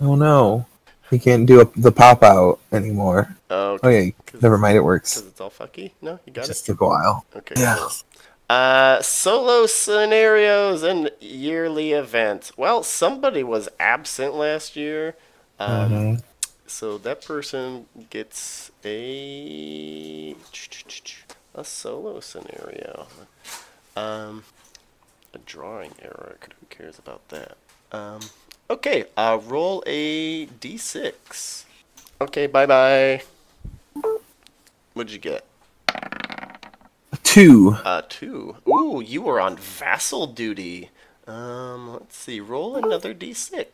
Oh no, we can't do a, the pop out anymore. Oh, Oh yeah, 'cause- never mind. It works. Because it's all fucky. No, you got Just took a while. it. Okay. Yeah. cool. Uh, solo scenarios and yearly events. Well, somebody was absent last year, um, Mhm. so that person gets a a solo scenario. Um, a drawing error. Who cares about that? Um, okay. Uh, roll a d6. Okay. Bye bye. What'd you get? Two. Uh, two. Ooh, you were on vassal duty. Um, let's see. Roll another d6.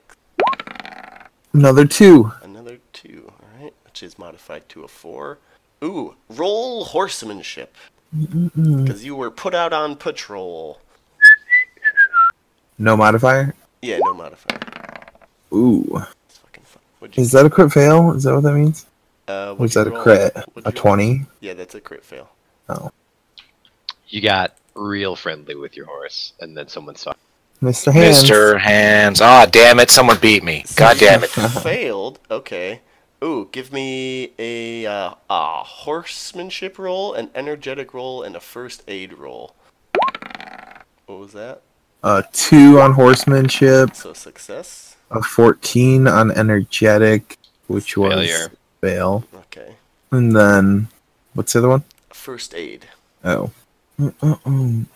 Another two. Another two. All right, which is modified to a four. Ooh, roll horsemanship because you were put out on patrol. No modifier. Yeah, no modifier. Ooh. It's fucking fun. What'd you? Is that a crit fail? Is that what that means? Uh, what'd Or is you that a roll? crit? What'd A you roll? twenty. Yeah, that's a crit fail. Oh, You got real friendly with your horse, and then someone saw. Mr. Hands. Mr. Hands. Ah, damn it. Someone beat me. God damn it. Failed. Okay. Ooh, give me a uh, a horsemanship roll, an energetic roll, and a first aid roll. What was that? A two on horsemanship. So success. A fourteen on energetic, which was Failure. fail. Okay. And then what's the other one? First aid. Oh. Mm-mm-mm.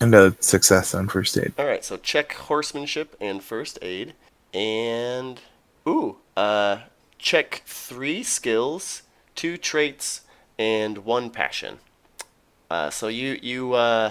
And a success on first aid. All right. So check horsemanship and first aid, and ooh, uh, check three skills, two traits, and one passion. Uh, so you you uh,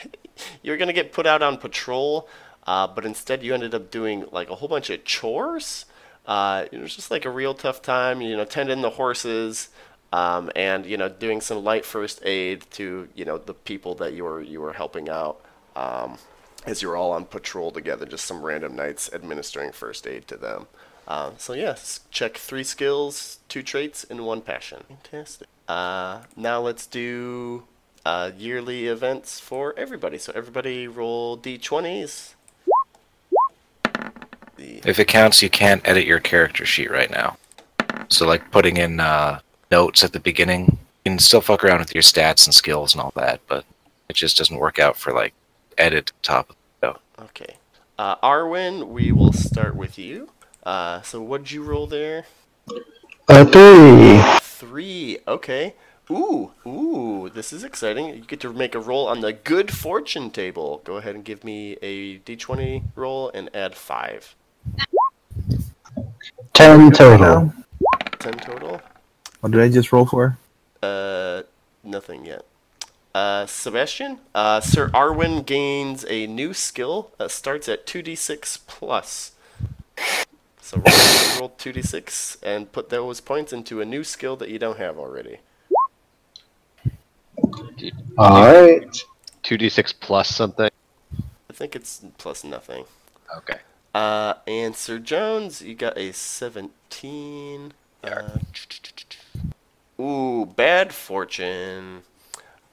you're gonna get put out on patrol, uh, but instead you ended up doing like a whole bunch of chores. Uh, it was just like a real tough time, you know, tending the horses, um, and you know, doing some light first aid to you know the people that you were you were helping out, um, as you were all on patrol together, just some random nights administering first aid to them. Um, so yes, check three skills, two traits, and one passion. Fantastic. Uh, now let's do uh, yearly events for everybody. So everybody roll d20s. The- If it counts, you can't edit your character sheet right now. So, like putting in uh, notes at the beginning, you can still fuck around with your stats and skills and all that, but it just doesn't work out for like edit top. Okay. Uh, Arwen, we will start with you. Uh, so what'd you roll there? A three. Three. Okay. Ooh, ooh, this is exciting. You get to make a roll on the good fortune table. Go ahead and give me a d20 roll and add five. Ten total. Now, Ten total. What did I just roll for? Uh, nothing yet. Uh, Sebastian, uh, Sir Arwen gains a new skill. Uh, starts at 2d6 plus. So roll, roll 2d6 and put those points into a new skill that you don't have already. Alright. Two d six plus something. I think it's plus nothing. Okay. Uh, and Sir Jones, you got a 17. Uh, ooh, bad fortune.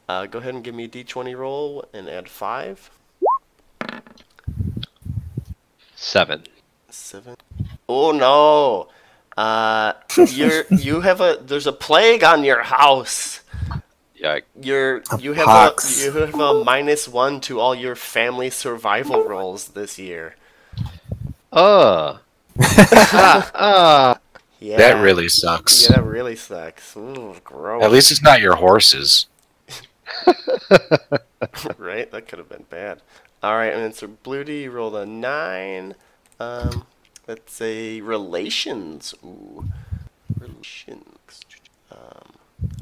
Uh, go ahead and give me a d20 roll and add 5. Seven. Seven. Oh no! Uh, you're you have a there's a plague on your house. Yeah. You're A you have pox. a you have a minus one to all your family survival rolls this year. Uh. ah, ah. Yeah, That really sucks. yeah that really sucks. Ooh, gross. At least it's not your horses. right? That could have been bad. All right, and then Sir Bluty you rolled a nine. Um, let's say relations. Ooh, relations. Um,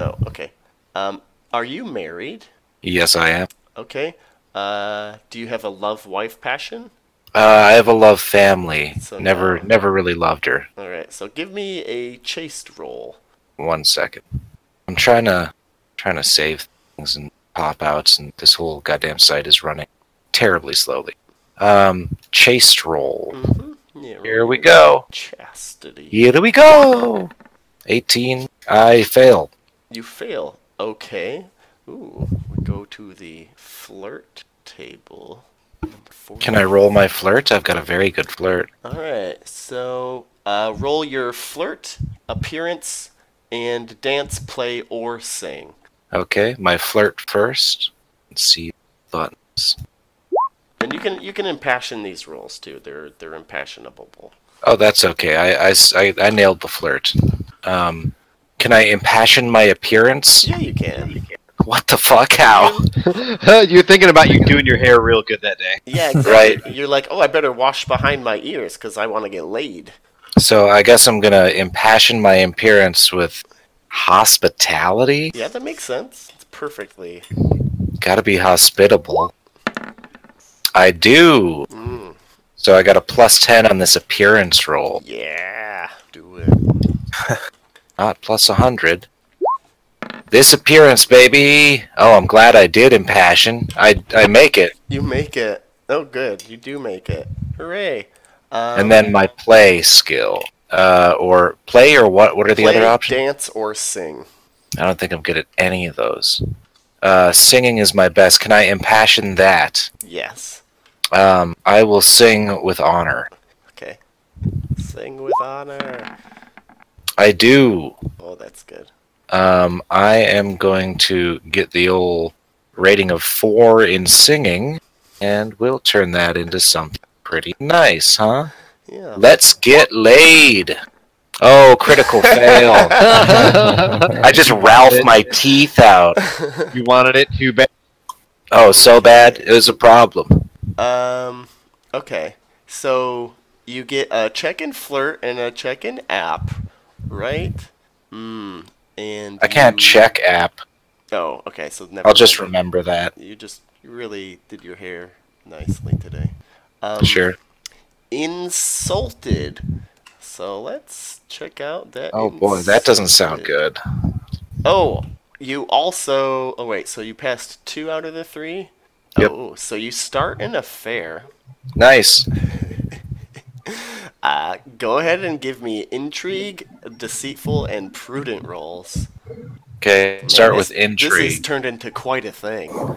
oh, okay. Um, are you married? Yes, I am. Okay. Uh, do you have a love wife passion? Uh, I have a love family. So never, now- never really loved her. All right. So give me a chaste roll. One second. I'm trying to, trying to save things and pop outs, and this whole goddamn site is running terribly slowly. Um, chase roll. Mm-hmm. Yeah. roll Here we go. Chastity. Here we go. 18. I failed. You fail. Okay. Ooh, we go to the flirt table. Number four. Can I roll my flirt? I've got a very good flirt. All right. So uh, roll your flirt, appearance, and dance, play, or sing. Okay, my flirt first. Let's see buttons. And you can you can impassion these rules too. They're they're impassionable. Oh, that's okay. I, I s- I- I nailed the flirt. Um, can I impassion my appearance? Yeah, you can. What the fuck? How? You're thinking about you doing your hair real good that day. Yeah, exactly. You're like, oh, I better wash behind my ears because I want to get laid. So I guess I'm gonna impassion my appearance with hospitality. Yeah, that makes sense. It's perfectly. Gotta be hospitable. I do. Mm, So I got a plus ten on this appearance roll. yeah, do it. Not plus a hundred. This appearance, baby. Oh, I'm glad I did impassion. I I make it, You make it. Oh, good. You do make it. Hooray. Um, and then my play skill, uh, or play, or what? What are the play, other options? Dance or sing. I don't think I'm good at any of those. Uh, singing is my best. Can I impassion that? Yes. Um, I will sing with honor. Okay. Sing with honor. I do. Oh, that's good. Um, I am going to get the old rating of four in singing, and we'll turn that into something pretty nice, huh? Yeah. Let's get laid. Oh, critical fail. I just Ralph my teeth out. You wanted it too bad. Oh, so bad. It was a problem. Um. Okay. So you get a check-in flirt and a check-in app, right? Mm. And I can't you- check app. Oh, okay. So never. I'll just mind. remember that. You just you really did your hair nicely today. Um, Sure. Insulted. So let's check out that. Oh boy, that doesn't sound insulted. good. Oh, you also. Oh wait, so you passed two out of the three. Yep. Oh, so you start an affair. Nice. Uh, go ahead and give me intrigue, deceitful, and prudent rolls. Okay. Start Man, with this- This has intrigue. turned into quite a thing.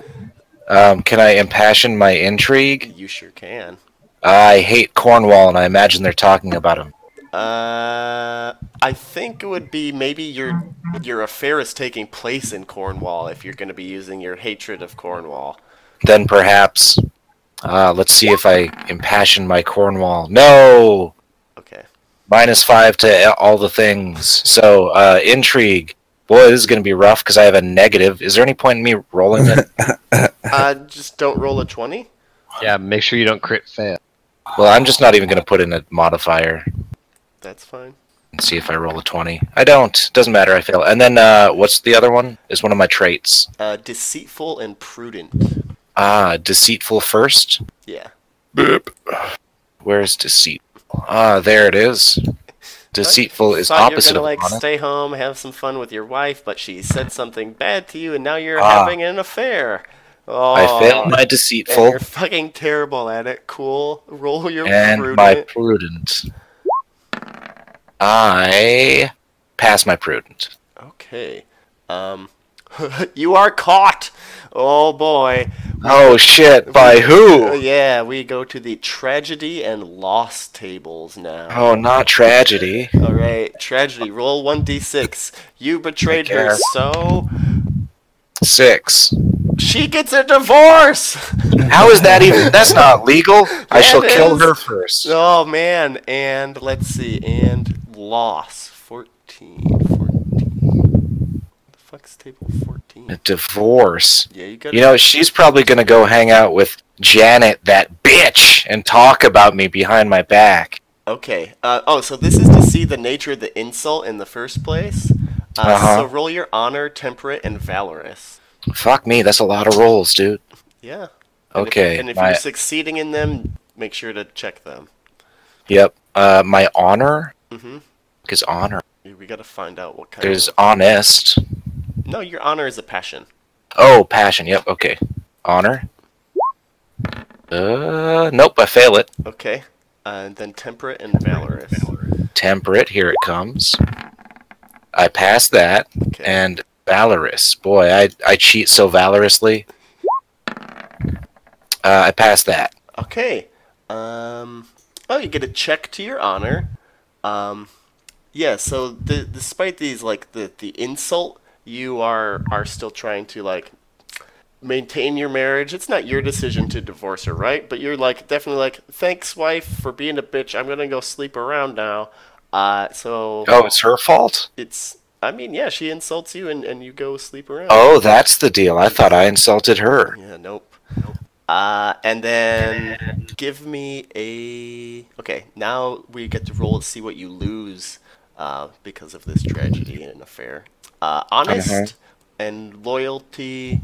Um, can I impassion my intrigue? You sure can. I hate Cornwall, and I imagine they're talking about him. Uh, I think it would be maybe your your affair is taking place in Cornwall if you're going to be using your hatred of Cornwall. Then perhaps. Uh, let's see if I impassion my Cornwall. No! Okay. minus five to all the things. So uh, intrigue. Boy, this is going to be rough because I have a negative. Is there any point in me rolling it? Uh, just don't roll a twenty. Yeah, make sure you don't crit fail. well, I'm just not even going to put in a modifier That's fine. and see if I roll a twenty. I don't. Doesn't matter. I fail. And then uh, what's the other one? Is one of my traits. Uh, deceitful and prudent. Ah, deceitful first. Yeah. Where's deceit? Ah, there it is. Deceitful is Thought opposite you of were gonna like honest. stay home, have some fun with your wife, but she said something bad to you, and now you're Ah. having an affair. Oh, I failed my and deceitful You're fucking terrible at it. Cool. Roll your and prudent. my prudent. I pass my prudent. Okay. Um, you are caught. Oh boy. Oh shit! By Oh, who? yeah, we go to the tragedy and loss tables now. Oh, not tragedy. All right, tragedy. Roll one d6. You betrayed her, care. so Six. she gets a divorce. How is that even? That's not legal. I Yeah, shall it kill is. her first. Oh man, and let's see, and loss 14. 14. The fuck's table 14? Divorce. Yeah, you got. You know, she's probably gonna go hang out with Janet, that bitch, and talk about me behind my back. Okay. Uh, oh, so this is to see the nature of the insult in the first place. Uh, Uh-huh. So roll your honor, temperate, and valorous. Fuck me. That's a lot of rolls, dude. Yeah. And if- Okay. and if my- you're succeeding in them, make sure to check them. yep. Uh, my honor. Mhm. Because honor. We gotta find out what kind. There's Of... honest. No, your honor is a passion. Oh, passion. Yep. Okay. Honor. Uh, nope. I fail it. Okay. Uh, and then temperate and valorous. temperate here it comes i pass that Okay. and valorous boy i, I cheat so valorously Uh, I passed that. Okay. Um, oh, you get a check to your honor. Um, yeah. So the, despite these like the the insult, you are are still trying to like maintain your marriage. It's not your decision to divorce her, right? But you're like definitely like thanks, wife, for being a bitch. I'm gonna go sleep around now. Uh, so Oh, it's her fault. it's. I mean, yeah, she insults you, and, and you go sleep around. Oh, that's the deal. I thought I insulted her. Yeah, nope. Uh, and then give me a. Okay, now we get to roll to see what you lose uh, because of this tragedy and an affair. Uh, honest Mhm. and loyalty,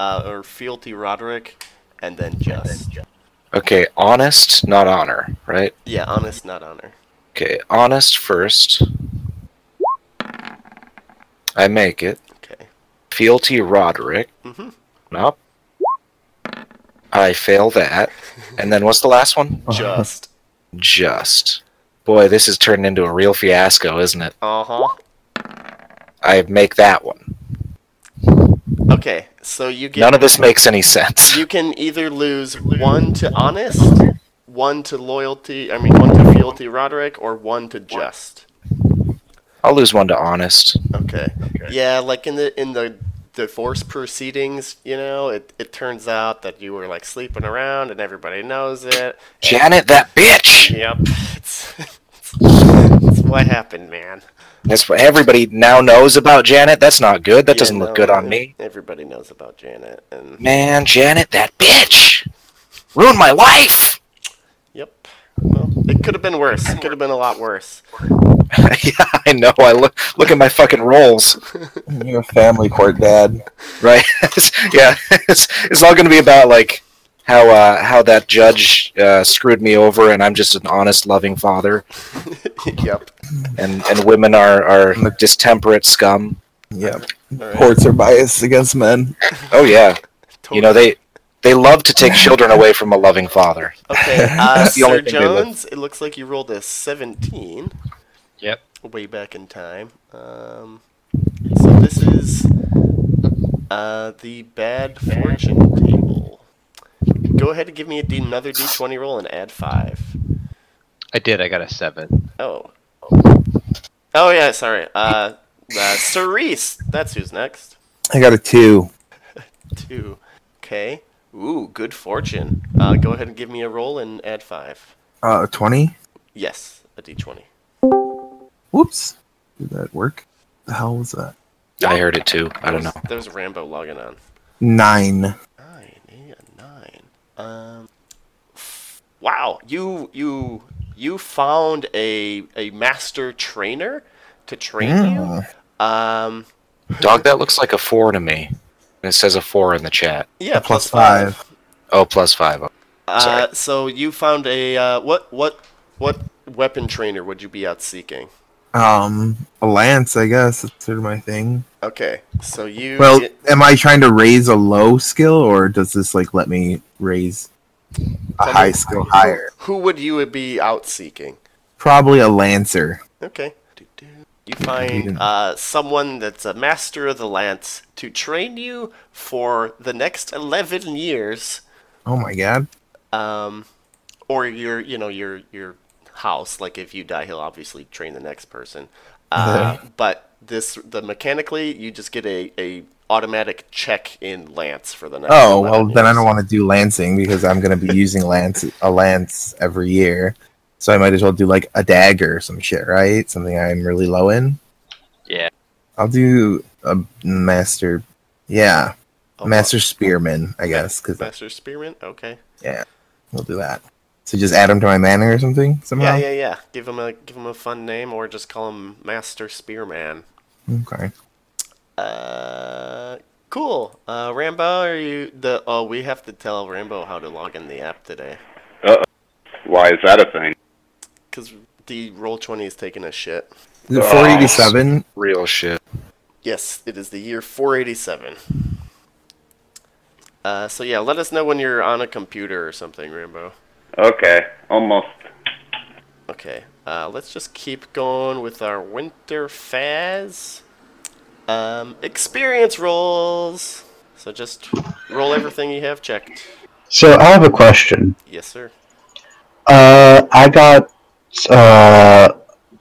uh, or fealty, Roderick, and then just. Okay, honest, not honor, right? Yeah, honest, not honor. Okay, honest first. I make it. Okay. Fealty Roderick. Mhm. Nope. I fail that. And then what's the last one? Uh-huh. Just. Just. Boy, this has turned into a real fiasco, isn't it? Uh huh. I make that one. Okay, so you get. None of this makes any sense. You can either lose one to honest, one to loyalty, I mean one to fealty Roderick, or one to just. I'll lose one to honest. Okay. Yeah, like in the in the divorce proceedings, you know, it, it turns out that you were like sleeping around and everybody knows it. Janet, that bitch! Yep. It's, it's what happened, man. That's what everybody now knows about Janet. That's not good. That Yeah, doesn't look no, good on e- me. Everybody knows about Janet and Man, Janet, that bitch! Ruined my life! yep. Well, it could have been worse. It could have been a lot worse. yeah, I know. I look look at my fucking rolls. You're a family court dad. Right? yeah, it's, it's all going to be about like how uh, how that judge uh, screwed me over, and I'm just an honest, loving father, yep. and and women are are distemperate scum. Yep. All right. Courts are biased against men. Oh yeah, Totally. you know they they love to take children away from a loving father. Okay, uh, That's the only Sir thing they look- Jones, it looks like you rolled a 17 Yep. way back in time. Um, so this is uh, the bad fortune table. Go ahead and give me a d- another d20 roll and add 5. I did. I got a seven. Oh. Oh, yeah, sorry. Uh, uh, Cerise, that's who's next. I got a two. Two. Okay. Ooh, good fortune. Uh, go ahead and give me a roll and add 5. Uh, twenty. Yes, a d20. Whoops. Did that work? The hell was that? I heard it too. I don't know. There's Rambo logging on. Nine. Nine, yeah, nine. Um, f- wow, you you you found a a master trainer to train you. Um, Dog, that looks like a four to me. And it says a four in the chat. yeah, A plus plus five. five. Oh, plus five. Uh, Sorry. so you found a uh, what what what weapon trainer would you be out seeking? Um, a lance, I guess. That's sort of my thing. Okay, so you Well, get- am I trying to raise a low skill, or does this like let me raise a Tell high me- skill higher? Who would you be out seeking? Probably a lancer. Okay. You find uh, someone that's a master of the lance to train you for the next eleven years, Oh my god. um, or your, you know, your your house. Like if you die, he'll obviously train the next person. Uh, But this, the mechanically, you just get a, a automatic check in lance for the next. Oh 11 well, then I years. don't want to do lancing because I'm gonna be using lance a lance every year, so I might as well do like a dagger or some shit, right? Something I'm really low in. Yeah. I'll do a master. Yeah, Oh, master spearman, I guess, because master spearman. Okay. we'll do that. So just add him to my mana or something somehow. Yeah, yeah, yeah. Give him a give him a fun name, or just call him Master Spearman. Okay. Uh, cool. Uh, Rambo, are you the? Oh, we have to tell Rambo how to log in the app today, Why is that a thing? cause the roll twenty is taking a shit. Is it 487? Real shit. Yes, it is the year four eighty seven. Uh, so yeah, let us know when you're on a computer or something, Rambo. Okay, almost. Okay. Uh, let's just keep going with our winter faz. Um, experience rolls. So just roll everything you have checked. So I have a question. Yes, sir. Uh, I got uh,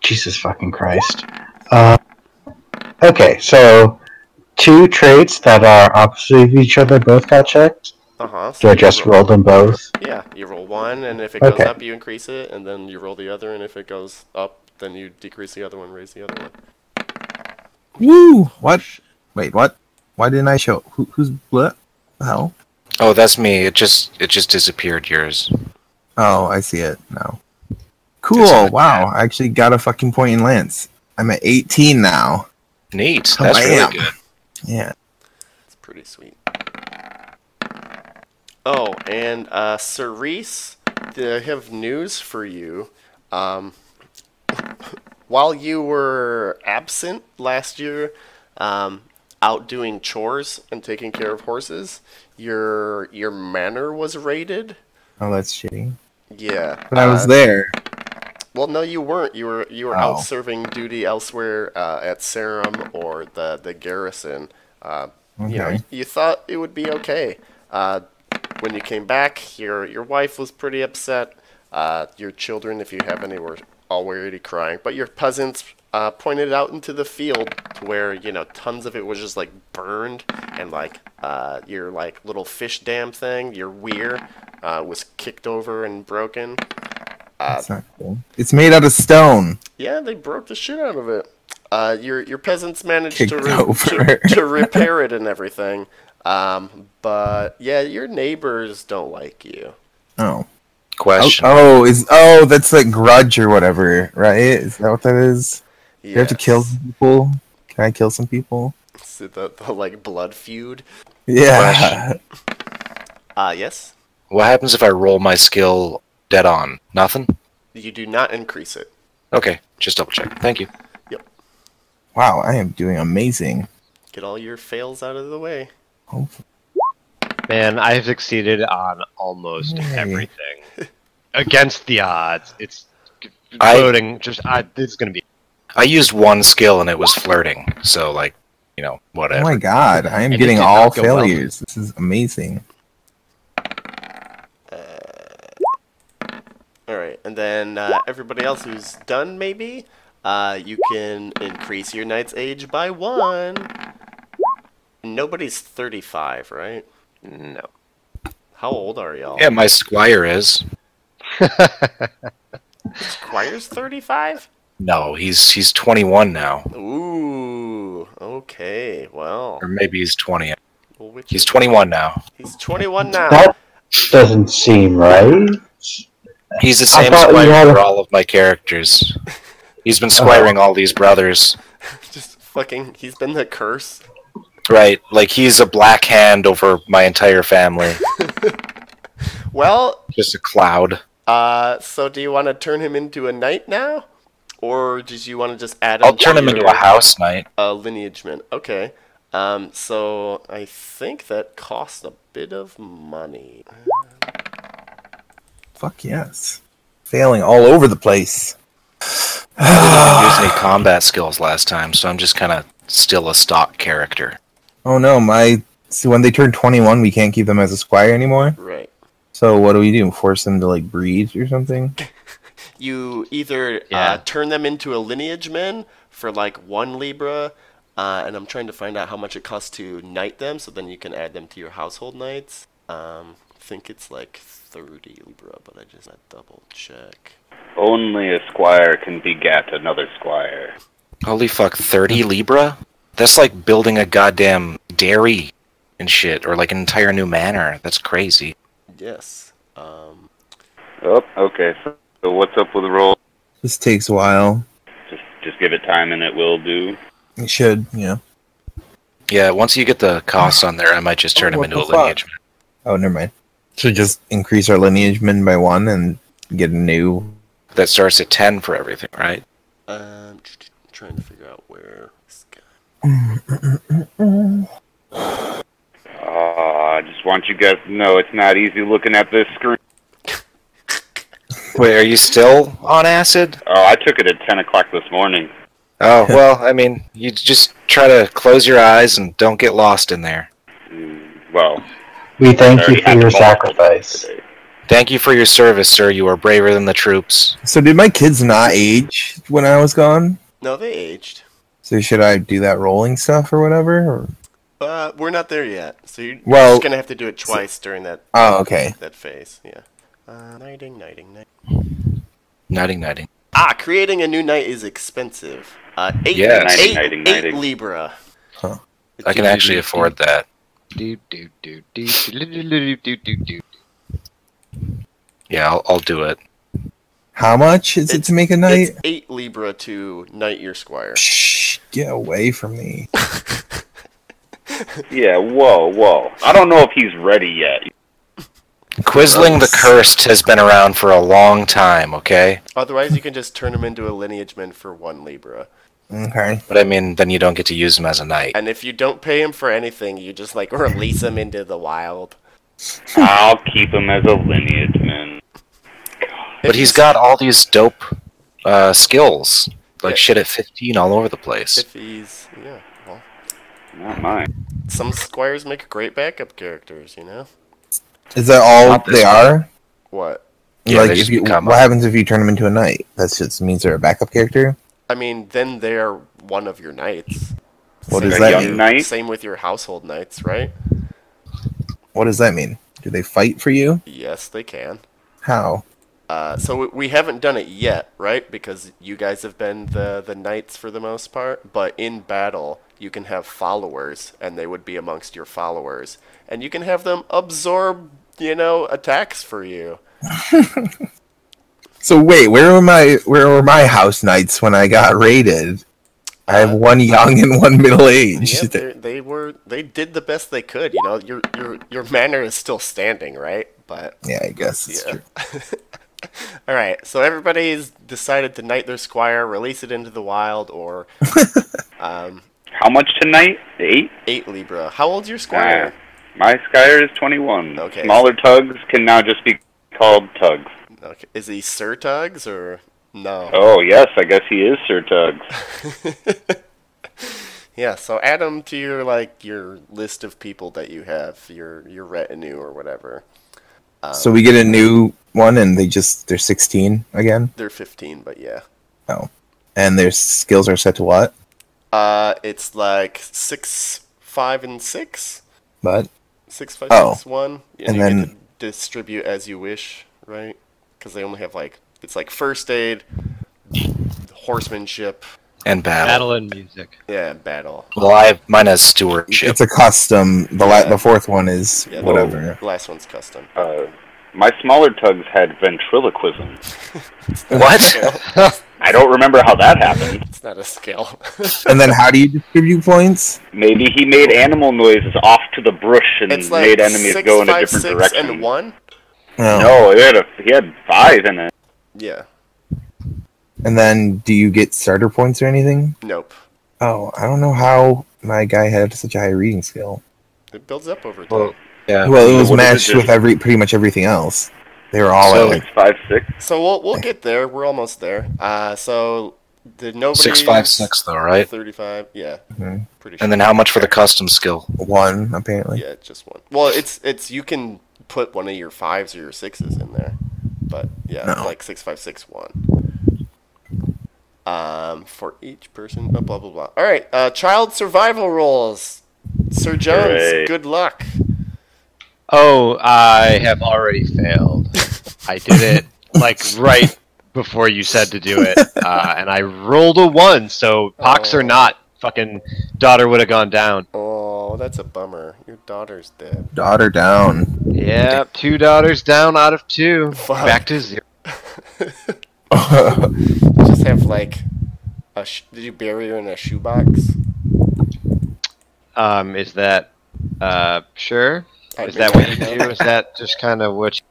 Jesus fucking Christ. Uh, okay, so two traits that are opposite of each other both got checked. Uh huh. Do I just roll them both? Yeah, you roll one, and if it goes Okay. up, you increase it, and then you roll the other, and if it goes up, then you decrease the other one, raise the other one. Woo! What? Wait, what? Why didn't I show? Who, who's what? The hell? Oh, that's me. It just it just disappeared. Yours. Oh, I see it now. Cool. Wow, I actually got a fucking point in Lance. I'm at 18 now. Neat. That's Bam. really good. Yeah. It's pretty sweet. Oh, and uh, Cerise, I have news for you. Um, while you were absent last year, um, out doing chores and taking care of horses, your your manor was raided. Oh, that's shitty. Yeah, But I was uh, there. Well, no, you weren't. You were you were Oh. out serving duty elsewhere uh, at Serum or the the garrison. Uh, You know, Okay. you thought it would be okay. Uh, when you came back, your your wife was pretty upset. Uh, your children, if you have any, were already crying. But your peasants uh, pointed out into the field to where you know tons of it was just like burned, and like uh, your like little fish dam thing, your weir, uh, was kicked over and broken. That's not cool. It's made out of stone. Yeah, they broke the shit out of it. Uh, your your peasants managed Kicked to, it re- over. to to repair it and everything. Um, but yeah, your neighbors don't like you. Oh. Oh, Question. oh, is oh that's like grudge or whatever, right? Is that what that is? You have to kill Yes. some people. Can I kill some people? It's the, the like blood feud. Yeah. Uh yes. What happens if I roll my skill dead on? Nothing. You do not increase it. Okay. Just double check. Thank you. Wow, I am doing amazing. Get all your fails out of the way. Oh, Man, I've succeeded on almost Yay. everything. Against the odds, it's I- floating. Just I, this is gonna be. I used one skill and it was flirting. So like, you know, oh whatever. my god, I am And it getting did all not go well. failures. This is amazing. All right, and then uh, everybody else who's done, maybe uh, you can increase your knight's age by one. Nobody's thirty-five, right? No. How old are y'all? yeah, my squire is. Squire's 35? No, he's he's 21 now, Ooh, okay. Well, or maybe he's 20. well, which He's is- 21 now. He's 21 now. That doesn't seem right. He's the I same thought you squire had a- for all of my characters. He's been squiring all these brothers, Just fucking, he's been the curse. right? Like he's a black hand over my entire family, Well, just a cloud. uh, so do you want to turn him into a knight now? Or did you want to just add him I'll to turn him your, into a house knight. Uh, lineage man. Okay. Um, so I think that costs a bit of money. Fuck yes. Failing all over the place. I didn't use any combat skills last time, so I'm just kind of still a stock character. Oh no, my so when they turn 21, we can't keep them as a squire anymore. Right. So what do we do? Force them to like breed or something? you either uh, Yeah. turn them into a lineage man for like one libra uh, and i'm trying to find out how much it costs to knight them so then you can add them to your household knights um, i think it's like 30 libra but i just I double check Only a squire can begat another squire. Holy fuck, Hmm. 30 Libra? That's like building a goddamn dairy and shit, or like an entire new manor. That's crazy. yes um, Oh, okay. So, so what's up with the roll? This takes a while. Just just give it time and it will do. It should, yeah. Yeah, once you get the costs on there, I might just turn Oh, him what into the a lineage. man. Oh, never mind. Should just increase our lineage men by one and get a new. That starts at 10 for everything, right? um trying to figure out where this guy Ah, I just want you guys to know it's not easy looking at this screen. Wait, are you still on acid? Oh, I took it at 10 o'clock this morning. Oh, well, I mean, you just try to close your eyes and don't get lost in there. Mm, Well, We thank you Already for happened your multiple times sacrifice. today. Thank you for your service, sir. You are braver than the troops. So did my kids not age when I was gone? No, they aged. So should I do that rolling stuff or whatever? Or... Uh, we're not there yet, so you're Well- just gonna have to do it twice during that Oh, okay. that phase. Yeah. Uh, knighting, knighting, knighting. Nighting, nighting. Ah, creating a new knight is expensive. Uh, eight, Yes. eight, Knighting, knighting, eight knighting. libra. Huh. I can actually afford that. Do do do do do do do do. Yeah, I'll, I'll do it. How much is it It's- to make a knight? It's eight libra to knight your squire. Shh, get away from me. Yeah, whoa, whoa. I don't know if he's ready yet. Quisling the Cursed has been around for a long time, okay? Otherwise, you can just turn him into a lineageman for one libra. Okay. But I mean, then you don't get to use him as a knight. And if you don't pay him for anything, you just like release him into the wild. I'll keep him as a lineage man. But he's got all these dope uh, skills, like Yeah. shit at 15 all over the place. If he's yeah, well, Not mine. some squires make great backup characters, you know. Is that all Not this they one. are? What? Yeah, like they if just you, become what happens if you turn them into a knight? That just means they're a backup character. I mean, then they're one of your knights. What Same does with that your- mean? Knight? Same with your household knights, right? What does that mean? Do they fight for you? Yes, they can. How? Uh, so we- we haven't done it yet, right? Because you guys have been the the knights for the most part. But in battle, you can have followers, and they would be amongst your followers, and you can have them absorb, you know, attacks for you. So wait, where were my where were my house knights when I got raided? I have one young and one middle Yeah, aged. they they were they did the best they could. You know, your your your manor is still standing, right? But Yeah, I guess it's Yeah. true. all right, so everybody's decided to knight their squire, release it into the wild, or um, How much tonight? Eight? Uh, eight libra. How old's your squire? My Skyer is 21. Okay. Smaller tugs can now just be called tugs. Okay. Is he Sir Tugs or no? Oh, yes, I guess he is Sir Tugs. Yeah, so add him to your like your list of people that you have, your your retinue or whatever. So we get a new one, and they just they're sixteen again, They're 15, but yeah. and their skills are set to what? Uh it's like 6 5 and 6. But 6 five, Oh. six, 1 And you then- get to distribute as you wish, right? Cuz they only have like it's like first aid, horsemanship, And battle. Battle and music. yeah, battle. Well, I have, mine has stewardship. it's a custom. The la- Yeah. the fourth one is Yeah, the whatever. Last one's custom. Uh, my smaller tugs had ventriloquism. what? I don't remember how that happened. It's not a skill. And then how do you distribute points? Maybe he made animal noises off to the brush and it's like made enemies six, go in a five, different six, direction. and 1. No. No, he had, a, he had five in it. Yeah. And then do you get starter points or anything? Nope. Oh, I don't know how my guy had such a high reading skill. It builds up over time. Well, yeah. Well, it so was what is it matched just- with every pretty much everything else. They were all So- at like Six, five, six. so we'll we'll get there. We're almost there. Uh, so the nobody Six, five, six, though, right? Mm-hmm. Thirty-five. Yeah. Mhm. Pretty sure. And then how much for the custom skill? one apparently. yeah, just one. Well, it's it's you can put one of your fives or your sixes in there, but yeah, No. like six, five, six, one. Um, for each person. uh, blah blah blah. All right. Uh, child survival rolls. Sir Jones, Hooray. good luck. Oh, I have already failed. I did it like right before you said to do it, uh, and I rolled a one. So pox Oh. or not, fucking daughter would have gone down. Oh, that's a bummer. Your daughter's dead. Daughter down. Yeah, two daughters down out of two. Fuck. Back to zero. Just have like a. Sh- did you bury her in a shoebox? Um, is that uh sure? I Is mean, that what you do? Is that just kind of what? You...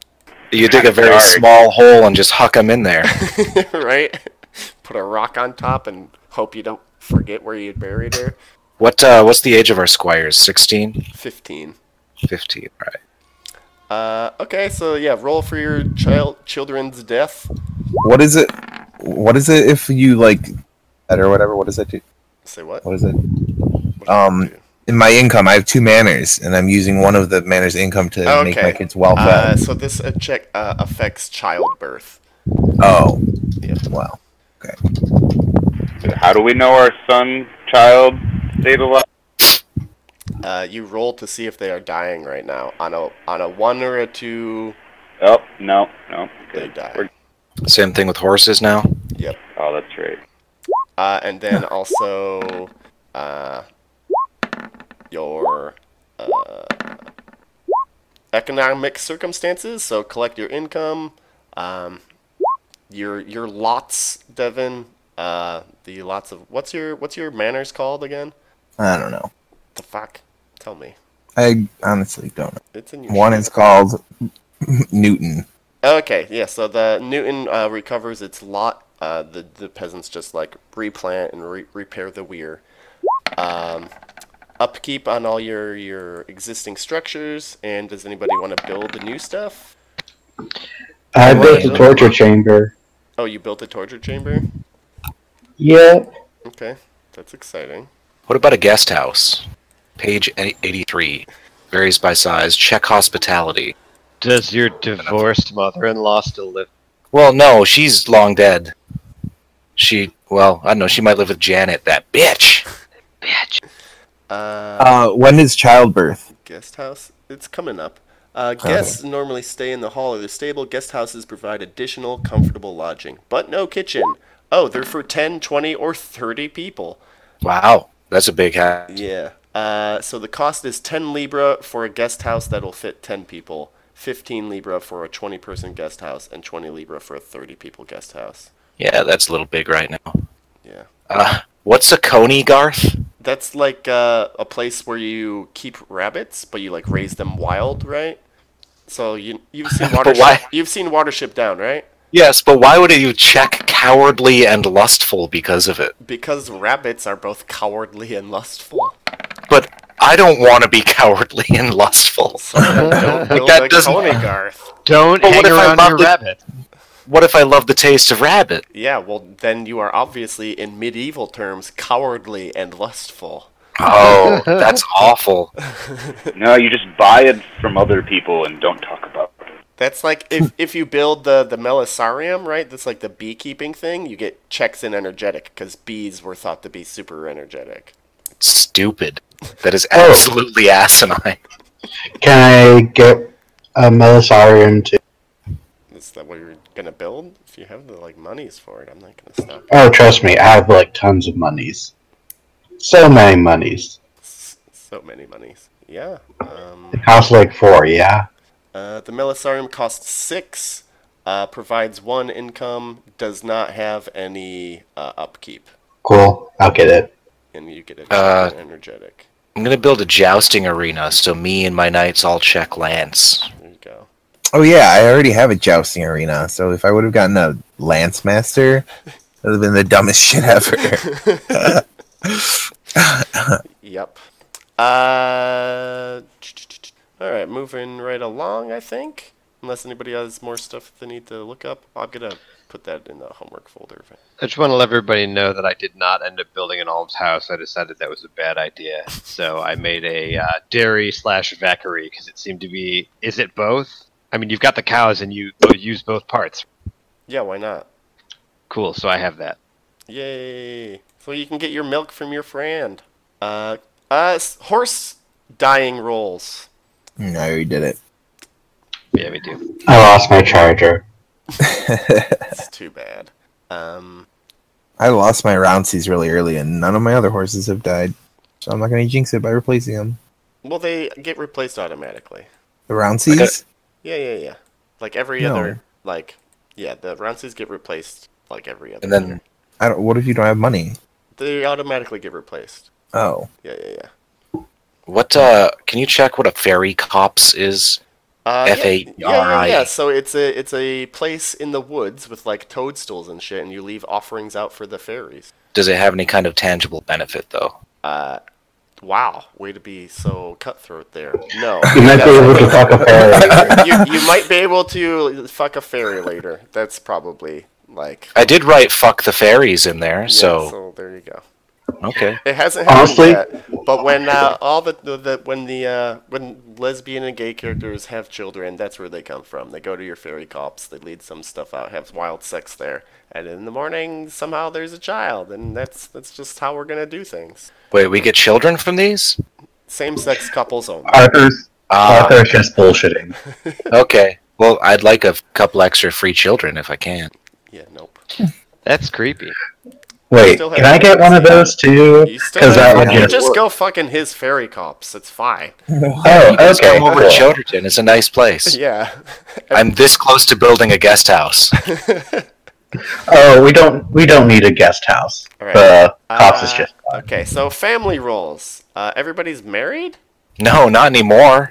You dig a very Sorry. small hole and just huck him in there. right? Put a rock on top and hope you don't forget where you buried her. What? Uh, what's the age of our squires? 16? 15. 15, right? Uh, okay, so yeah, roll for your child children's death. What is it? What is it if you like that or whatever? What does that do? Say what? What is it? What does that Um, do? in my income, I have two manners, and I'm using one of the manners' income to make Okay. my kids well Uh, fed. so this uh, check uh, affects childbirth. oh, Yeah. wow. How do we know our son child stayed alive? Uh, you roll to see if they are dying right now. On a on a one or a two, Oh no, no. they Good. die. We're- Same thing with horses now. Oh, that's right. Uh, and then also, uh, your uh, economic circumstances. So collect your income, um, your your lots, Devin. Uh, the lots of what's your what's your manners called again? I don't know. The fuck? Tell me. I honestly don't know. It's in your One is called Newton. Okay, yeah. So the Newton uh, recovers its lot. Uh, the the peasants just like replant and re- repair the weir. Um, upkeep on all your your existing structures. And does anybody want to build the new stuff? I Wait, built a wait. torture chamber. Oh, you built a torture chamber. Yeah. Okay, that's exciting. What about a guest house? Page 83. Varies by size. Check hospitality. Does your divorced mother-in-law still live? Well, no, she's long dead. She, well, I don't know. She might live with Janet, that bitch. Bitch. Uh, Uh, when is childbirth? guest house. It's coming up. Uh, guests normally stay in the hall or the stable. Guest houses provide additional comfortable lodging, but no kitchen. Oh, they're for 10, 20, or 30 people. Wow, that's a big house. Yeah. Uh, so the cost is 10 Libra for a guest house that'll fit 10 people, 15 Libra for a 20 person guest house, and 20 Libra for a 30 people guest house. Yeah, that's a little big right now. Yeah. Uh, what's a coney, Garth? That's like uh, a place where you keep rabbits, but you like raise them wild, right? So you you've seen But Watership why- you've seen Watership Down, right? Yes, but why would you check cowardly and lustful because of it? Because rabbits are both cowardly and lustful. But I don't want to be cowardly and lustful. So don't build that a doesn't- Coney Garth. Don't But hang what if I around your loved it? rabbit. What if I love the taste of rabbit? Yeah, well then you are obviously in medieval terms cowardly and lustful. Oh, that's awful. No, you just buy it from other people and don't talk about it. That's like if, if you build the the melisarium, right? That's like the beekeeping thing. You get checks in energetic because bees were thought to be super energetic. Stupid. That is absolutely asinine. Can I get a Melisarium too? Is that what you're gonna build? If you have the like monies for it, I'm not gonna stop. you. Oh, trust me, I have like tons of monies. So many monies. S- So many monies. Yeah. Um, House like four, yeah. Uh, the Melisarium costs six, uh, provides one income, does not have any uh, upkeep, Cool. I'll get it. and you get a check Uh, in energetic. I'm gonna build a jousting arena so me and my knights all check lance. There you go. Oh yeah, I already have a jousting arena. So if I would have gotten a lance master, that would have been the dumbest shit ever. Yep. Uh, all right, moving right along, I think. Unless anybody has more stuff they need to look up, I'm gonna put that in the homework folder. I just want to let everybody know that I did not end up building an almshouse. I decided that was a bad idea, so I made a uh, dairy slash vackery because it seemed to be. Is it both? I mean, you've got the cows and you both use both parts. Yeah, why not? Cool. So I have that. Yay! So you can get your milk from your friend. Uh, uh, s- horse dying rolls. Mm, I already did it. Yeah, we do. I lost my charger. That's too bad. Um, I lost my Rounceys really early, and none of my other horses have died. So I'm not going to jinx it by replacing them. well, they get replaced automatically. The Rounceys? Yeah, yeah, yeah. Like every No. other, like, yeah, the rounces get replaced like every other. And then- year. I don't, what if you don't have money? they automatically get replaced. Oh, Yeah, yeah, yeah. What uh can you check what a fairy cops is? Uh, yeah, F8 yeah, yeah, yeah. RIA. So it's a it's a place in the woods with like toadstools and shit, and you leave offerings out for the fairies. Does it have any kind of tangible benefit though? Uh, wow, way to be so cutthroat there. No, You might be able to fuck a fairy. you, you might be able to fuck a fairy later. That's probably like I did write fuck the fairies in there, Yeah, so there you go. Okay. It hasn't happened Honestly? yet. But when uh, all the, the, the when the uh, when lesbian and gay characters have children, that's where they come from. They go to your fairy cops. They lead some stuff out, have wild sex there, and in the morning somehow there's a child, and that's that's just how we're gonna do things. Wait, we get children from these? Same-sex couples only. Arthur's, Uh, Ah, Arthur's just bullshitting. okay. Well, I'd like a couple extra free children if I can. Yeah, nope. That's creepy. Wait, Still can have I get one of those too? You still Because that have- would you just. just go fucking his fairy cops. It's fine. Oh, Let's okay. come over cool. to Childerton. It's a nice place. Yeah. I'm this close to building a guest house. Oh, we don't we don't need a guest house. Alright. The cops is Uh, just Okay, so family roles. Uh, everybody's married? No, not anymore.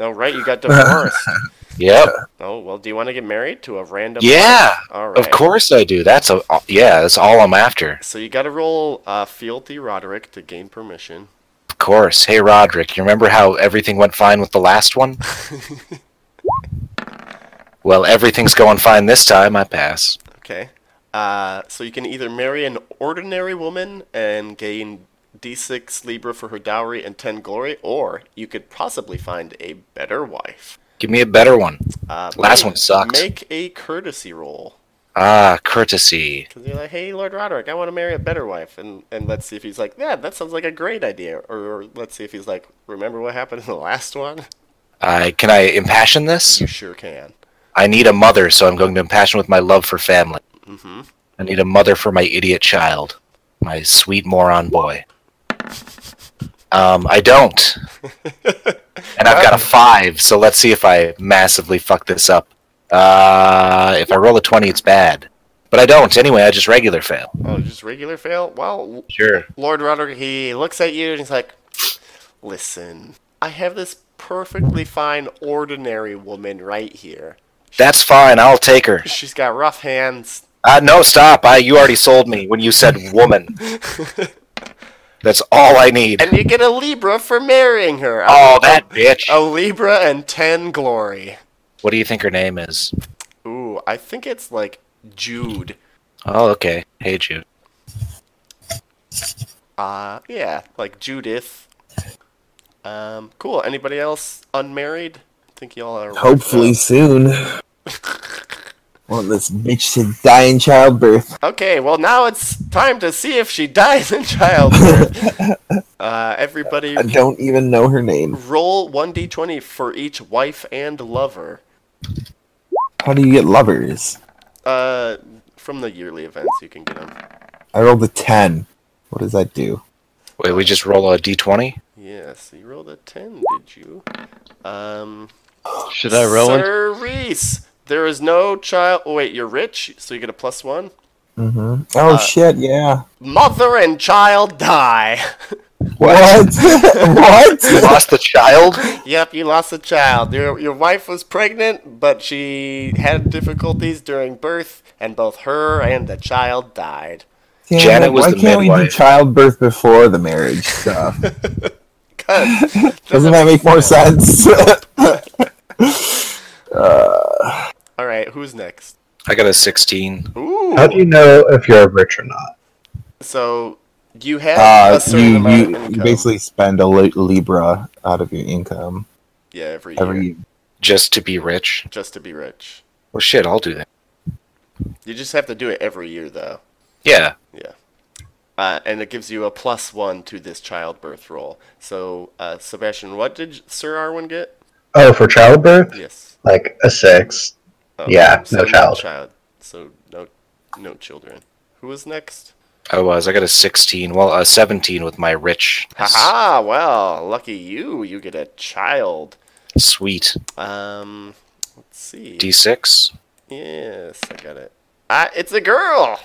No, right? You got divorced. Yep. oh well, do you want to get married to a random? Yeah. All right. Of course I do. That's a yeah. That's all I'm after. So you got to roll uh, fealty Roderick to gain permission. Of course. Hey, Roderick, you remember how everything went fine with the last one? well, everything's going fine this time. I pass. Okay. Uh, so you can either marry an ordinary woman and gain d6 libra for her dowry and 10 glory, or you could possibly find a better wife. Give me a better one. Uh, Last make- one sucks. Make a courtesy roll. Ah, courtesy. Because you're like, hey, Lord Roderick, I want to marry a better wife. And, and let's see if he's like, yeah, that sounds like a great idea. Or, or let's see if he's like, remember what happened in the last one? I can I impassion this? You sure can. I need a mother, so I'm going to impassion with my love for family. Mm-hmm. I need a mother for my idiot child, my sweet moron boy. Um, I don't. and I've got a five, so let's see if I massively fuck this up. Uh, if I roll a 20, it's bad. But I don't. Anyway, I just regular fail. Oh, just regular fail? Well, Sure. Lord Roderick, he looks at you and he's like, listen, I have this perfectly fine, ordinary woman right here. That's fine. I'll take her. She's got rough hands. Uh, no, stop. I, you already sold me when you said woman. That's all I need. And you get a Libra for marrying her. A- Oh, that bitch. A Libra and 10 glory. What do you think her name is? Ooh, I think it's like Jude. Oh, okay. Hey, Jude. Uh, yeah, like Judith. Um, cool. Anybody else unmarried? I think y'all are. wrapped Hopefully up. soon. Want this bitch to die in childbirth. Okay, well now it's time to see if she dies in childbirth. uh, everybody, I don't even know her name. roll one d20 for each wife and lover. How do you get lovers? Uh, from the yearly events, you can get them. I rolled a 10. What does that do? Wait, we just roll a d20? Yes, you rolled a ten, did you? Um, Should I roll? one? Sir Reese, there is no child. Oh, wait, you're rich, so you get a plus one. Mm-hmm. Oh, shit, yeah. Mother and child die. What? You what? lost the child? Yep, you lost a child. Your your wife was pregnant, but she had difficulties during birth, and both her and the child died. Damn Janet it, was why the can't we do midwife. childbirth before the marriage stuff? God, Doesn't that make more sense? All right, who's next? I got a 16. Ooh. How do you know if you're rich or not? So you have uh, a certain you, amount you, of you income. basically spend a li- libra out of your income yeah every, every year year. Just to be rich? just to be rich. Well, shit, I'll do that. You just have to do it every year though. Yeah. Uh, and it gives you a plus one to this childbirth roll. So, uh, Sebastian, what did Sir Arwen get? Oh, for childbirth? Yes. Like a six. Oh, Yeah, so no child. So no, no children. Who is next? I was. I got a 16. Well, a 17 with my rich. Haha! Well, lucky you. You get a child. Sweet. Um, let's see. D6? yes, I got it. Ah, it's a girl.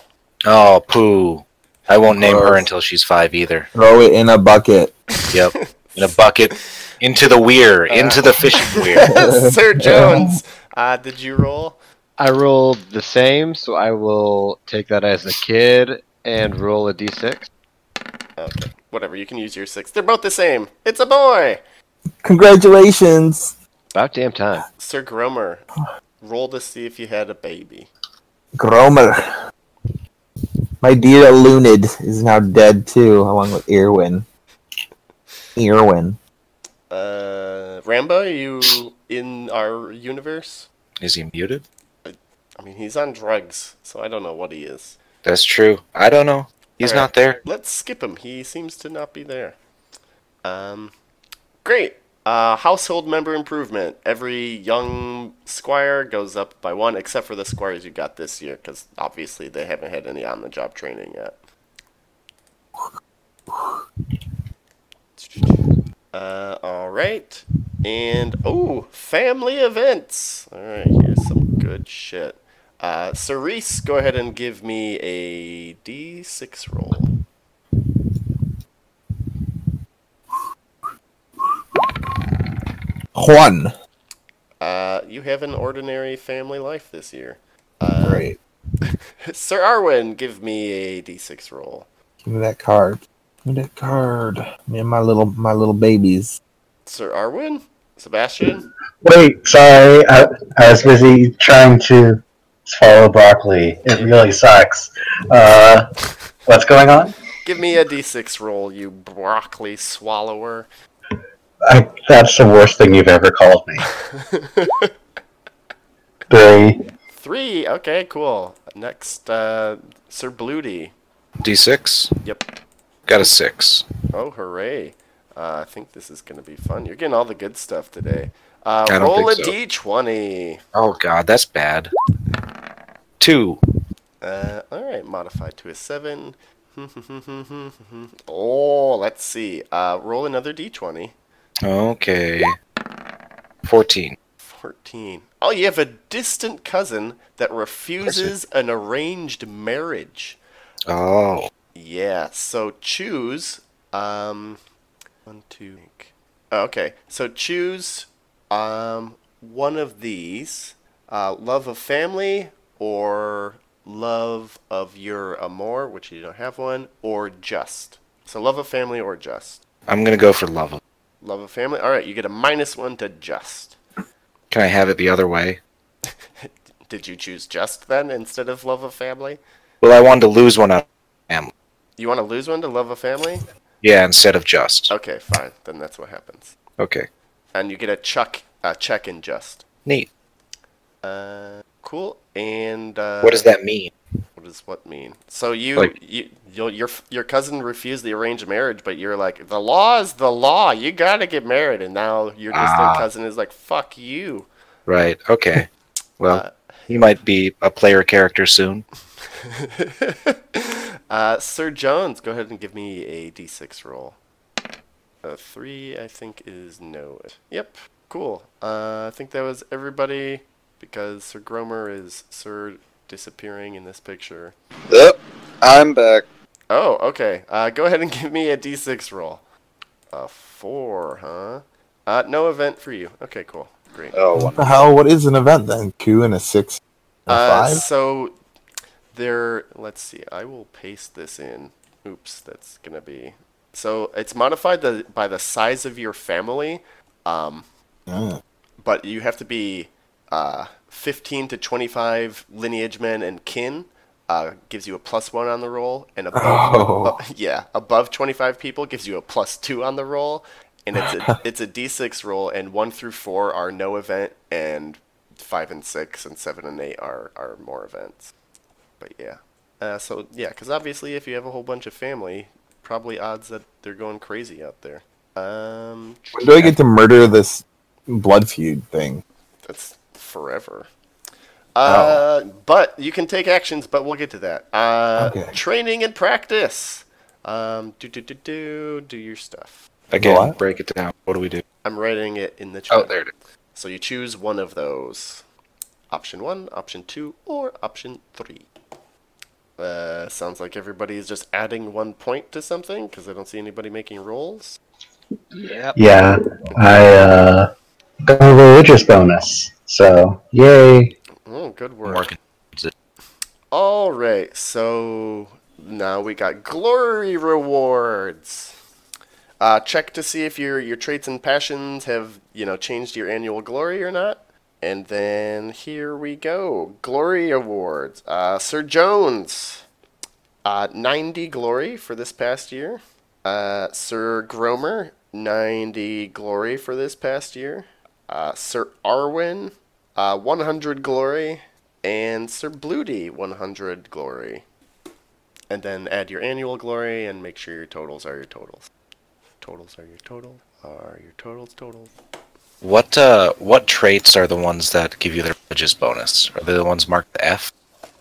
Oh, poo. I won't name her Gross. until she's five either. Throw it in a bucket. Yep. In a bucket. Into the weir. Into the fishing weir. Sir Jones. Uh, did you roll? I rolled the same, so I will take that as a kid and roll a d6. Okay. Whatever. You can use your six. They're both the same. It's a boy. Congratulations. About damn time. Sir Gromer. Roll to see if you had a baby. Gromer. My dear Lunid is now dead too, along with Irwin. Irwin. Uh, Ramba, are you in our universe? Is he muted? I mean, he's on drugs, so I don't know what he is. That's true. I don't know. He's Alright. not there. Let's skip him. He seems to not be there. Um, great. Uh, household member improvement. Every young squire goes up by one, except for the squires you got this year, because obviously they haven't had any on-the-job training yet. Uh, all right. And oh, family events. All right, here's some good shit. Uh, Cerise, go ahead and give me a d6 roll. Juan. Uh, you have an ordinary family life this year. Uh, Great. Sir Arwen, give me a d6 roll. Give me that card. Give me that card. Me and my little my little babies. Sir Arwen? Sebastian? Wait, sorry, I, I was busy trying to swallow broccoli. It really sucks. Uh, what's going on? Give me a d6 roll, you broccoli swallower. I, that's the worst thing you've ever called me. Three. Three. Okay, cool. Next, uh, Sir Bluty. D6? Yep. Got a 6. Oh, hooray. Uh, I think this is going to be fun. You're getting all the good stuff today. Uh, I don't roll a think so. d20. Oh god, that's bad. 2. Uh, all right, modified to a 7. oh, let's see. Uh, roll another d20. Okay. 14. 14. Oh, you have a distant cousin that refuses an arranged marriage. Oh. Yeah, so choose um one, two think. Okay. So choose um one of these. Uh love of family or love of your amour, which you don't have one, or just. So love of family or just. I'm gonna go for love. of- Love of family. Alright, you get a minus one to just. Can I have it the other way? Did you choose just then instead of love of family? Well, I wanted to lose one out of family. You want to lose one to love of family? Yeah, instead of just. Okay, fine. Then that's what happens. Okay. And you get a chuck a check in just. Neat. Uh, cool. And uh, What does that mean? What does what mean? So you Like- you your your your cousin refused the arranged marriage, but you're like the law is the law. You gotta get married, and now your distant Ah. cousin is like fuck you. Right. Okay. Uh, Well, you might be a player character soon. uh, Sir Jones, go ahead and give me a d6 roll. A three, I think, is no. Yep, cool. Uh, I think that was everybody because Sir Gromer is Sir disappearing in this picture. Yep, I'm back. Oh, okay. Uh, go ahead and give me a d6 roll. A four, huh? Uh, no event for you. Okay, cool. Great. Oh, What the hell? What is an event then? Two and a six and a Uh, five? so there. Let's see. I will paste this in. Oops, that's gonna be. So it's modified the, by the size of your family, um, Mm. but you have to be uh, 15 to 25 lineage men and kin. Uh, gives you a plus one on the roll, and above, Oh. uh, yeah, above 25 people gives you a plus two on the roll, and it's a, it's a d6 roll, and one through four are no event, and five and six and seven and eight are are more events. But yeah, uh, so yeah, because obviously if you have a whole bunch of family, probably odds that they're going crazy out there. Um, When do I get to murder this blood feud thing? that's forever. Uh, But you can take actions, but we'll get to that. Uh, Oh. Okay. Training and practice. Um, do do do do do your stuff. Again, What? break it down. What do we do? I'm writing it in the chat. Oh, there it is. So you choose one of those. Option one, option two, or option three. Uh, sounds like everybody is just adding one point to something because I don't see anybody making rolls. Yep. Yeah, I uh, got a religious bonus. So, yay. Oh, good work. Working. All right, so now we got glory rewards. Uh, check to see if your your traits and passions have you know changed your annual glory or not. And then here we go, glory awards. Uh, Sir Jones, Uh, 90 glory for this past year. Uh, Sir Gromer, 90 glory for this past year. Uh, Sir Arwin, uh, 100 glory. And Sir Bloody, 100 glory. And then add your annual glory and make sure your totals are your totals. Totals are your total. Are your totals total? What uh, what traits are the ones that give you their pledges bonus? Are they the ones marked F?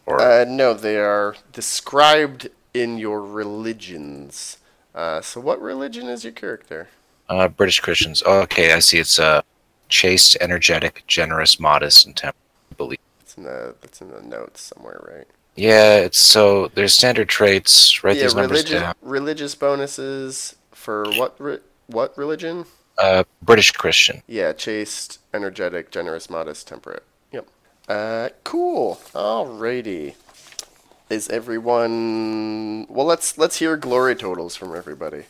Or Uh, no, they are described in your religions. Uh, so, what religion is your character? Uh, British Christians. Oh, okay, I see. It's uh, chaste, energetic, generous, modest, and temperate. I believe. It's in the that's in the notes somewhere, right? Yeah, it's so there's standard traits. Write yeah, these numbers religious down. religious bonuses for what re- what religion? Uh, British Christian. Yeah, chaste, energetic, generous, modest, temperate. Yep. Uh, cool. Alrighty. Is everyone? Well, let's let's hear glory totals from everybody.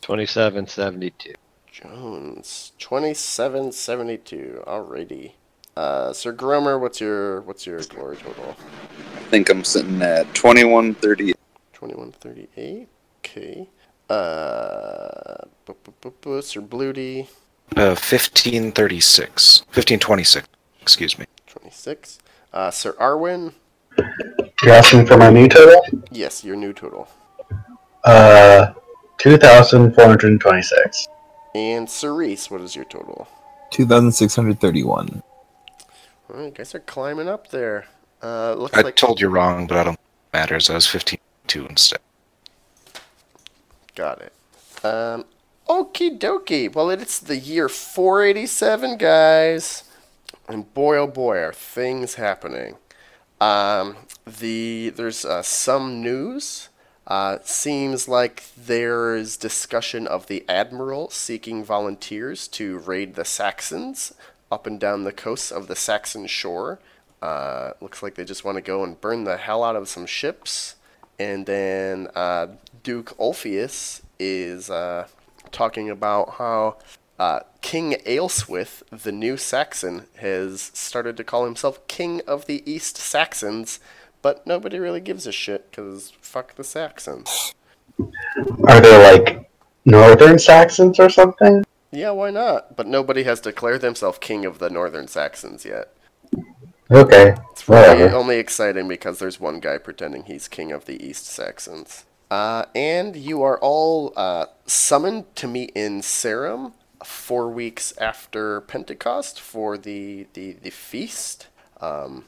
27, 72. Jones, twenty-seven seventy-two. Alrighty. Uh, Sir Gromer, what's your what's your glory total? I think I'm sitting at 2130. Twenty-one thirty-eight. Okay. Uh, bu- bu- bu- bu- Sir Bloody, Uh, fifteen thirty-six. Fifteen twenty-six. Excuse me. twenty-six. Uh, Sir Arwin, You're asking for my new total? yes, your new total. Uh, 2,426. And Sir Reese, what is your total? 2,631. Well, you guys are climbing up there. Uh, looks I like told you wrong, but I don't it matters. I was fifteen two instead. got it. Um, okie dokie. Well, it's the year 487, guys, and boy oh boy, are things happening. Um, the there's uh, some news. Uh, seems like there is discussion of the admiral seeking volunteers to raid the Saxons up and down the coasts of the Saxon shore. Uh, looks like they just want to go and burn the hell out of some ships. And then uh, Duke Ulfius is uh, talking about how uh, King Aelswith, the new Saxon, has started to call himself King of the East Saxons, but nobody really gives a shit because fuck the Saxons. Are there, like, northern Saxons or something? Yeah, why not? But nobody has declared themselves King of the Northern Saxons yet. Okay. It's really Whatever. only exciting because there's one guy pretending he's king of the East Saxons. Uh, and you are all uh, summoned to meet in Sarum four weeks after Pentecost for the the, the feast. Um,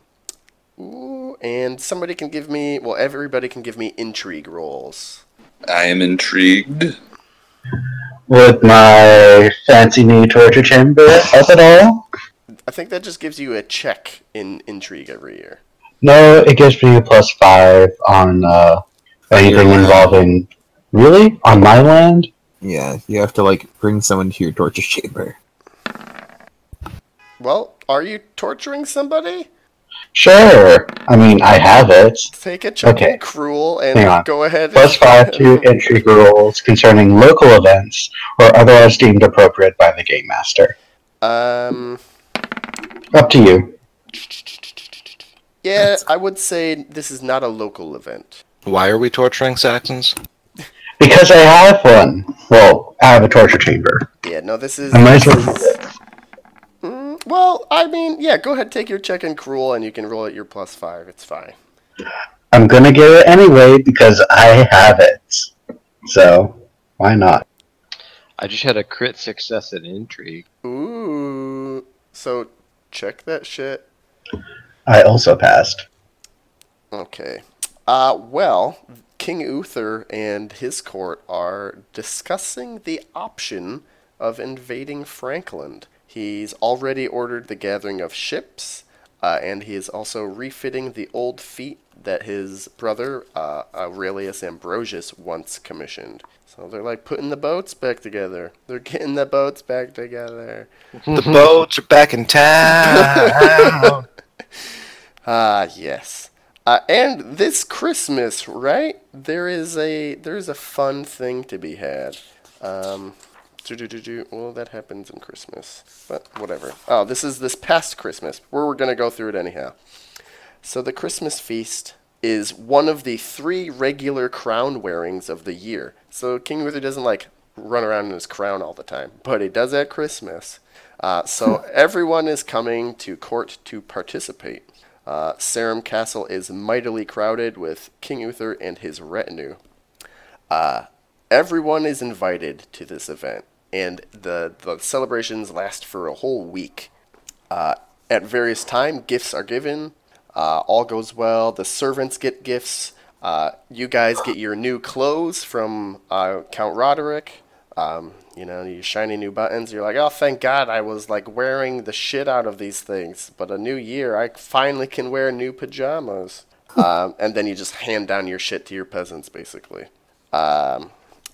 ooh, and somebody can give me well, everybody can give me intrigue rolls. I am intrigued. With my fancy new torture chamber up at all? I think that just gives you a check in intrigue every year. No, it gives me a plus five on uh, anything involving. Really? On my land? Yeah, you have to, like, bring someone to your torture chamber. Well, are you torturing somebody? Sure. I mean, I have it. Take a check Okay. in cruel and Hang on. go ahead. plus five to entry rules concerning local events or otherwise deemed appropriate by the game master. Um, Up to you. yeah, I would say this is not a local event. Why are we torturing Saxons? Because I have one. Well, I have a torture chamber. Yeah, no, this is. I might as well this use is- it. Mm, well, I mean, yeah, go ahead, take your check and cruel, and you can roll at your plus five. It's fine. I'm gonna get it anyway because I have it. So why not? I just had a crit success in intrigue. Ooh, so check that shit. I also passed. Okay. Uh, well, King Uther and his court are discussing the option of invading Frankland. He's already ordered the gathering of ships, uh, and he is also refitting the old fleet that his brother uh, Aurelius Ambrosius once commissioned. So they're like putting the boats back together. They're getting the boats back together. The boats are back in town. Ah, yes. Uh, and this Christmas, right? There is a there is a fun thing to be had. Um, do-do-do-do. Well, that happens in Christmas, but whatever. Oh, this is this past Christmas. Where we're gonna go through it anyhow. So the Christmas feast is one of the three regular crown wearings of the year. So King Uther doesn't like run around in his crown all the time, but he does at Christmas. Uh, so everyone is coming to court to participate. Uh, Sarum Castle is mightily crowded with King Uther and his retinue. Uh, everyone is invited to this event, and the, the celebrations last for a whole week. Uh, at various time, gifts are given. Uh, all goes well. The servants get gifts. Uh, you guys get your new clothes from uh, Count Roderick. Um, you know, your shiny new buttons. You're like, oh, thank God, I was like wearing the shit out of these things. But a new year, I finally can wear new pajamas. um, and then you just hand down your shit to your peasants, basically. Um,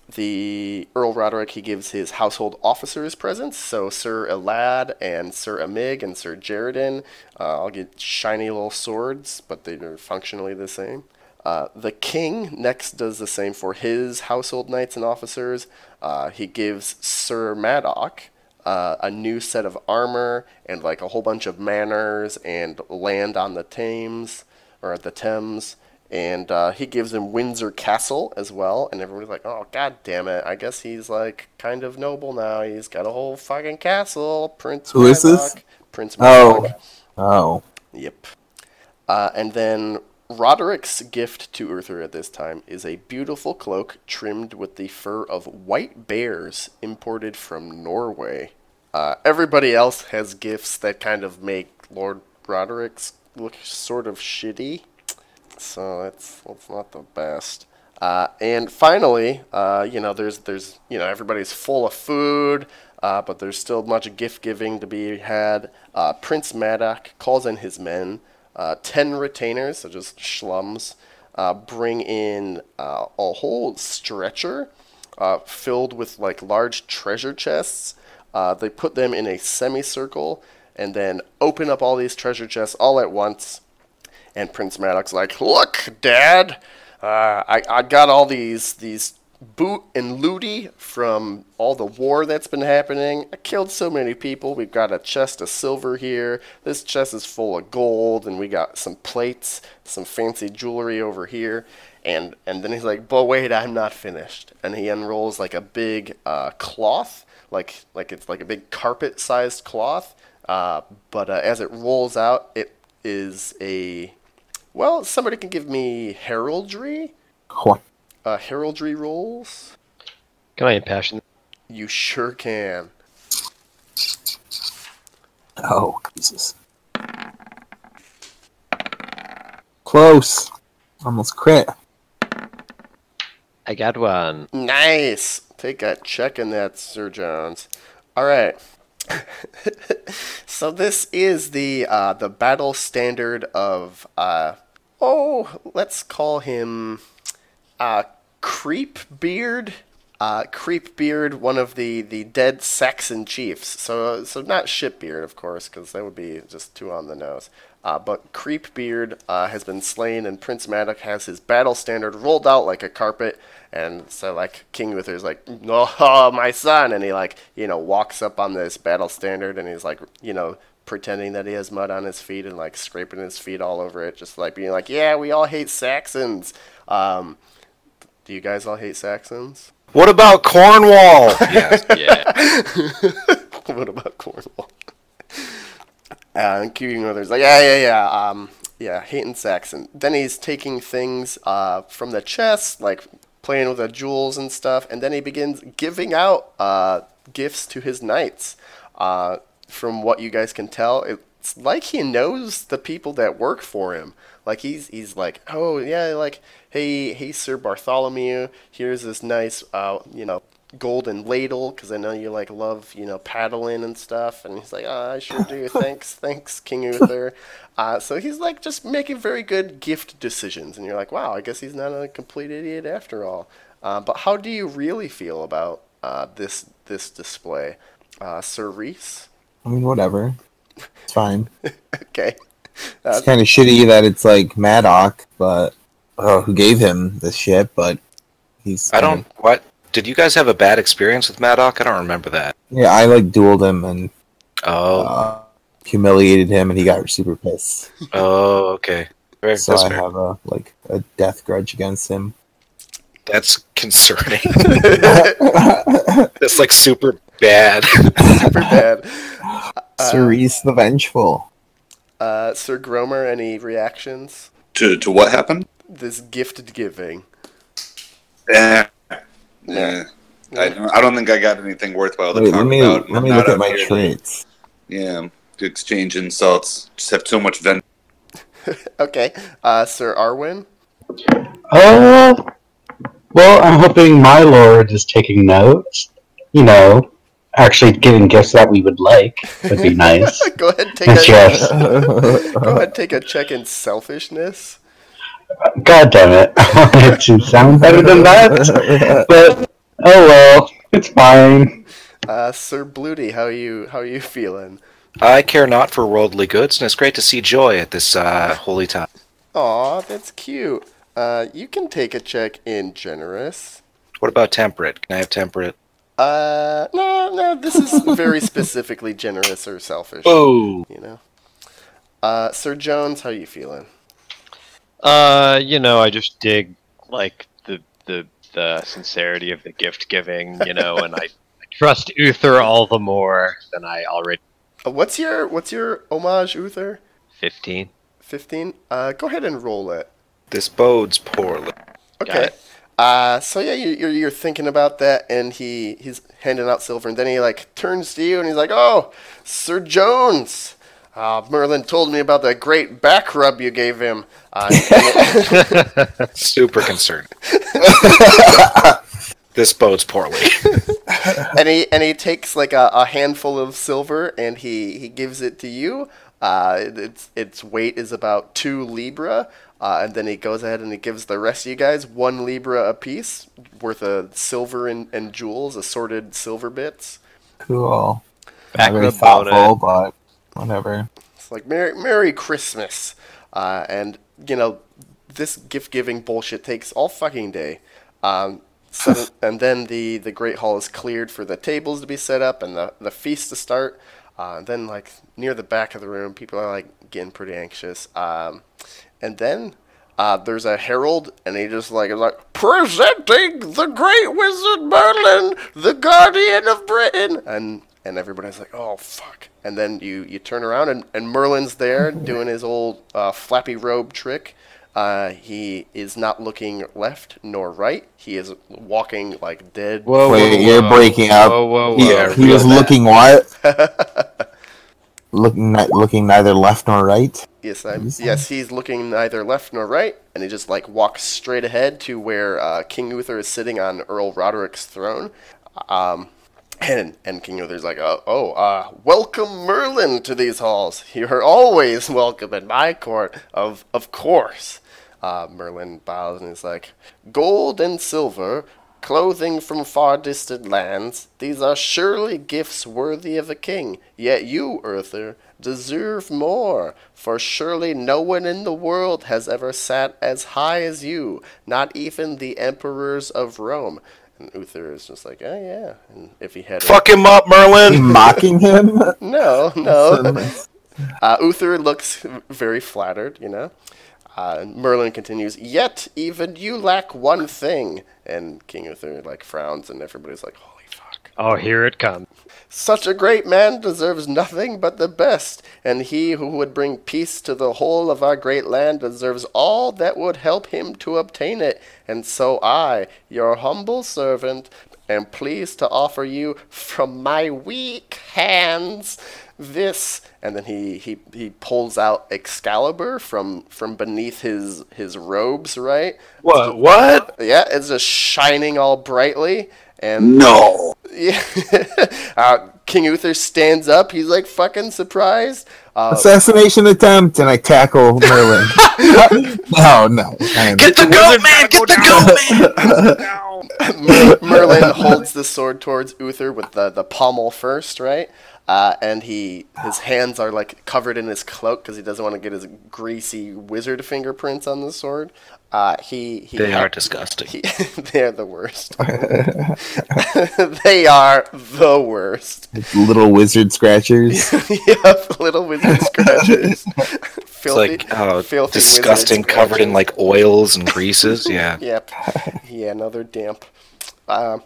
the Earl Roderick, he gives his household officers presents. So Sir Elad and Sir Amig and Sir Jaredin uh, all get shiny little swords, but they're functionally the same. Uh, the king next does the same for his household knights and officers. Uh, he gives Sir Madoc uh, a new set of armor and like a whole bunch of manors and land on the Thames or at the Thames, and uh, he gives him Windsor Castle as well. And everybody's like, "Oh, god damn it! I guess he's like kind of noble now. He's got a whole fucking castle, Prince." Who is this? Madoc- Prince. Oh. Madoc. Oh, Yep. Uh, and then Roderick's gift to Uther at this time is a beautiful cloak trimmed with the fur of white bears imported from Norway. Uh, everybody else has gifts that kind of make Lord Roderick's look sort of shitty, so that's that's not the best. Uh, and finally, uh, you know, there's there's you know everybody's full of food, uh, but there's still much gift giving to be had. Uh, Prince Madoc calls in his men, uh, ten retainers, so just schlums, uh, bring in uh, a whole stretcher uh, filled with like large treasure chests. Uh, they put them in a semicircle and then open up all these treasure chests all at once. And Prince Maddox's like, "Look, Dad, uh, I I got all these these boot and looty from all the war that's been happening. I killed so many people. We've got a chest of silver here. This chest is full of gold, and we got some plates, some fancy jewelry over here." And and then he's like, "But wait, I'm not finished." And he unrolls like a big uh, cloth, like like it's like a big carpet-sized cloth. Uh, but uh, as it rolls out, it is a well. Somebody can give me heraldry. what? Uh, heraldry rolls. Can I impassion? You sure can. Oh, Jesus. Close. Almost crit. I got one. Nice. Take a check in that, Sir Jones. All right. so this is the uh, the battle standard of uh, oh, let's call him uh, Creep Beard. Uh, Creep Beard, one of the, the dead Saxon chiefs. So so not Shipbeard, of course, because that would be just too on the nose. Uh, but Creepbeard uh, has been slain, and Prince Madoc has his battle standard rolled out like a carpet. And so, like King Uther's like, "Oh, my son!" And he like, you know, walks up on this battle standard, and he's like, you know, pretending that he has mud on his feet and like scraping his feet all over it, just like being like, "Yeah, we all hate Saxons." Um, do you guys all hate Saxons? What about Cornwall? yes. Yeah. what about Cornwall? Uh, and Q Mother's like, yeah, yeah, yeah, um, yeah, hating Saxon. Then he's taking things uh, from the chest, like playing with the jewels and stuff, and then he begins giving out uh, gifts to his knights. Uh, from what you guys can tell, it's like he knows the people that work for him. Like he's he's like, oh yeah, like hey hey Sir Bartholomew, here's this nice uh, you know golden ladle because I know you like love you know paddling and stuff. And he's like, oh, I sure do. Thanks, thanks, King Uther. Uh, so he's like just making very good gift decisions, and you're like, wow, I guess he's not a complete idiot after all. Uh, but how do you really feel about uh, this this display, uh, Sir Reese? I mean, whatever. It's fine. Okay. It's kind of shitty that it's like Madoc, but uh, who gave him this shit? But he's. I don't. What did you guys have a bad experience with Madoc? I don't remember that. Yeah, I like dueled him and Oh, uh, humiliated him, and he got super pissed. oh, okay. Fair, so that's I fair. have a like a death grudge against him. That's concerning. that's like super bad. Super bad. Cerise the Vengeful. Uh, Sir Gromer, any reactions? To to what happened? This gift giving. Eh. Eh. I don't, I don't think I got anything worthwhile to Wait, talk let me about. let I'm me not look out at my here to- traits. Yeah, to exchange insults. Just have so much venom. Okay. Uh, Sir Arwin? Uh, well, I'm hoping my lord is taking notes. You know, actually giving gifts that we would like would be nice. Go ahead and take That's a yours. go ahead and take a check in selfishness. God damn it. I wanted to sound better than that. But, oh well, it's fine. Uh, Sir Bluty, how you how you feeling? I care not for worldly goods, and it's great to see joy at this uh, holy time. Aw, that's cute. Uh, you can take a check in generous. What about temperate? Can I have temperate? Uh, no, no, this is very specifically generous or selfish. Oh, You know. Uh, Sir Jones, how you feeling? Uh, you know, I just dig like the the the sincerity of the gift giving, you know, and I, I trust Uther all the more than I already Uh, what's your what's your homage, Uther? fifteen. Fifteen. Uh, go ahead and roll it. this bodes poorly. Got Okay. it. Uh, so yeah, you, you're you're thinking about that, and he he's handing out silver, and then he like turns to you, and he's like, "Oh, Sir Jones, uh, Merlin told me about that great back rub you gave him." Uh, Super concerned. this bodes poorly. and he and he takes like a, a handful of silver and he he gives it to you. Uh, it- its its weight is about two libra, uh, and then he goes ahead and he gives the rest of you guys one libra apiece worth of silver and, and jewels, assorted silver bits. Cool. Back Not very rub about thoughtful, it. but whatever. It's like Merry Merry Christmas, uh, and you know this gift giving bullshit takes all fucking day. Um, so, and then the the great hall is cleared for the tables to be set up and the the feast to start. Uh, and then like near the back of the room, people are like getting pretty anxious. Um, and then uh, there's a herald, and he just like is like presenting the great wizard Merlin, the guardian of Britain, and and everybody's like, oh fuck. And then you you turn around, and, and Merlin's there doing his old uh, flappy robe trick. Uh, he is not looking left nor right. He is walking like dead. Whoa, Wait, you're breaking up. Whoa, whoa, whoa. Yeah, he was real bad. looking what? looking ni- looking neither left nor right. Yes, I'm, yes, he's looking neither left nor right, and he just like walks straight ahead to where uh, King Uther is sitting on Earl Roderick's throne. Um, and and King Uther's like, oh, oh uh, welcome Merlin to these halls. You're always welcome at my court, of of course. Uh, Merlin bows and is like, gold and silver, clothing from far distant lands, these are surely gifts worthy of a king. Yet you, Uther, deserve more, for surely no one in the world has ever sat as high as you, not even the emperors of Rome. And Uther is just like, oh yeah. And if he had a- Fuck him up, Are you Merlin. mocking him? no, no. Uh, Uther looks very flattered, you know. Uh, and Merlin continues, Yet even you lack one thing. And King Uther, like, frowns, and everybody's like, Holy fuck. Oh, here it comes. Such a great man deserves nothing but the best, and he who would bring peace to the whole of our great land deserves all that would help him to obtain it. And so I, your humble servant, am pleased to offer you from my weak hands this and then he, he, he pulls out Excalibur from from beneath his his robes, right? What? What? Yeah, it's just shining all brightly and No. yeah. uh, King Uther stands up. He's like fucking surprised. Uh, Assassination attempt, and I tackle Merlin. no, no. I am- Get the goat man! Get the goat Mer- man! Merlin holds the sword towards Uther with the, the pommel first, right? Uh, and he his hands are like covered in his cloak because he doesn't want to get his greasy wizard fingerprints on the sword. Uh, he, he They are disgusting. he, they're the worst. they are the worst. Little wizard scratchers. yep, little wizard scratchers. It's filthy, like oh, filthy wizard's disgusting, covered in collection. like oils and greases. Yeah. Yep. Yeah, no, they're damp. Um,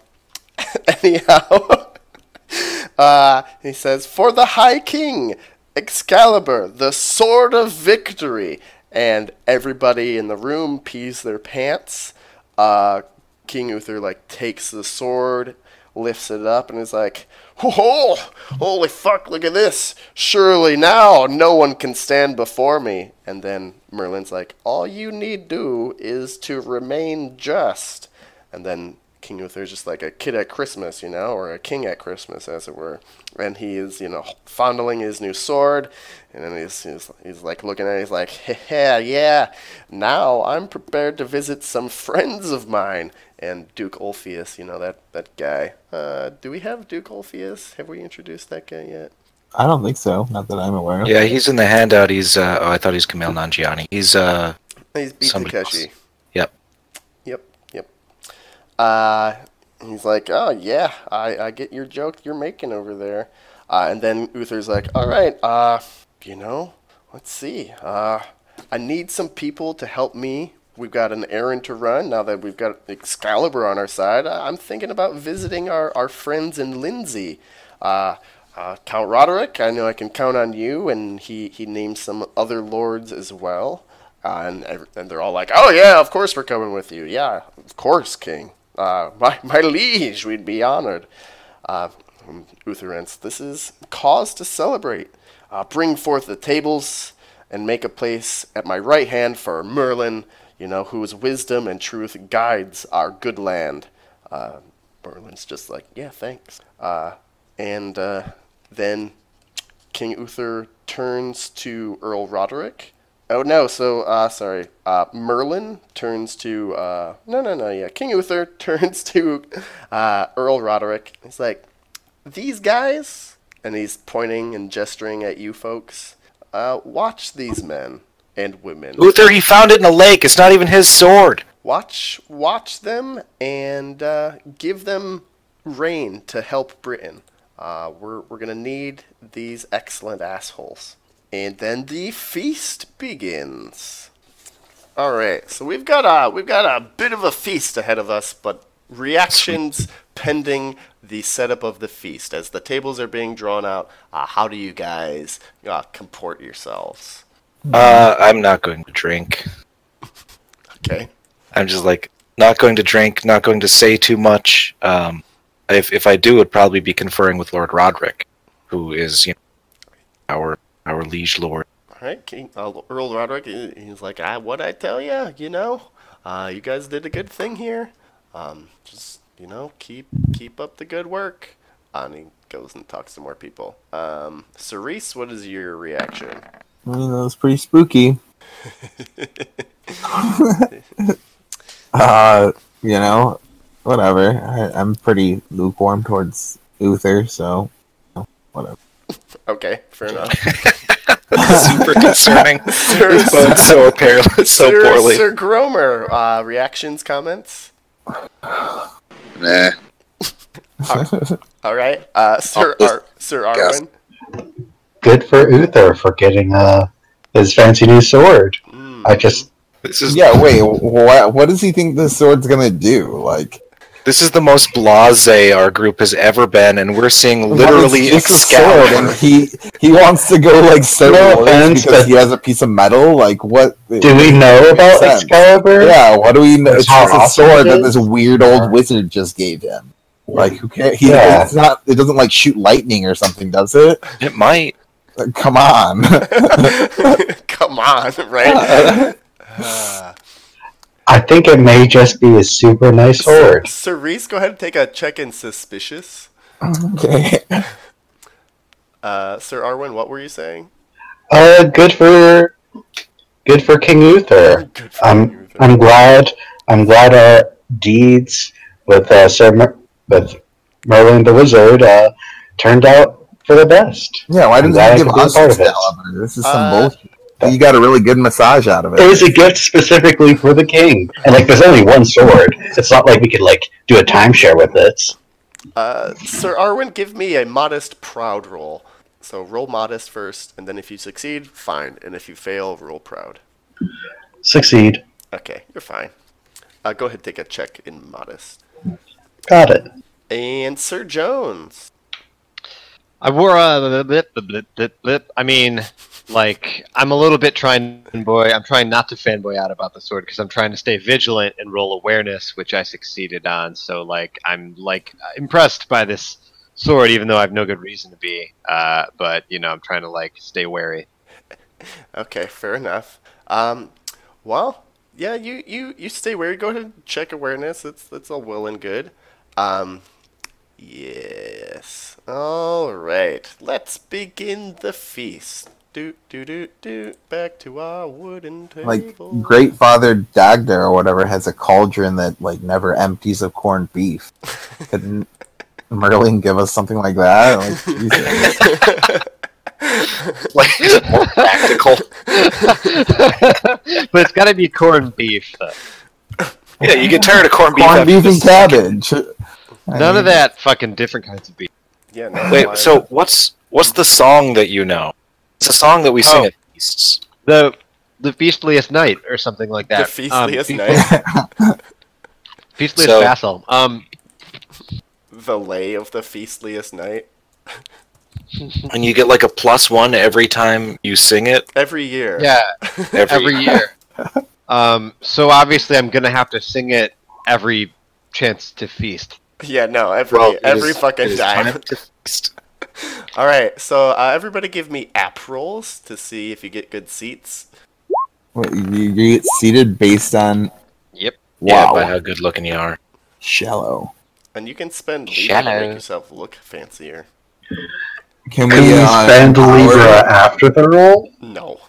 anyhow, uh, he says, For the High King, Excalibur, the sword of victory. And everybody in the room pees their pants. Uh, King Uther, like, takes the sword, lifts it up, and is like, Whoa, holy fuck, look at this. Surely now no one can stand before me. And then Merlin's like, All you need do is to remain just. And then King Uther's just like a kid at Christmas, you know, or a king at Christmas, as it were. And he is, you know, fondling his new sword. And then he's, he's, he's like looking at it, he's like, yeah, yeah, now I'm prepared to visit some friends of mine. And Duke Ulfius, you know, that, that guy. Uh, do we have Duke Ulfius? Have we introduced that guy yet? I don't think so. Not that I'm aware of. Yeah, he's in the handout. He's uh, oh, I thought he was Camille Nanjiani. He's uh, He's beat Somebody else. Takeshi. Yep. Yep. Yep. Uh, he's like, oh yeah, I, I get your joke you're making over there. Uh, and then Uther's like, all right, uh, you know, let's see. Uh, I need some people to help me. We've got an errand to run now that we've got Excalibur on our side. I- I'm thinking about visiting our, our friends in Lindsay. Uh, uh, Count Roderick, I know I can count on you. And he, he names some other lords as well. Uh, and, ev- and they're all like, oh, yeah, of course we're coming with you. Yeah, of course, King. Uh, my, my liege, we'd be honored. Uh, and Uther Ents, this is cause to celebrate. Uh, bring forth the tables and make a place at my right hand for Merlin, you know, whose wisdom and truth guides our good land. Uh, Merlin's just like, yeah, thanks. Uh, and uh, then King Uther turns to Earl Roderick. Oh no, so uh sorry. Uh Merlin turns to uh no no no yeah. King Uther turns to uh Earl Roderick. He's like, These guys and he's pointing and gesturing at you folks. Uh watch these men and women. Uther. He found it in a lake. It's not even his sword. Watch watch them and uh, give them rein to help Britain. Uh, we're we're gonna need these excellent assholes. And then the feast begins. All right, so we've got a we've got a bit of a feast ahead of us, but reactions pending the setup of the feast as the tables are being drawn out. Uh, how do you guys uh, comport yourselves? Uh, I'm not going to drink. Okay. I'm just like not going to drink, not going to say too much. Um, if if I do, it'd probably be conferring with Lord Roderick, who is you know, our our liege lord. All right, King, uh, Earl Roderick. he- He's like, ah, what I tell ya, you know, uh, you guys did a good thing here. Um, just you know, keep keep up the good work. Uh, And he goes and talks to more people. Um, Cerise, what is your reaction? I mean, that was pretty spooky. uh, you know, whatever. I, I'm pretty lukewarm towards Uther, so you know, whatever. okay, fair enough. Super concerning. Sir, but so apparently, so Sir, poorly. Sir Gromer, uh, reactions, comments. Nah. All right, uh, Sir Oh, Ar- Sir yes. Arwen. Good for Uther for getting uh, his fancy new sword. Mm. I just This is yeah, wait. What, what does he think this sword's gonna do? Like, this is the most blasé our group has ever been, and we're seeing literally it's just a sword, and Excalibur. he he wants to go like so No no offense, because but- he has a piece of metal. Like, what? do we know about sense. Excalibur? Yeah, what do we know? That's It's how just a awesome sword it that is? this weird old wizard just gave him. Like, who cares? He, Yeah. It's not. It doesn't like shoot lightning or something, does it? It might. Like, come on. Come on, uh, right? Uh, I think it may just be a super nice sword. Sir Reese, go ahead and take a check in suspicious. okay. Uh, Sir Arwen, what were you saying? Uh, good for good for King Uther. Good for you, I'm Uther. I'm glad I'm glad our deeds with uh, Sir Mer- with Merlin the Wizard uh, turned out for the best. Yeah. Why I'm didn't glad I you give could be a us part of it. Excalibur? This is some Uh, bullshit. You got a really good massage out of It it. was a gift specifically for the king, and like there's only one sword. It's not like we could like do a timeshare with it. Uh, Sir Arwen, give me a modest proud roll. So roll modest first, and then if you succeed, fine. And if you fail, roll proud. Succeed. Okay, you're fine. Uh, go ahead, take a check in modest. Got it. And Sir Jones. I wore a Uh, blip, blip, blip, blip, blip. I mean, like, I'm a little bit trying, boy. I'm trying not to fanboy out about the sword because I'm trying to stay vigilant and roll awareness, which I succeeded on. So, like, I'm like impressed by this sword, even though I have no good reason to be. Uh, but you know, I'm trying to like stay wary. Okay, fair enough. Um, well, yeah, you, you, you stay wary. Go ahead and check awareness. That's that's all well and good. Um, yes. All right. Let's begin the feast. Do do do do. Back to our wooden table. Like Great Father Dagda or whatever has a cauldron that like never empties of corned beef. Couldn't Merlin give us something like that? Like, Jesus. Like, it's more practical. but it's got to be corned beef. Though. Yeah, you get tired of corned beef. corned after beef and this. cabbage. I None mean, of that fucking different kinds of beef. yeah. No, why- Wait, so what's what's the song that you know? It's a song that we sing Oh. at feasts. The the feastliest night or something like the that. Um, feastliest fe- night, Feastliest So- vassal. Um, the lay of the feastliest night. And you get like a plus one every time you sing it. Every year. yeah. Every, every year. um, so obviously, I'm gonna have to sing it every chance to feast. Yeah, no, every every fucking time. All right, so uh, everybody give me app rolls to see if you get good seats. what, you, you get seated based on Yep. Wow. Yeah, wow by how good looking you are. shallow. And you can spend leisure to Shallow. make yourself look fancier. Can we, Can we uh, spend empower? Libra after the roll? No.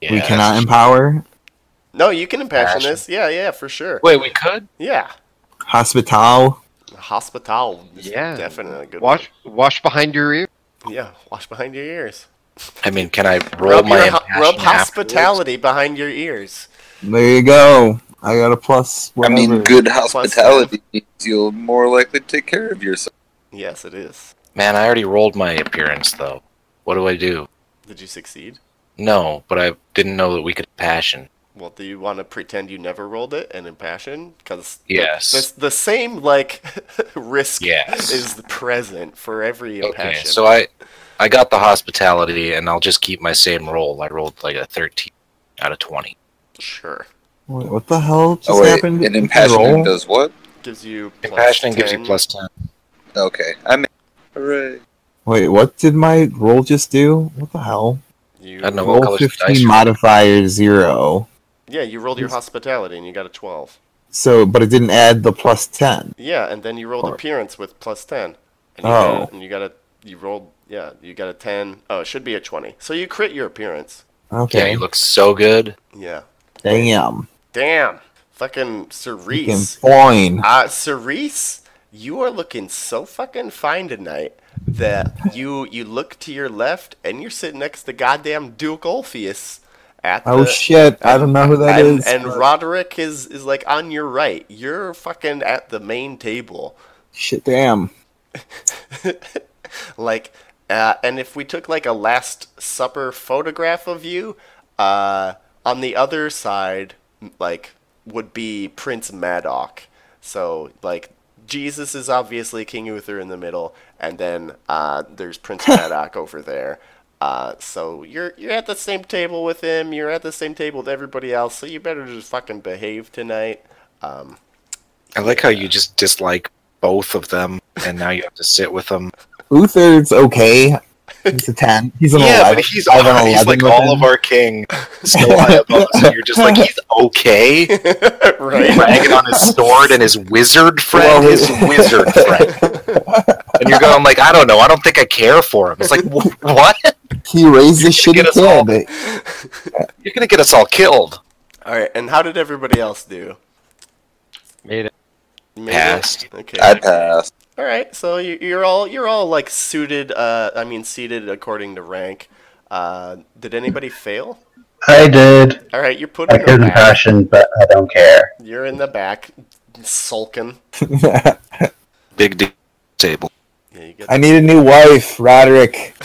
We Yeah. cannot empower No, you can impassion this. Yeah, yeah, for sure. Wait, we could. Yeah. hospital. Hospital is Yeah. definitely a good Wash, wash behind your ear. one. Yeah, wash behind your ears. I mean, can I roll rub my your ho- impassion rub afterwards? hospitality behind your ears. There you go. I got a plus. I Whatever. mean, good uh, hospitality means you'll more likely take care of yourself. Yes, it is. Man, I already rolled my appearance though. What do I do? Did you succeed? No, but I didn't know that we could passion. Well, do you want to pretend you never rolled it and impassion? Because Yes. the, the same like risk Yes. is present for every Okay, impassion. so I, I got the hospitality, and I'll just keep my same roll. I rolled like a thirteen out of twenty. Sure. Wait, what the hell just Oh wait, happened? an Did you impassion roll? does what? Gives you plus Compassion gives you 10. plus ten. Okay, I mean, hooray! Wait, what did my roll just do? What the hell? You, I don't know what Roll color the dice. 15 are. modifier 0. Yeah, you rolled your hospitality and you got a 12. So, but it didn't add the plus 10. Yeah, and then you rolled Or- appearance with plus 10. And you Oh. Got, and you got a. You rolled. Yeah, you got a 10. Oh, it should be a 20. So you crit your appearance. Yeah, Okay. you look so good. Yeah. Damn. Damn. Fucking Fucking Cerise. fine. Uh, Cerise, you are looking so fucking fine tonight that you you look to your left and you're sitting next to goddamn Duke Orpheus. At Oh Uh, the, shit, I don't know who that and, is. and but- Roderick is is like on your right. You're fucking at the main table. shit, damn. Like, uh, and if we took like a Last Supper photograph of you, uh, on the other side, m- like, would be Prince Madoc. So, like, Jesus is obviously King Uther in the middle, and then uh, there's Prince Madoc over there. Uh, so you're you're at the same table with him. You're at the same table with everybody else. So you better just fucking behave tonight. Um, I like how you just dislike both of them, and now you have to sit with them. Uther's okay. He's a 10. He's an 11. I have an 11 with him. our king, so high above us. And you're just like he's okay, right. bragging on his sword and his wizard friend, his wizard friend. And you're going like, I don't know, I don't think I care for him. It's like, wh- what? He raised this You're gonna shitty get us all- kid. You're gonna get us all killed. All right. And how did everybody else do? Made it. Made it? Passed. Okay. I passed. All right, so you- you're all you're all like suited. Uh, I mean, seated according to rank. Uh, did anybody fail? I did. All right, you're put I in the could back. passion, but I don't care. You're in the back, sulking. Big D table. Yeah, you good. I need a new wife, Roderick.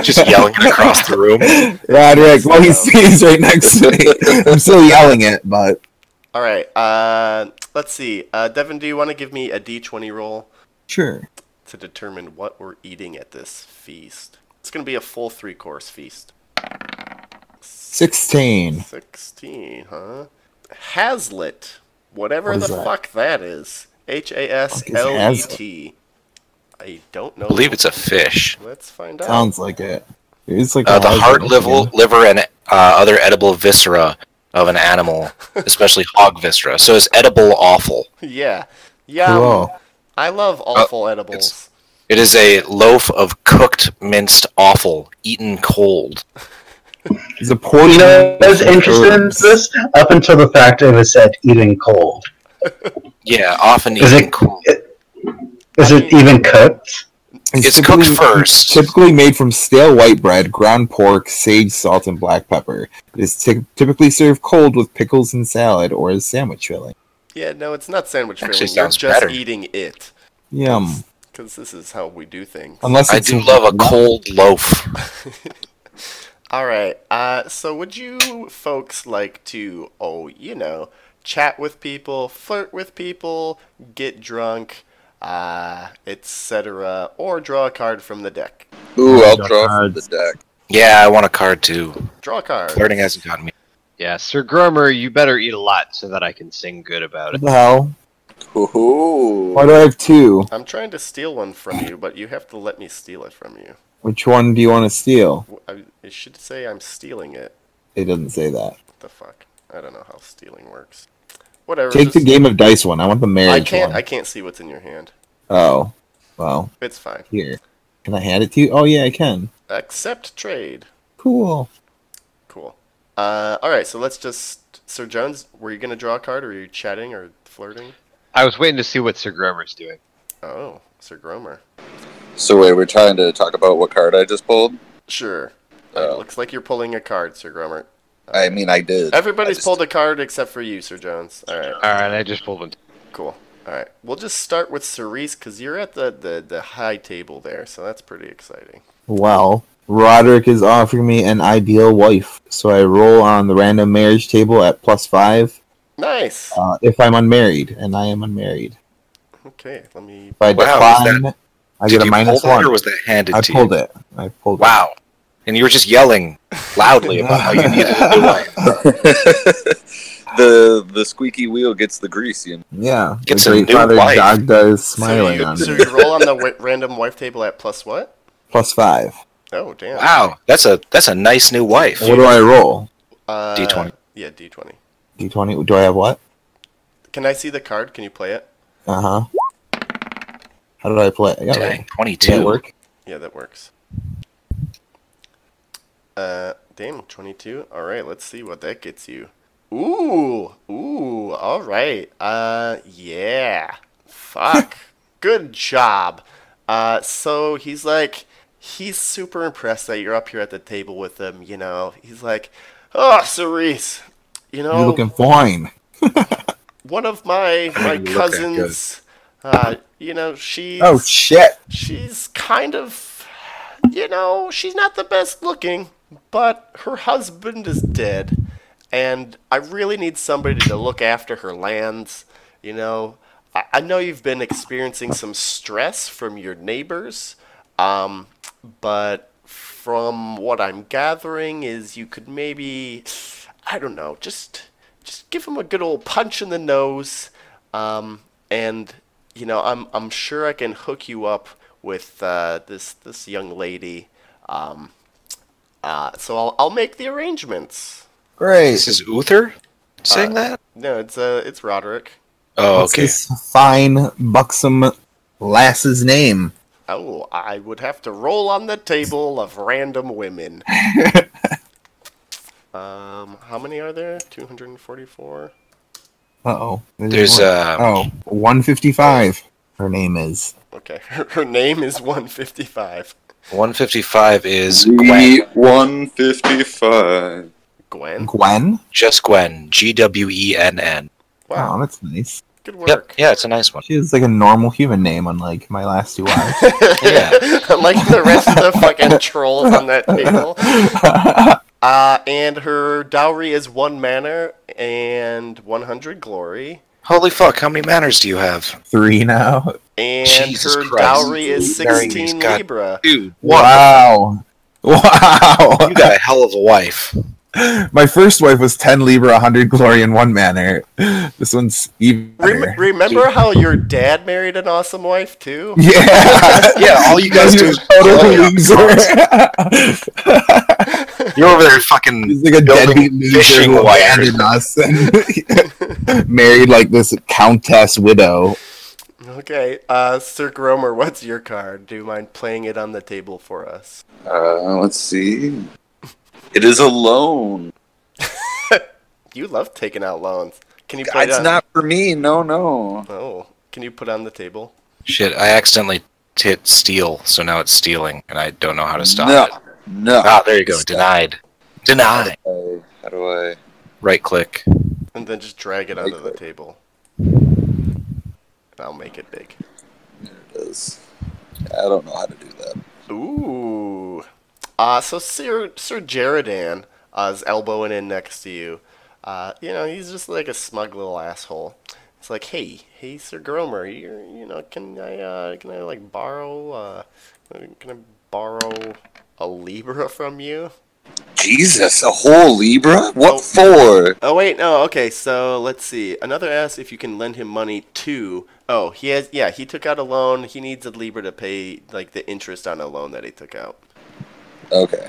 Just yelling it across the room. Roderick, well, he's, he's right next to me. I'm still yelling it, but All right. Uh, let's see. Uh, Devin, do you want to give me a d20 roll sure. to determine what we're eating at this feast? It's going to be a full three course feast. 16. 16, huh? Hazlet. Whatever What is the that? fuck that is. H A S Fuck is L E T. I don't know. I believe it's a fish. Let's find out. Sounds like it. It's like Uh, the Horizon heart, once liver, again. liver, and uh, other edible viscera of an animal, especially hog viscera. So it's edible awful. yeah. Yeah. Cool. I love Oh, awful edibles. It is a loaf of cooked minced offal eaten cold. It's a portion. You know, I was of interested in herbs. this up until the fact it was said eating cold. Yeah, often Is eaten it- cold. Is it even cooked? It's cooked first. Typically made from stale white bread, ground pork, sage, salt, and black pepper. It is ty- typically served cold with pickles and salad or as sandwich filling. Yeah, no, it's not sandwich Actually filling. You're sounds just better. eating it. Yum. Because this is how we do things. Unless I it's do love a cold loaf. All right. Uh, so, would you folks like to, oh, you know, chat with people, flirt with people, get drunk, uh, etc., or draw a card from the deck? Ooh, I'll Duck draw from the cards. deck. Yeah, I want a card too. Draw a card. Flirting hasn't gotten me. Yeah, Sir Gromer, you better eat a lot so that I can sing good about What it. the hell? Ooh. Why do I have two? I'm trying to steal one from you, but you have to let me steal it from you. Which one do you want to steal? W- I, it should say I'm stealing it. It doesn't say that. What the fuck? I don't know how stealing works. Whatever. Take the just- game of dice one. I want the I marriage can't. one. I can't see what's in your hand. Oh, well, It's fine. here. Can I hand it to you? Oh yeah, I can. Accept trade. Cool. Cool. Uh, all right, so let's just. Sir Jones, were you going to draw a card, or are you chatting or flirting? I was waiting to see what Sir Gromer's doing. Oh, Sir Gromer. So wait, we're trying to talk about what card I just pulled. Sure. Uh, Oh. looks like you're pulling a card, Sir Gromer. I mean, I did. I Everybody's just- pulled a card except for you, Sir Jones. All right, All right, I just pulled one. cool. All right, we'll just start with Cerise because you're at the, the, the high table there, so that's pretty exciting. Well, Roderick is offering me an ideal wife, so I roll on the random marriage table at plus five Nice. uh, if I'm unmarried, and I am unmarried. Okay, let me. If I Wow, is decline, I Did get a you minus pull that, one. or was that handed I to pulled you? it. I pulled it. Wow. And you were just yelling loudly about how you needed a new wife. the the squeaky wheel gets the grease. You know? Yeah. Gets the a great new father wife. Dagda is So smiling you- on So me. you roll on the w- random wife table at plus what? Plus five. Oh, damn. Wow, that's a that's a nice new wife. What do I roll? Uh, D20. Yeah, D20. D twenty. Do I have what? Can I see the card? Can you play it? Uh huh. How did I play? I got it. Dang, Did that twenty-two. work? Yeah, that works. Uh, damn, 22. All right, let's see what that gets you. Ooh, ooh, all right. Uh, yeah. Fuck. Good job. Uh, so he's like, he's super impressed that you're up here at the table with him, you know. He's like, oh, Cerise, you know, You're looking fine. one of my, my You look that good. cousins, uh, you know, she's Oh shit! she's kind of you know she's not the best looking but her husband is dead and i really need somebody to look after her lands you know i, I know you've been experiencing some stress from your neighbors um, but from what i'm gathering is you could maybe i don't know just just give him a good old punch in the nose um, and you know, I'm I'm sure I can hook you up with uh, this this young lady. Um, uh, so I'll I'll make the arrangements. This Great. is Uther saying that. No, it's uh it's Roderick. Oh, What's okay. this fine, buxom lass's name? Oh, I would have to roll on the table of random women. um, how many are there? Two hundred and forty-four. Uh oh. There's uh, oh, 155. Her name is. Okay, her name is one fifty-five. 155 is We Gwen. one fifty five. Gwen. Gwen? Just Gwen. G W E N N. Wow, Wow, that's nice. Good Yep. work. Yeah, it's a nice one. She has like a normal human name, unlike my last two wives. Yeah. like the rest of the fucking trolls on that table. Uh, and her dowry is one manor and 100 glory. Holy fuck! How many manners do you have? Three now. And Jesus her Christ. dowry is Marrying these 16 god- Libra. Dude, Wow. Wow. You got a hell of a wife. My first wife was 10 Libra, 100 Glory, and 1 Manor. This one's even. Rem- better. remember how your dad married an awesome wife, too? yeah. Yeah, all you guys do You're is a total Yeah. loser. You're over there fucking He's like a Building deadbeat loser fishing who wires. abandoned us and married like this countess widow. Okay, uh, Sir Gromer, what's your card? Do you mind playing it on the table for us? Uh, let's see. It is a loan. You love taking out loans. Can you play it It's on- not for me. No, no. Oh, can you put on the table? shit. I accidentally hit steal, so now it's stealing, and I don't know how to stop no, it. no. Ah, there you go. Denied. Denied. Uh, How do I? Right click. And then just drag it onto the Like- table. And I'll make it big. This. I don't know how to do that. Ooh. Uh, so Sir Sir Jeridan uh, is elbowing in next to you. Uh, you know, he's just like a smug little asshole. It's like, hey, hey, Sir Gromer, you you know, can I uh, can I like borrow uh, can I borrow a libra from you? Jesus, a whole Libra? What for? Oh wait, no. Okay, so let's see. Another asks if you can lend him money to. Oh, he has. Yeah, he took out a loan. He needs a libra to pay like the interest on a loan that he took out. Okay.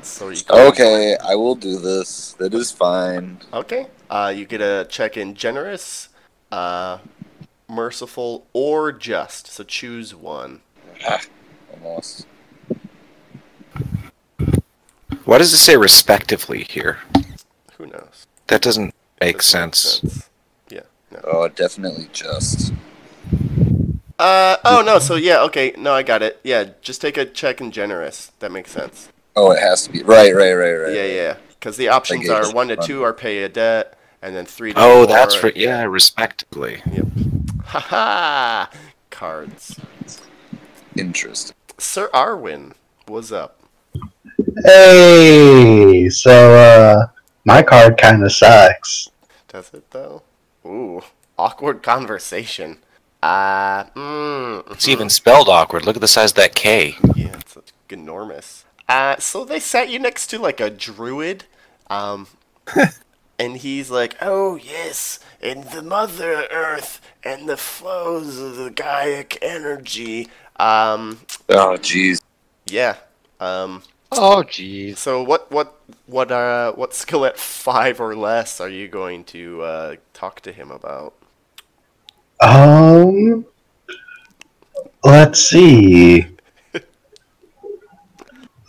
So you Oh. can, Okay, I will do this. That is fine. Okay. Uh, you get a check in generous, uh, merciful, or just. So choose one. Almost. Why does it say respectively here? Who knows? That doesn't make Doesn't make sense. Yeah. No. Oh, definitely just. Uh oh no. So yeah. Okay. No, I got it. Yeah. Just take a check in generous. That makes sense. Oh, it has to be. Right, right, right, right. Yeah, yeah. Because the options gave are us one to one. two are pay a debt, and then three to Oh, that's four- for yeah, respectively. Ha ha! Cards. Interesting. Sir Arwin, what's up? Hey, so uh, my card kind of sucks. Does it though? Ooh, awkward conversation. Uh, mm, It's even spelled awkward. Look at the size of that K. yeah, it's enormous. Uh, so they sat you next to like a druid, um, and he's like, "Oh yes, and the Mother Earth and the flows of the Gaiac energy." Um, Oh, jeez. yeah. Um, Oh, jeez. So what what what uh what skill at five or less are you going to uh, talk to him about? Um, let's see.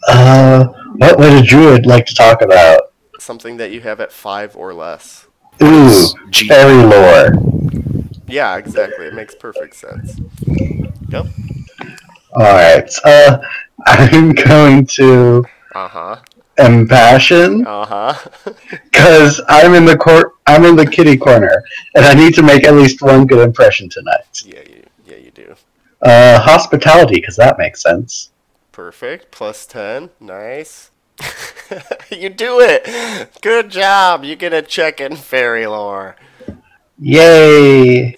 Uh, what would a druid like to talk about? Something that you have at five or less. Ooh, G. fairy lore. Yeah, exactly. It makes perfect sense. Yep. All right, uh, I'm going to Uh huh. impassion Uh huh. because I'm in the court. I'm in the kitty corner, and I need to make at least one good impression tonight. yeah, you yeah you do. Uh, hospitality, because that makes sense. Perfect. Plus ten. Nice. you do it. Good job. You get a check in fairy lore. Yay!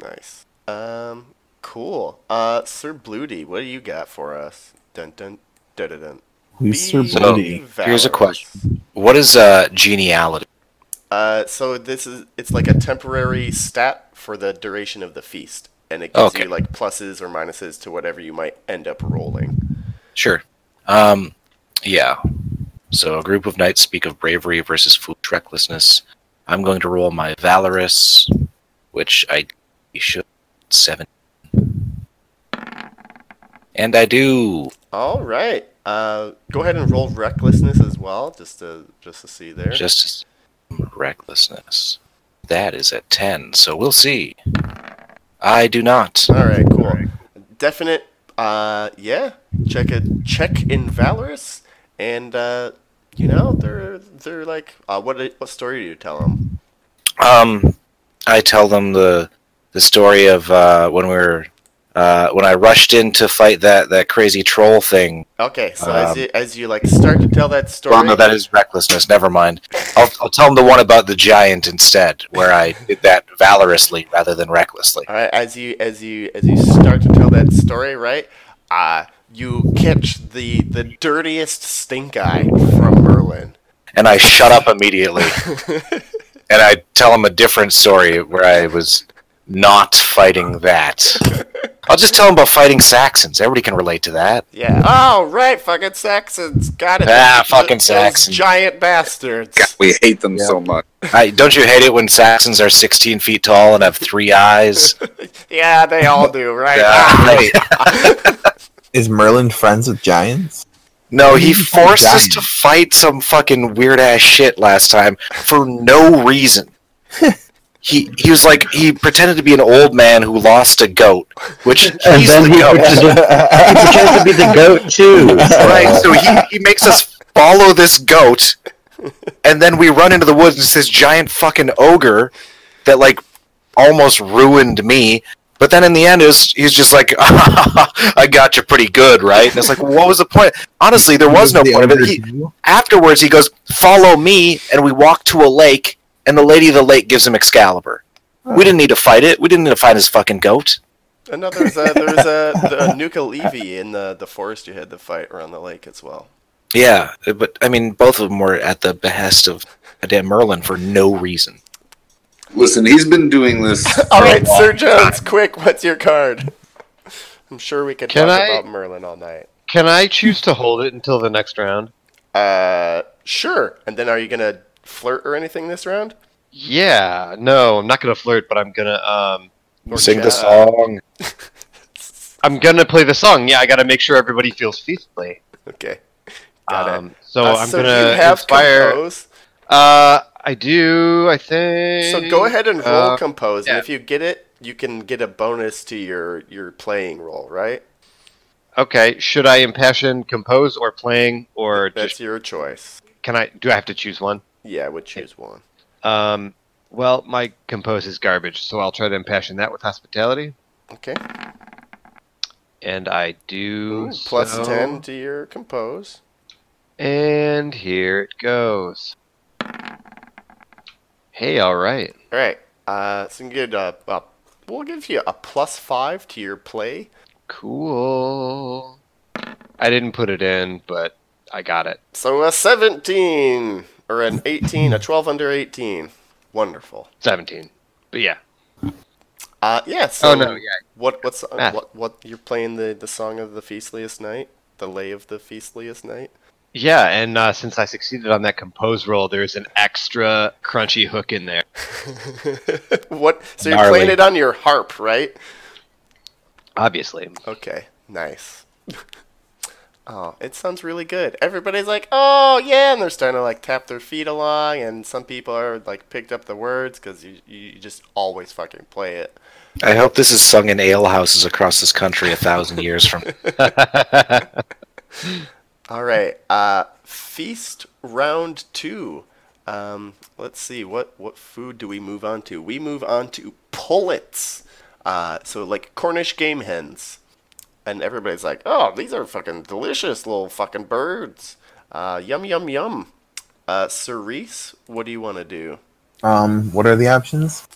Nice. Um. Cool. Uh, Sir Bluty, what do you got for us? Dun dun dun dun. dun. Who's Sir Be Bloody? Here's a valorous. question. What is uh, geniality? Uh, so this is it's like a temporary stat for the duration of the feast, and it gives Okay. you like pluses or minuses to whatever you might end up rolling. Sure. Um, yeah. So a group of knights speak of bravery versus foolish recklessness. I'm going to roll my valorous, which I should seven, and I do. All right. Uh, go ahead and roll recklessness as well, just to just to see there. Just recklessness. That is at 10, so we'll see. I do not. All right. Cool. Definite. Uh, yeah. Check a check in valorous, and uh, you know they're they're like uh, what what story do you tell them? Um, I tell them the the story of uh, when we were uh, when I rushed in to fight that that crazy troll thing. Okay, so as Um, you as you like start to tell that story, Well, no, that is recklessness. Never mind. I'll, I'll tell them the one about the giant instead, where I did that valorously rather than recklessly. All right, as you as you as you start to tell that story, right? Uh you catch the the dirtiest stink eye from Merlin. And I shut up immediately. and I tell him a different story where I was not fighting that. I'll just tell him about fighting Saxons. Everybody can relate to that. yeah. Oh, right, fucking Saxons. Got it. Ah, fucking Those Saxons. Giant bastards. God, we hate them so much. I, don't you hate it when Saxons are 16 feet tall and have three eyes? Yeah, they all do, right? Ah. Yeah, right. Is Merlin friends with giants? No, he forced us Giant. to fight some fucking weird ass shit last time for no reason. he he was like he pretended to be an old man who lost a goat, which And he's then the he goat, pretended, he pretended to be the goat too. right? So he he makes us follow this goat, and then we run into the woods and it's this giant fucking ogre that like almost ruined me. But then in the end, is he's just like, I got you pretty good, right? And it's like, what was the point? Honestly, there was no The point of ogre it. He, do? afterwards he goes follow me and we walk to a lake and the lady of the lake gives him excalibur we didn't need to fight it we didn't need to fight his fucking goat And no, there was a, there was a, the Nuka Levy in the, the forest you had to fight around the lake as well. yeah uh, but i mean both of them were at the behest of goddamn merlin for no reason Listen, he's been doing this. Oh, All right, Sir Jones, quick, what's your card? I'm sure we could Can talk I- about Merlin all night. Can I choose to hold it until the next round? Uh, sure. And then are you gonna flirt or anything this round? Yeah. No, I'm not gonna flirt, but I'm gonna um, Or sing the chat? song I'm gonna play the song. Yeah, I gotta make sure everybody feels feastly. Okay. Got it. Um, so Uh, I'm so gonna you have inspire. compose. Uh, I do. I think. So go ahead and roll Uh, compose, and yeah. if you get it, you can get a bonus to your your playing roll, right? Okay. Should I impassion, compose, or playing, or That's just your choice. can I? Do I have to choose one? Yeah, I would choose one. Um. Well, my compose is garbage, so I'll try to impassion that with hospitality, Okay. and I do Ooh, plus so- ten to your compose. And here it goes. Hey, all right. All right. Uh, so you can get a, a we'll give you a plus five to your play. Cool. I didn't put it in, but I got it. So a seventeen or an eighteen, a twelve under eighteen. Wonderful. 17. But yeah. Uh, yeah. So oh, no, yeah. What what's uh, Math. what what you're playing the the song of the feastliest night, the lay of the feastliest night. Yeah, and uh, since I succeeded on that compose roll, there's an extra crunchy hook in there. what? So you're Gnarly. playing it on your harp, right? Obviously. Okay, nice. oh, it sounds really good. Everybody's like, "Oh yeah," and they're starting to like tap their feet along, and some people are like picked up the words because you you just always fucking play it. i hope this is sung in ale houses across this country a thousand years from All right, uh, feast round two. Um, let's see what what food do we move on to? We move on to pullets. Uh, so like Cornish game hens, and everybody's like, "Oh, these are fucking delicious little fucking birds." Uh, yum yum yum. Uh, Cerise, what do you want to do? Um, what are the options?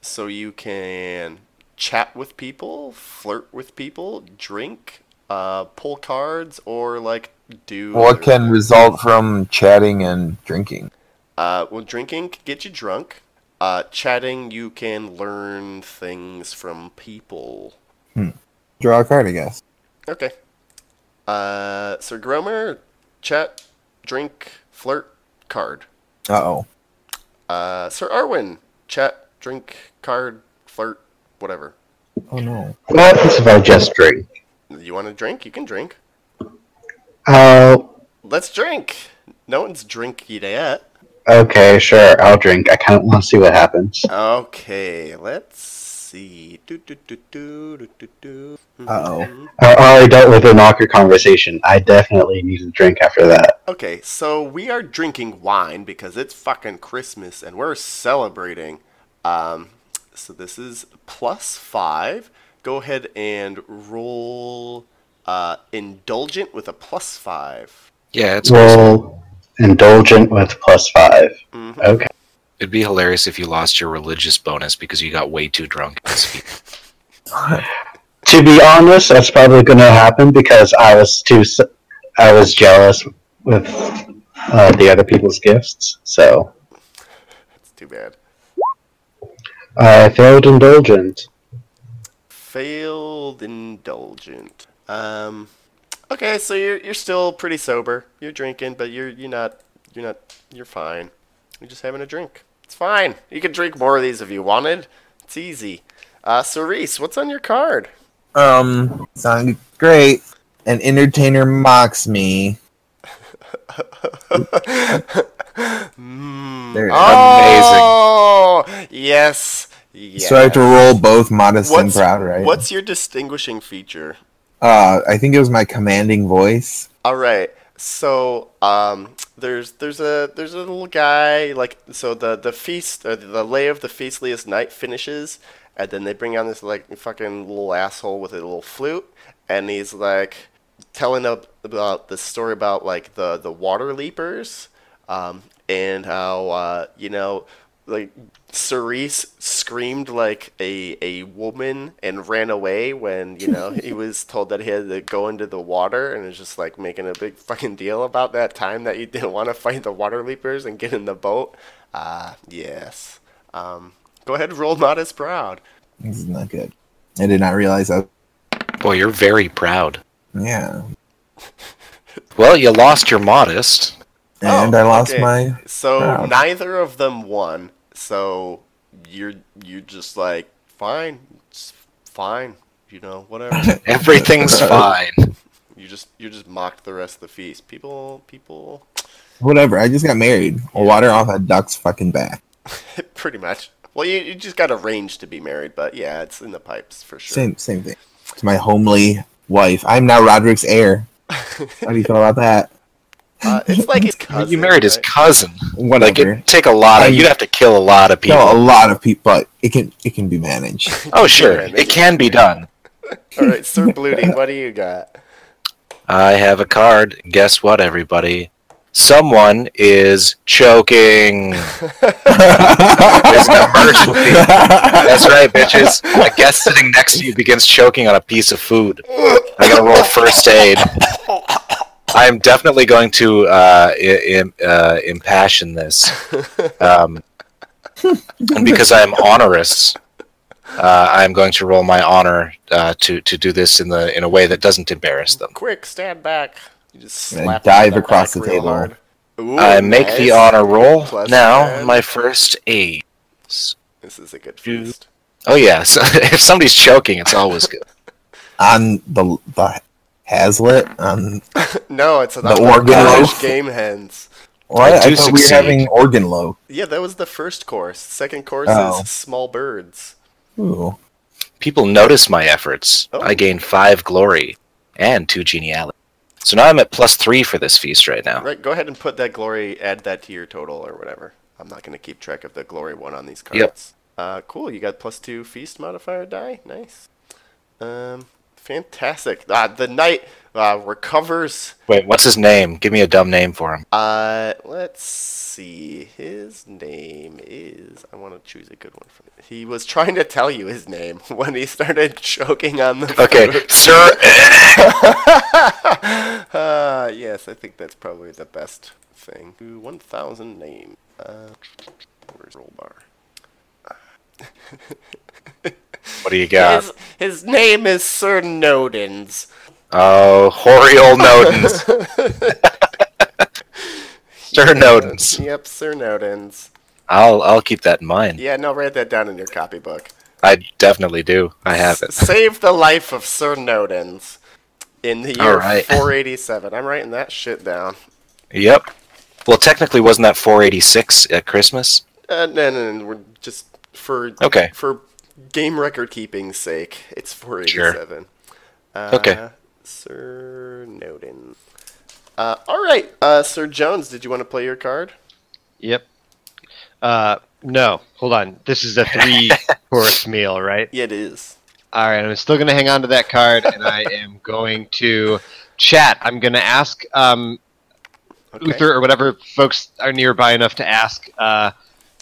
So you can chat with people, flirt with people, drink, uh, pull cards, or like do What other- can result from chatting and drinking? Uh, well, drinking can get you drunk. Uh, chatting, you can learn things from people. Draw a card, I guess. Okay. Uh, Sir Gromer, chat, drink, flirt, card. Uh oh. Uh, Sir Arwin, chat, drink, card, flirt, whatever. Oh no. What happens if I just drink? You want to drink? You can drink. Uh, Let's drink. No one's drinking yet. okay, sure, I'll drink. I kind of want to see what happens. Okay, let's see. Do, do, do, do, do, do, do. Uh-oh. Uh, I already dealt with an awkward conversation. I definitely need to drink after that. Okay, so we are drinking wine because it's fucking Christmas and we're celebrating. Um, So this is plus five. Go ahead and roll uh, indulgent with a plus five. Yeah, it's Roll indulgent with plus five. Mhm. Okay. it'd be hilarious if you lost your religious bonus because you got way too drunk. To be honest, that's probably going to happen because I was too, s- I was jealous with uh, the other people's gifts. So That's too bad. uh, I failed indulgent. Failed indulgent. Um, okay, so you're you're still pretty sober. You're drinking, but you're you're not you're not you're fine. You're just having a drink. It's fine. You could drink more of these if you wanted. It's easy. Uh, Cerise, what's on your card? Um, sound great. An entertainer mocks me. Mm. They're Um, oh, yes, yes. So I have to roll both modest and What's- proud, right? What's your distinguishing feature? Uh, I think it was my commanding voice. All right. So um, there's there's a there's a little guy like so the the feast or the lay of the feastliest night finishes, and then they bring on this like fucking little asshole with a little flute, and he's like telling up about the story about like the the water leapers, um, and how uh, you know like Cerise screamed like a a woman and ran away when you know he was told that he had to go into the water and is just like making a big fucking deal about that time that you didn't want to fight the water leapers and get in the boat. Ah, yes. Um, go ahead, roll modest proud. This is not good. I did not realize that. Boy, you're very proud. Yeah. Well, you lost your modest. And Oh, I lost okay. my. So Proud. neither of them won. So you're you're just like fine, it's fine. You know, whatever. Everything's fine. you just you just mocked the rest of the feast. People, people. Whatever. I just got married. I'll water off a duck's fucking back. Pretty much. Well, you, you just got arranged to be married, but yeah, it's in the pipes for sure. Same same thing. To my homely wife. I'm now Roderick's heir. How do you feel about that? Uh, it's like his cousin. You married his right? cousin. Like Whatever. it'd take a lot. Of, I- you'd have to kill a lot of people. No, a lot of people, but it can it can be managed. oh, sure, Yeah, it can be done. All right, Sir Bluty, what do you got? I have a card. Guess what, everybody? Someone is choking. There's an emergency. That's right, bitches. A guest sitting next to you begins choking on a piece of food. I gotta roll first aid. I'm definitely going to uh, I- im- uh, impassion this. Um, and because I am honorous, uh, I'm going to roll my honor uh, to to do this in the in a way that doesn't embarrass them. Quick, stand back. You just And I slap him dive in the across back the real table. Uh, hard. Ooh, I make the nice. honor roll Plus now. ten. My first aid. This is a good Two. feast. Oh yeah, so if somebody's choking, it's always good. on the the Hazlet on No, it's an The organ Irish loaf. game hens. what? I I, do thought we were succeed. having organ low. Yeah, that was the first course. Second course Oh. is small birds. Ooh. People notice my efforts. Oh. I gain five glory and two geniality. So now I'm at plus three for this feast right now. Right, go ahead and put that glory, add that to your total or whatever. I'm not going to keep track of the glory one on these cards. Yep. Uh, cool, you got plus two feast modifier die. Nice. Um, fantastic. Uh, the knight uh, recovers. Wait, what's his name? Give me a dumb name for him. Uh, let's see. His name is. I want to choose a good one. From he was trying to tell you his name when he started choking on the. Okay, food. Sir. uh, yes, I think that's probably the best thing. Ooh, 1,000 name. Uh, where's roll bar? What do you got? His, his name is Sir Nodens. Oh, Horiel Nodens. Sir Nodens. Yep, Sir Nodens. I'll I'll keep that in mind. Yeah, no, write that down in your copybook. I definitely do. I S- have it. Save the life of Sir Nodens in the year Alright. 487. I'm writing that shit down. Yep. Well, technically, wasn't that 486 at Christmas? Uh, no, no, no, we're just for Okay. for game record keeping's sake. It's 487. Uh, Okay. Sir Noden. Uh, all right, uh, Sir Jones, did you want to play your card? Yep. Uh, No, hold on. This is a three course meal, right? Yeah, it is. All right, I'm still going to hang on to that card, and I am going to chat. I'm going to ask um, Okay. Uther or whatever folks are nearby enough to ask, uh,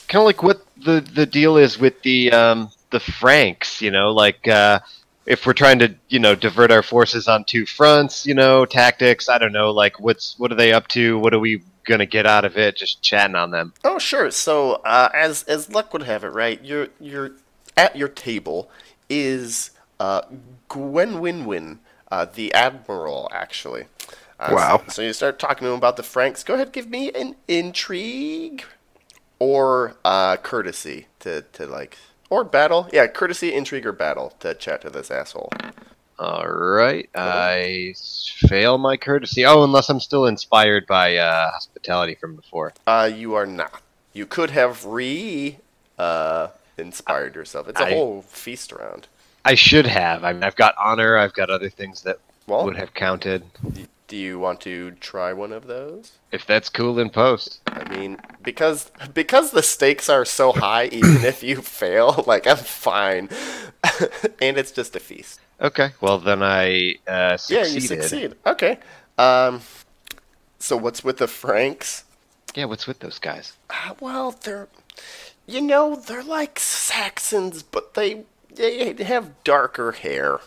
kind of like what the the deal is with the um, the Franks. You know, like uh, if we're trying to you know divert our forces on two fronts, you know, tactics. I don't know, like what's what are they up to? What are we going to get out of it? Just chatting on them. Oh, sure. So, uh, as as luck would have it, right, your your at your table is uh, Gwen Winwin, uh, the admiral, actually. Uh, Wow. So, you start talking to him about the Franks. Go ahead, give me an intrigue or uh, courtesy to to like or battle. Yeah, courtesy, intrigue, or battle to chat to this asshole. All right, I s- fail my courtesy. Oh, unless I'm still inspired by uh, hospitality from before. Uh, you are not. You could have re uh, inspired yourself. It's a I- whole feast around. I should have. I mean, I've got honor. I've got other things that Well, would have counted. do you want to try one of those? If that's cool in post. I mean, because because the stakes are so high, even if you fail, like I'm fine, and it's just a feast. Okay. Well, then I uh, succeeded. Yeah, you succeed. Okay. Um, so what's with the Franks? Yeah, what's with those guys? Uh, well, they're, you know, they're like Saxons, but they they have darker hair.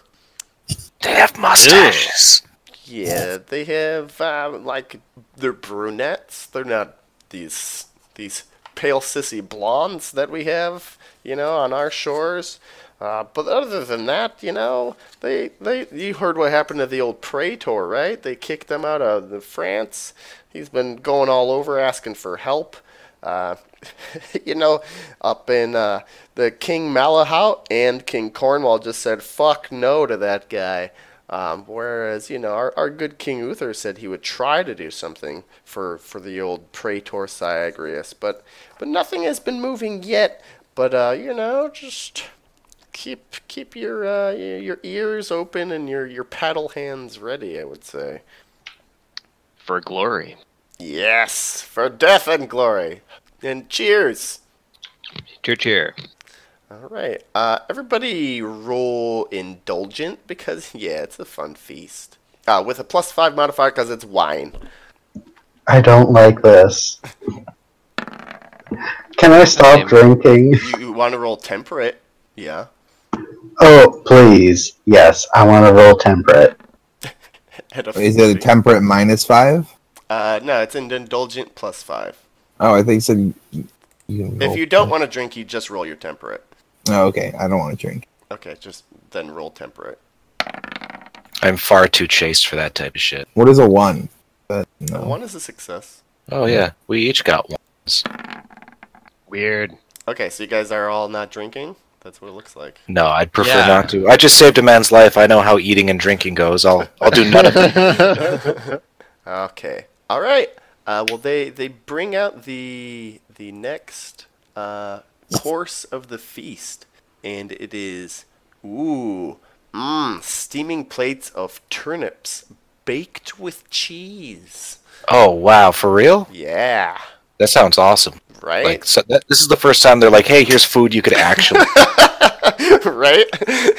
They have mustaches. Yeah, they have um, like they're brunettes. They're not these these pale sissy blondes that we have, you know, on our shores. Uh, but other than that, you know, they they you heard what happened to the old praetor, right? They kicked him out of the France. He's been going all over asking for help. Uh, you know, up in uh, the King Malahout and King Cornwall just said fuck no to that guy. Um, whereas, you know, our, our good King Uther said he would try to do something for, for the old Praetor Syagrius, but but nothing has been moving yet. But uh, you know, just keep keep your uh, y- your ears open and your your paddle hands ready. I would say For glory. yes for death and glory, and cheers. Cheer, cheer. All right, uh, everybody roll indulgent because yeah, it's a fun feast uh, with a plus five modifier because it's wine. I don't like this. Can I stop Same. drinking? You, you want to roll temperate? Yeah. Oh, please. Yes, I want to roll temperate. At a Is it a 40. temperate minus five? Uh, no, it's an indulgent plus five. Oh, I think you said. you- You can If roll- you don't want to drink, you just roll your temperate. Oh, okay. I don't want to drink. Okay, just then roll temperate. I'm far too chaste for that type of shit. What is a one? That- no. One is a success. Oh yeah, we each got one. Weird. Okay, so you guys are all not drinking. That's what it looks like. No, I'd prefer Yeah. not to. I just saved a man's life. I know how eating and drinking goes. I'll I'll do none of it. Okay. All right. Uh, well, they they bring out the the next uh, course of the feast, and it is ooh, mmm, steaming plates of turnips baked with cheese. Oh wow, for real? Yeah. That sounds awesome. Right. Like so that, this is the first time they're like, hey, here's food you could actually. right?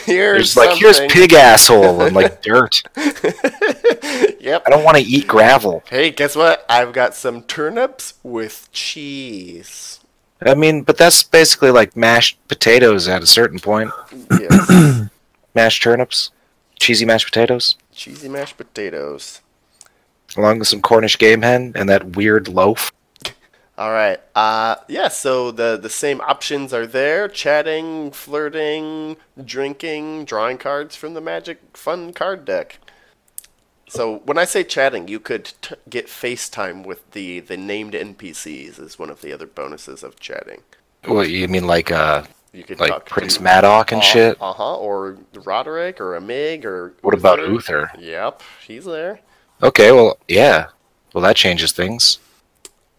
Here's There's like here's something. pig asshole and like dirt. yep. I don't want to eat gravel. Hey, guess what? I've got some turnips with cheese. I mean, but that's basically like mashed potatoes at a certain point. Yes. Mashed turnips, cheesy mashed potatoes, Cheesy mashed potatoes. along with some Cornish game hen and that weird loaf. All right. Uh, yeah. So the the same options are there: chatting, flirting, drinking, drawing cards from the magic fun card deck. So when I say chatting, you could t- get FaceTime with the the named NPCs is one of the other bonuses of chatting. Well, you mean like uh You could like talk to- Prince Madoc and shit? Uh huh. Or Roderick or Amig or. What about Uther? Yep, he's there. Okay, well, yeah. Well, that changes things.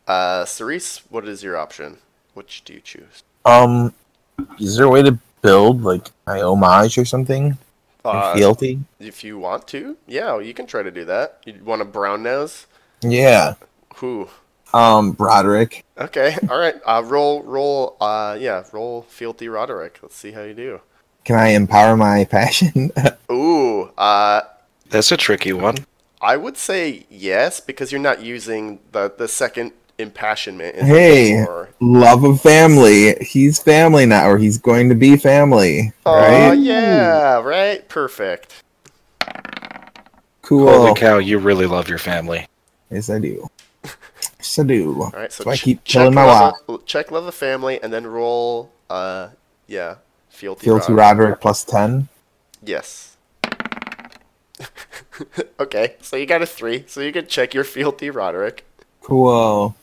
Uh, Cerise, what is your option? Which do you choose? Um, is there a way to build like my homage or something? Uh, Uh, My fealty? if you want to, yeah, you can try to do that. You want a brown nose? Yeah. Who? Um, Broderick. Okay. All right. Uh, roll, roll. Uh, yeah, roll fealty Roderick. Let's see how you do. Can I empower my passion? Ooh. Uh, That's a tricky one. I would say yes because you're not using the the second impassionment. is Hey. for- Love of family. He's family now, or he's going to be family. Oh right? yeah. Right. Perfect. Cool. Holy cow, you really love your family. Yes, I do. Yes, I do. All right. So So I ch- keep check killing my level, Check level family and then roll. Uh, yeah. Fealty. Fealty Roderick. Roderick plus 10. Yes. okay. So you got a three. So you can check your fealty Roderick. Cool.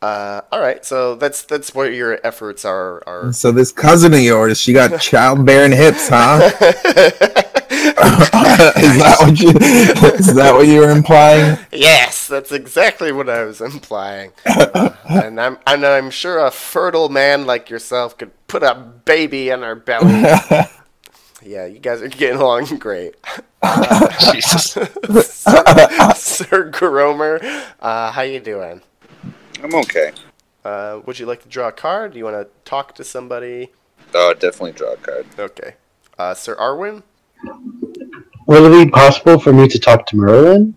Uh, all right, so that's that's what your efforts are. are. So this cousin of yours, she got childbearing hips, huh? is that what you is that what you were implying? yes, that's exactly what I was implying. Uh, and I'm and I'm sure a fertile man like yourself could put a baby in our belly. yeah, you guys are getting along great. Jesus. Sir, Sir Gromer, uh, how you doing? I'm okay. Uh, would you like to draw a card? Do you want to talk to somebody? Oh, definitely draw a card. Okay. Uh, Sir Arwin, Will it be possible for me to talk to Merlin?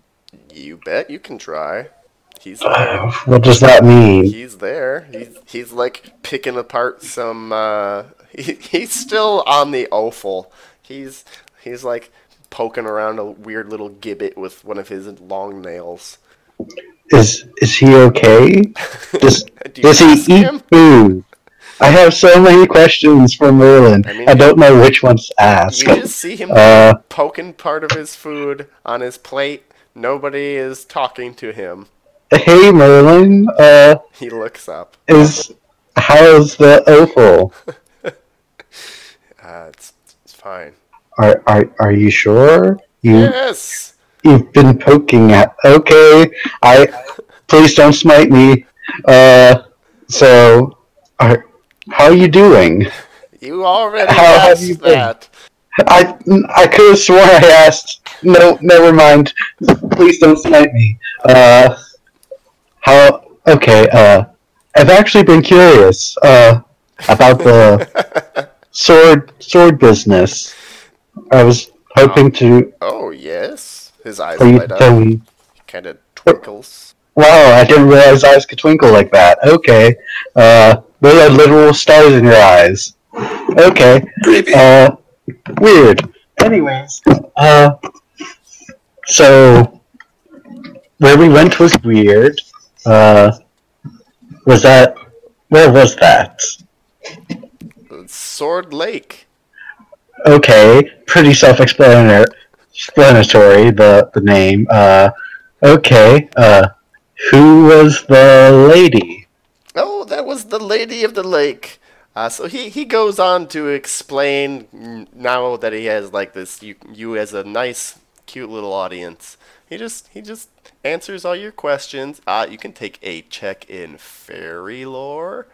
you bet you can try. He's Uh, what does that mean? he's there. He's he's like picking apart some. Uh, he, he's still on the offal. He's he's like poking around a weird little gibbet with one of his long nails. Is is he okay? Does Do you does he ask eat him? food? I have so many questions for Merlin. I I, mean- don't know which ones to ask. You just see him Uh, poking part of his food on his plate. Nobody is talking to him. hey Merlin, uh, He looks up. is how's the opal? Uh, it's it's fine. Are are are you sure? You Yes. you've been poking at. Okay, I please don't smite me. Uh, so, are, how are you doing? You already How have asked you been? that. I I could have sworn I asked. No, never mind. Please don't smite me. Uh, how? Okay. Uh, I've actually been curious. Uh, about the sword sword business. I was hoping to. Oh yes. His eyes Are you light up. done? Kind of twinkles. Wow, I didn't realize eyes could twinkle like that. Okay. Uh, they had literal stars in your eyes. Okay. Creepy. Uh, weird. Anyways, uh, so where we went was weird. Uh, was that where was that? Sword Lake. Okay, pretty self-explanatory. Explanatory, the the name. Uh, okay. Uh, who was the lady? Oh, that was the Lady of the Lake. Uh, so he, he goes on to explain mm, now that he has like this you you as a nice cute little audience. He just he just answers all your questions. Uh, you can take a check in fairy lore.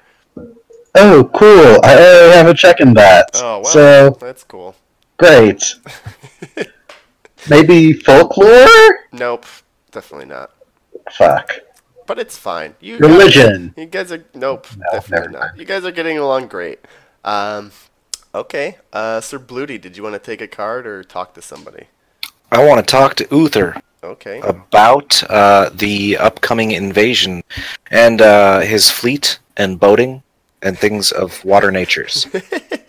Oh, cool. I already have a check in that. Oh wow, So, that's cool. great. Maybe folklore? Nope, definitely not. Fuck. But it's fine. You guys- Religion. You guys are nope, No, definitely never not. You guys are getting along great. Um, okay, uh, Sir Bluty, did you want to take a card or talk to somebody? I want to talk to Uther Okay. about uh, the upcoming invasion and uh, his fleet and boating and things of water natures.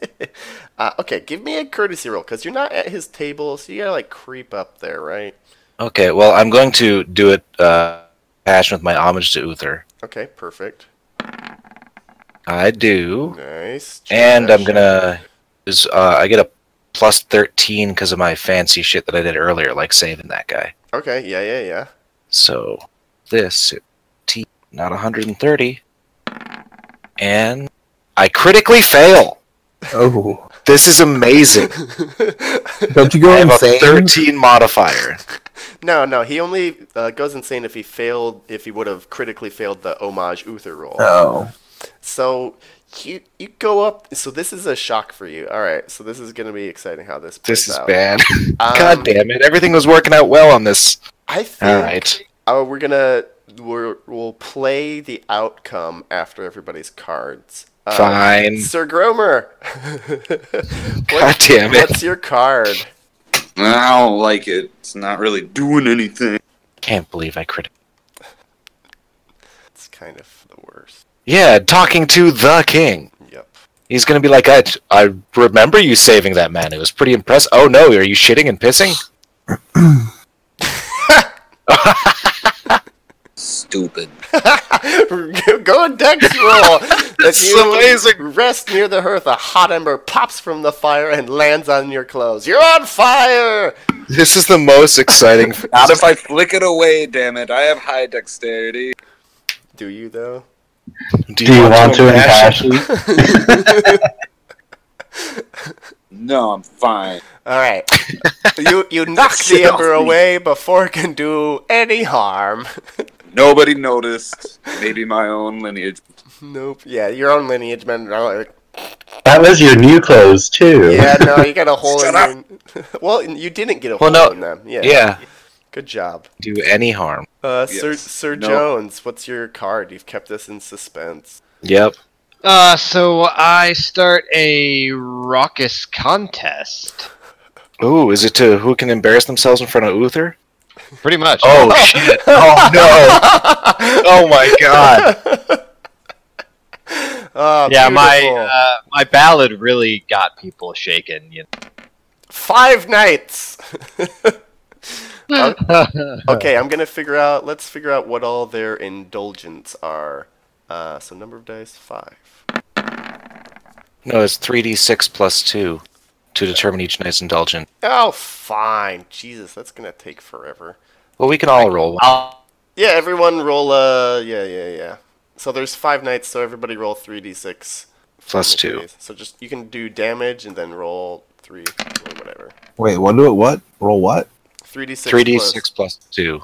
uh, okay, give me a courtesy roll because you're not at his table, so you gotta like creep up there, right? okay, well, I'm going to do it uh, passion with my homage to Uther. Okay, perfect. I do, Nice. and I'm transaction. gonna. Is uh, I get a plus thirteen because of my fancy shit that I did earlier, like saving that guy. Okay, yeah, yeah, yeah. So this t not 130, and I critically fail. Oh, This is amazing. don't you I go have a insane? 13 modifier. No, no, he only uh, goes insane if he failed, if he would have critically failed the homage Uther roll. Oh, So you you go up. So this is a shock for you. All right. So this is gonna be exciting how this plays This is out. bad. Um, God damn it. Everything was working out well on this. I think. All right. Oh, we're gonna we're, we'll play the outcome after everybody's cards. Uh, Fine. Sir Gromer. God damn it. What's your card? I don't like it. It's not really doing anything. Can't believe I crit. It's kind of the worst. Yeah, talking to the king. Yep. He's gonna be like, I, I remember you saving that man. It was pretty impressive. Oh no, are you shitting and pissing? Stupid. Go and dex roll. That's amazing. Rest near the hearth. A hot ember pops from the fire and lands on your clothes. You're on fire. This is the most exciting. Not if I flick it away, damn it. I have high dexterity. Do you though? Do you want to impassion? No, I'm fine. All right. you you knock the ember away before it can do any harm. Nobody noticed. Maybe my own lineage. Nope. Yeah, your own lineage men. are like, That was your new clothes too. Yeah, no, you got a hole in Shut them. well, you didn't get a Well, hole no. in them. Yeah. Yeah, Good job. do any harm. Uh, Sir Yes. Sir No. Jones, what's your card? You've kept us in suspense. Yep. Uh, so I start a raucous contest. Ooh, is it to who can embarrass themselves in front of Uther? Pretty much. Oh shit! Oh no! Oh my god! Oh, yeah, my beautiful. uh, my ballad really got people shaken. You five nights. know? okay, I'm gonna figure out. Let's figure out what all their indulgence are. Uh, so number of dice five. No, it's three d six plus two to determine each night's indulgent. Oh, fine. Jesus, that's gonna take forever. Well, we can all roll. one. I'll- Yeah, everyone roll. Uh, yeah, yeah, yeah. So there's five nights. So everybody roll three d six Plus two. So just you can do damage and then roll three or whatever. Wait, what do it? What roll? What? Three d six. Three d six plus two.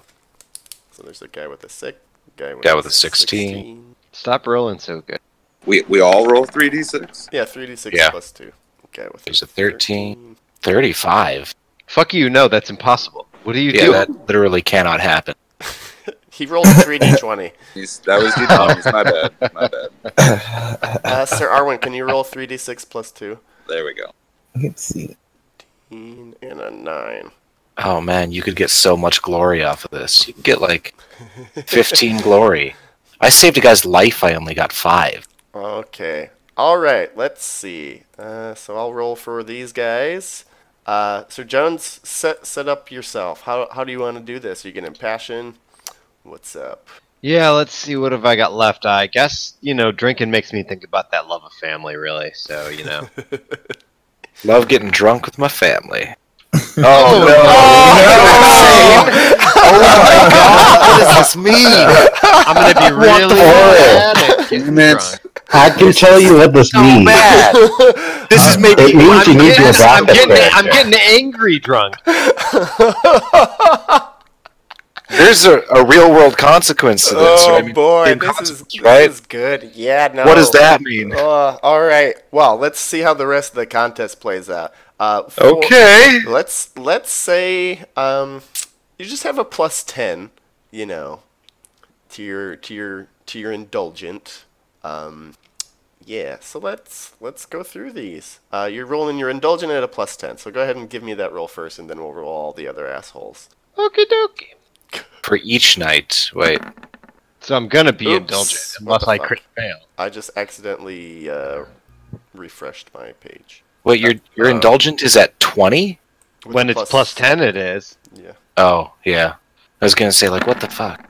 So there's a guy with a six. Guy with, Guy with a 16. Stop rolling so good. We, we all roll 3d6? Yeah, three d six Yeah. plus two. Guy with There's a 13. Thirty-five. Fuck you. No, that's impossible. What do you Yeah, do? that literally cannot happen. 13. He rolled a three d twenty. He's- That was d20s. My bad. My bad. Uh, Sir Arwin, can you roll three d six plus two? There we go. Let's see. 18 and a 9. Oh man, you could get so much glory off of this. You could get like 15 glory. I saved a guy's life, I only got five. Okay. All right, let's see. Uh, so I'll roll for these guys. Uh, Sir Jones, set set up yourself. How, how do you want to do this? You can impassion. What's up? Yeah, let's see. What have I got left? I guess you know, drinking makes me think about that love of family, really. So you know. Love getting drunk with my family. Oh, no. Oh, Oh, what does this mean? I'm gonna be really hell? bad at getting Minutes. drunk. I can tell you what this means. This Uh, is making It means you I'm need to getting, I'm, adopt that getting, I'm character. getting angry drunk. there's a, a real world consequence to this. oh right? I mean, boy, in this is, consequence, this right? is good. Yeah, no. What does that mean? Uh, all right. Well, let's see how the rest of the contest plays out. Uh, for- Okay. Let's let's say um, you just have a plus ten, you know, to your to your to your indulgent. Um, yeah. So let's let's go through these. Uh, you're rolling your indulgent at a plus ten. So go ahead and give me that roll first, and then we'll roll all the other assholes. Okie dokie. For each night. Wait. So I'm gonna be Oops, indulgent what unless the I fuck? crit fail. I just accidentally uh, refreshed my page. Wait, your, your Uh, indulgent is at 20? With when the it's plus, plus ten, it is. Yeah. Oh, yeah. I was going to say, like, what the fuck?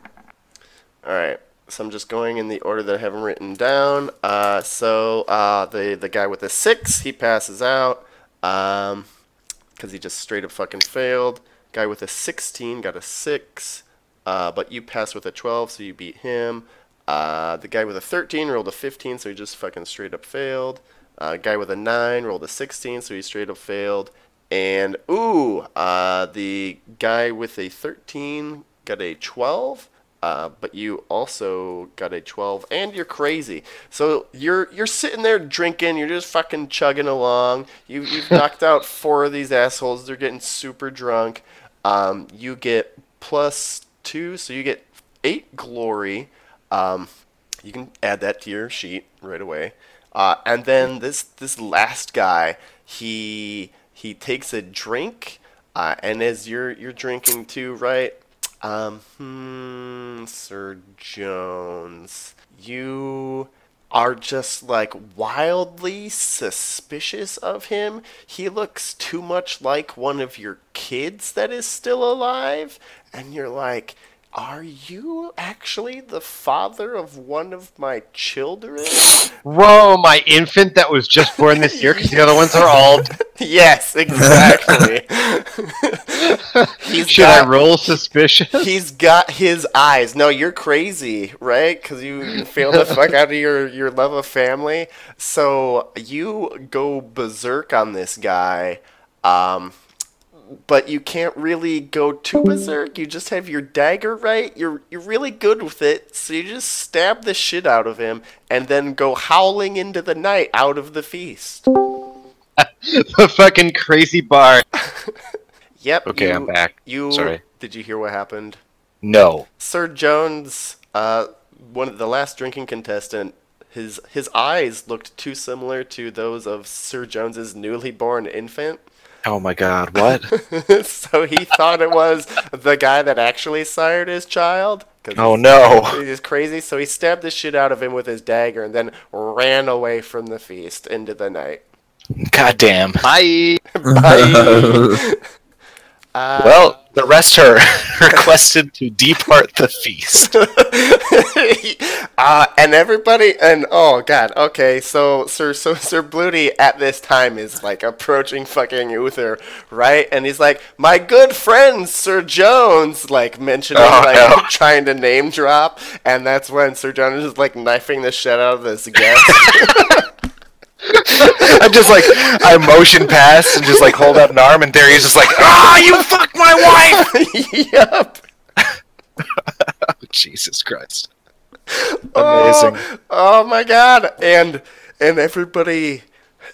All right. So I'm just going in the order that I have them written down. Uh, so uh, the the guy with the six, he passes out because he just straight up fucking failed. Guy with a 16 got a six, uh, but you passed with a 12, so you beat him. Uh, the guy with a 13 rolled a 15, so he just fucking straight up failed. Uh, guy with a 9 rolled a 16, so he straight up failed. And ooh, uh, the guy with a 13 got a 12, uh, but you also got a 12, and you're crazy. So you're you're sitting there drinking, you're just fucking chugging along. You you've knocked out four of these assholes. They're getting super drunk. Um, you get plus two, so you get eight glory. Um, you can add that to your sheet right away. Uh, and then this this last guy, he he takes a drink, uh, and as you're you're drinking too, right? Um, hmm, Sir Jones, you are just like wildly suspicious of him. He looks too much like one of your kids that is still alive, and you're like, are you actually the father of one of my children? Whoa, my infant that was just born this year because the other ones are all. yes, exactly. He's Should I got- roll suspicious? He's got his eyes. No, you're crazy, right? Because you you failed the fuck out of your, your love of family. So you go berserk on this guy, um, but you can't really go too berserk. You just have your dagger right. You're you're really good with it, so you just stab the shit out of him and then go howling into the night out of the feast. the fucking crazy bar. Yep. Okay, you- I'm back. You Sorry. Did you hear what happened? No. Sir Jones, uh, one of the last drinking contestant, his his eyes looked too similar to those of Sir Jones's newly born infant, Oh my god, what? so he thought it was the guy that actually sired his child. 'cause oh he's- no. He's crazy, so he stabbed the shit out of him with his dagger and then ran away from the feast into the night. God damn. Bye. Bye. Uh, Well, the rest her requested to depart the feast. uh, and everybody, and oh god, okay, so Sir so Sir Bluty at this time is like approaching fucking Uther, right? And he's like, "My good friend, Sir Jones," like mentioning, Oh, like no. trying to name drop, and that's when Sir Jones is like knifing the shit out of this guest. I'm just like, I motion past and just like hold out an arm, and there he's just like, ah, you fucked my wife! yep. Jesus Christ. Oh, Amazing. Oh, my god. And and everybody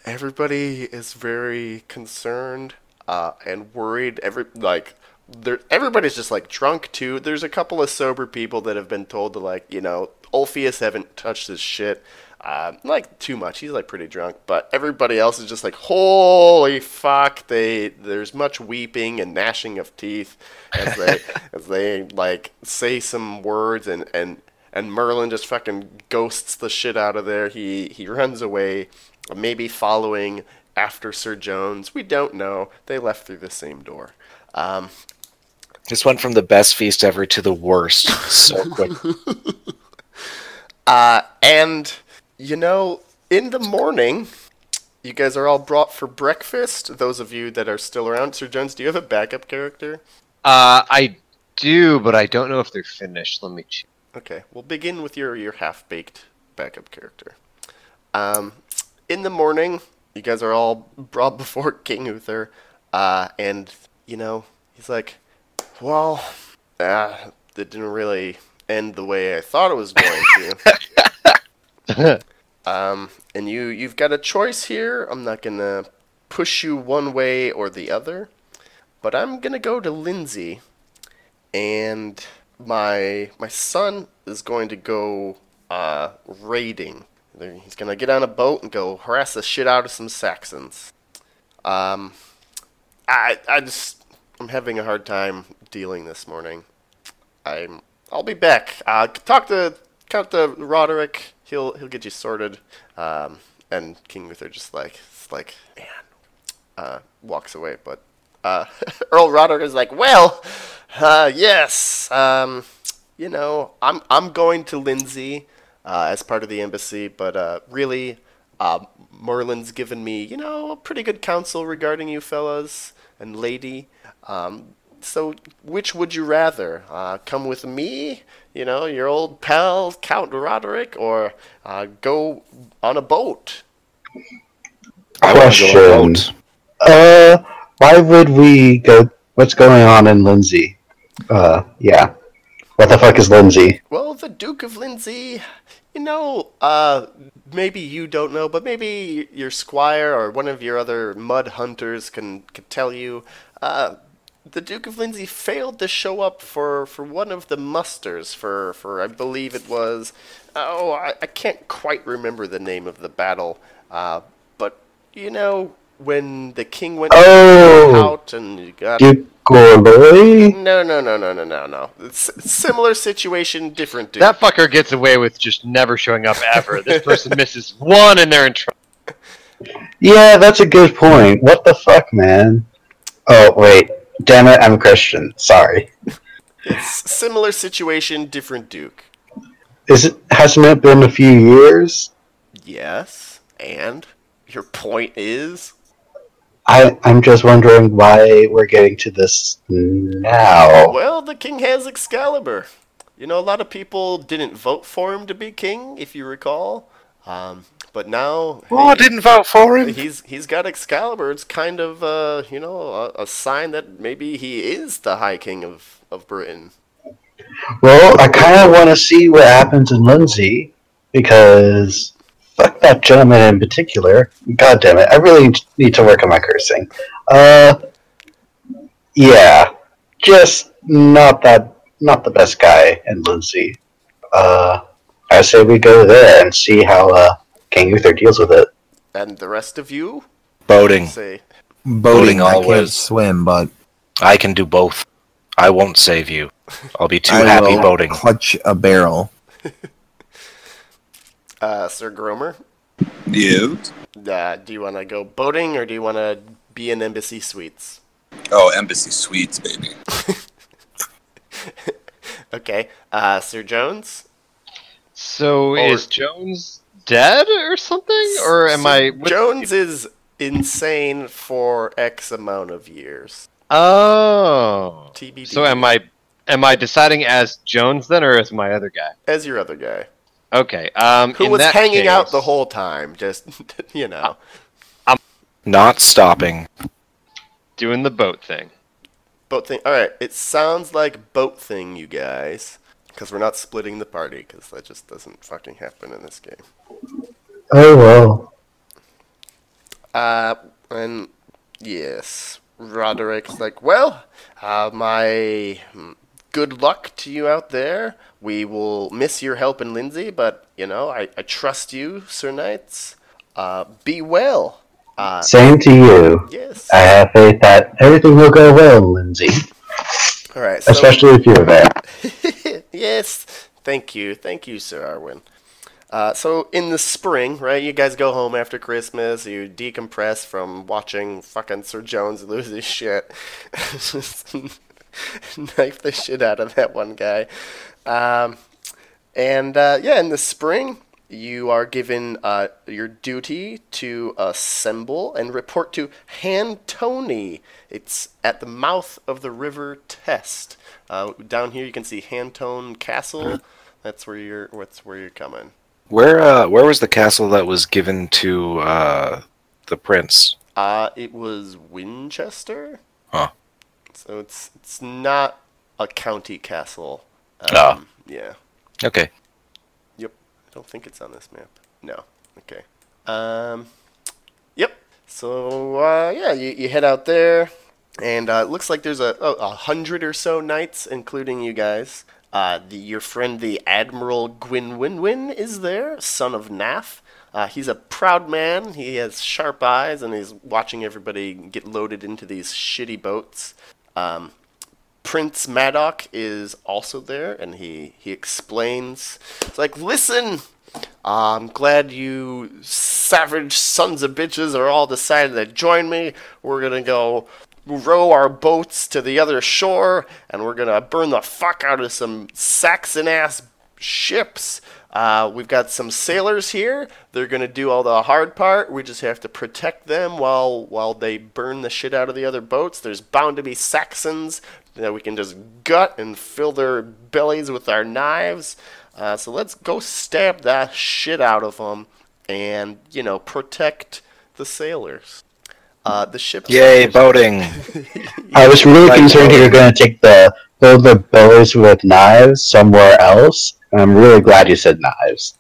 everybody is very concerned uh, and worried every like there everybody's just like drunk too. There's a couple of sober people that have been told to like, you know, Ulfius haven't touched his shit. Uh, like too much. He's like pretty drunk, but everybody else is just like, "Holy fuck!" They there's much weeping and gnashing of teeth as they as they like say some words and and and Merlin just fucking ghosts the shit out of there. He he runs away, maybe following after Sir Jones. We don't know. They left through the same door. Um, This went from the best feast ever to the worst so quick. Uh, and, you know, in the morning, you guys are all brought for breakfast. Those of you that are still around. Sir Jones, do you have a backup character? Uh, I do, but I don't know if they're finished. Let me check. Okay, we'll begin with your, your half baked backup character. Um, in the morning, you guys are all brought before King Uther, uh, and, you know, he's like, well, uh, it didn't really end the way I thought it was going to. Um, and you you've got a choice here. I'm not gonna push you one way or the other, but I'm gonna go to Lindsay, and my my son is going to go uh, raiding. There- He's gonna get on a boat and go harass the shit out of some Saxons. Um, I I just I'm having a hard time dealing this morning. I'm I'll be back. Uh, talk to talk to Roderick. He'll he'll get you sorted. Um, and King Uther just like it's like man, uh, walks away. But uh, Earl Roderick is like, well, uh, yes. Um, you know, I'm I'm going to Lindsay uh, as part of the embassy, but uh, really, uh, Merlin's given me you know a pretty good counsel regarding you fellas and lady. Um, so, which would you rather? Uh, come with me, you know, your old pal Count Roderick, or uh, go on a boat? I wanna go on a Question. Uh, why would we go? What's going on in Lindsay? Uh, yeah. What the fuck is Lindsay? Well, the Duke of Lindsay, you know, uh, maybe you don't know, but maybe your squire or one of your other mud hunters can, can tell you. Uh, the Duke of Lindsey failed to show up for, for one of the musters for, for I believe it was oh I, I can't quite remember the name of the battle uh, but you know when the king went Oh. out and you got Duke Gorloy? no no no no no no no it's a similar situation different dude That fucker gets away with just never showing up ever. this person misses one and they're in trouble. Yeah, that's a good point. What the fuck, man? Oh, wait. Damn it, I'm a Christian. Sorry. it's similar situation different Duke Is it, hasn't it been a few years? yes and your point is I, I'm just wondering why we're getting to this Oh. now. Well, the king has Excalibur. You know, a lot of people didn't vote for him to be king, if you recall. Um, but now, Oh, I hey, didn't vote for him. he's he's got Excalibur. It's kind of uh, you know a, a sign that maybe he is the High King of of Britain. Well, I kind of want to see what happens in Lindsay because fuck that gentleman in particular. God damn it, I really need to work on my cursing. Uh, yeah, just not that, not the best guy in Lindsay. Uh, I say we go there and see how uh, King Uther deals with it. And the rest of you Boating. say, Boating Boating, I can't always. swim, but I can do both. I won't save you. I'll be too I happy will boating. Clutch a barrel. uh, Sir Gromer, You? uh, do you want to go boating or do you want to be in embassy suites? Oh, Embassy Suites, baby. Okay, uh, Sir Jones. So Or- is Jones dead or something? Or am Sir I. what- Jones is insane for X amount of years. Oh. TBD. So am I. Am I deciding as Jones then, or as my other guy? as your other guy Okay. Um, who in was that hanging case- out the whole time, just you know, Not stopping. doing the boat thing. boat thing. All right, it sounds like boat thing, you guys, because we're not splitting the party because that just doesn't fucking happen in this game. Oh well. Uh, and yes, Roderick's like, well, uh, my mm, good luck to you out there. We will miss your help in Lindsay, but you know, I, I trust you, Sir Knights. Uh, be well. Uh, Same to you. yes. I have faith that everything will go well, Lindsay. All right. So, Especially if you're there. yes. Thank you. Thank you, Sir Arwin. Uh, so in the spring, right, you guys go home after Christmas, you decompress from watching fucking Sir Jones lose his shit. Just knife the shit out of that one guy. Um, and uh, yeah, in the spring, you are given uh, your duty to assemble and report to Hantoni. It's at the mouth of the river Test. Uh, down here, you can see Hantone Uh-huh. Castle. That's where you're. That's where you're coming. Where uh where was the castle that was given to uh the prince? Uh, it was Winchester. Huh. So it's it's not a county castle. Um, Ah. Yeah. Okay. Yep. I don't think it's on this map. No. Okay. Um. Yep. So uh, yeah, you, you head out there, and uh, it looks like there's a, a, a hundred or so knights, including you guys. Uh, the, your friend the Admiral Gwynwynwyn is there, son of Nath. Uh, he's a proud man. He has sharp eyes, and he's watching everybody get loaded into these shitty boats. Um, Prince Madoc is also there, and he he explains. It's like, listen, I'm glad you savage sons of bitches are all decided to join me. We're gonna go row our boats to the other shore, and we're gonna burn the fuck out of some Saxon ass ships. Uh, we've got some sailors here. They're gonna do all the hard part. We just have to protect them while while they burn the shit out of the other boats. There's bound to be Saxons that we can just gut and fill their bellies with our knives. Uh, so let's go stab that shit out of them, and you know protect the sailors. Uh, the ships. Yay, boating. I was really Like- concerned you were going to take the fill the bellies with knives somewhere else, and I'm really glad you said knives.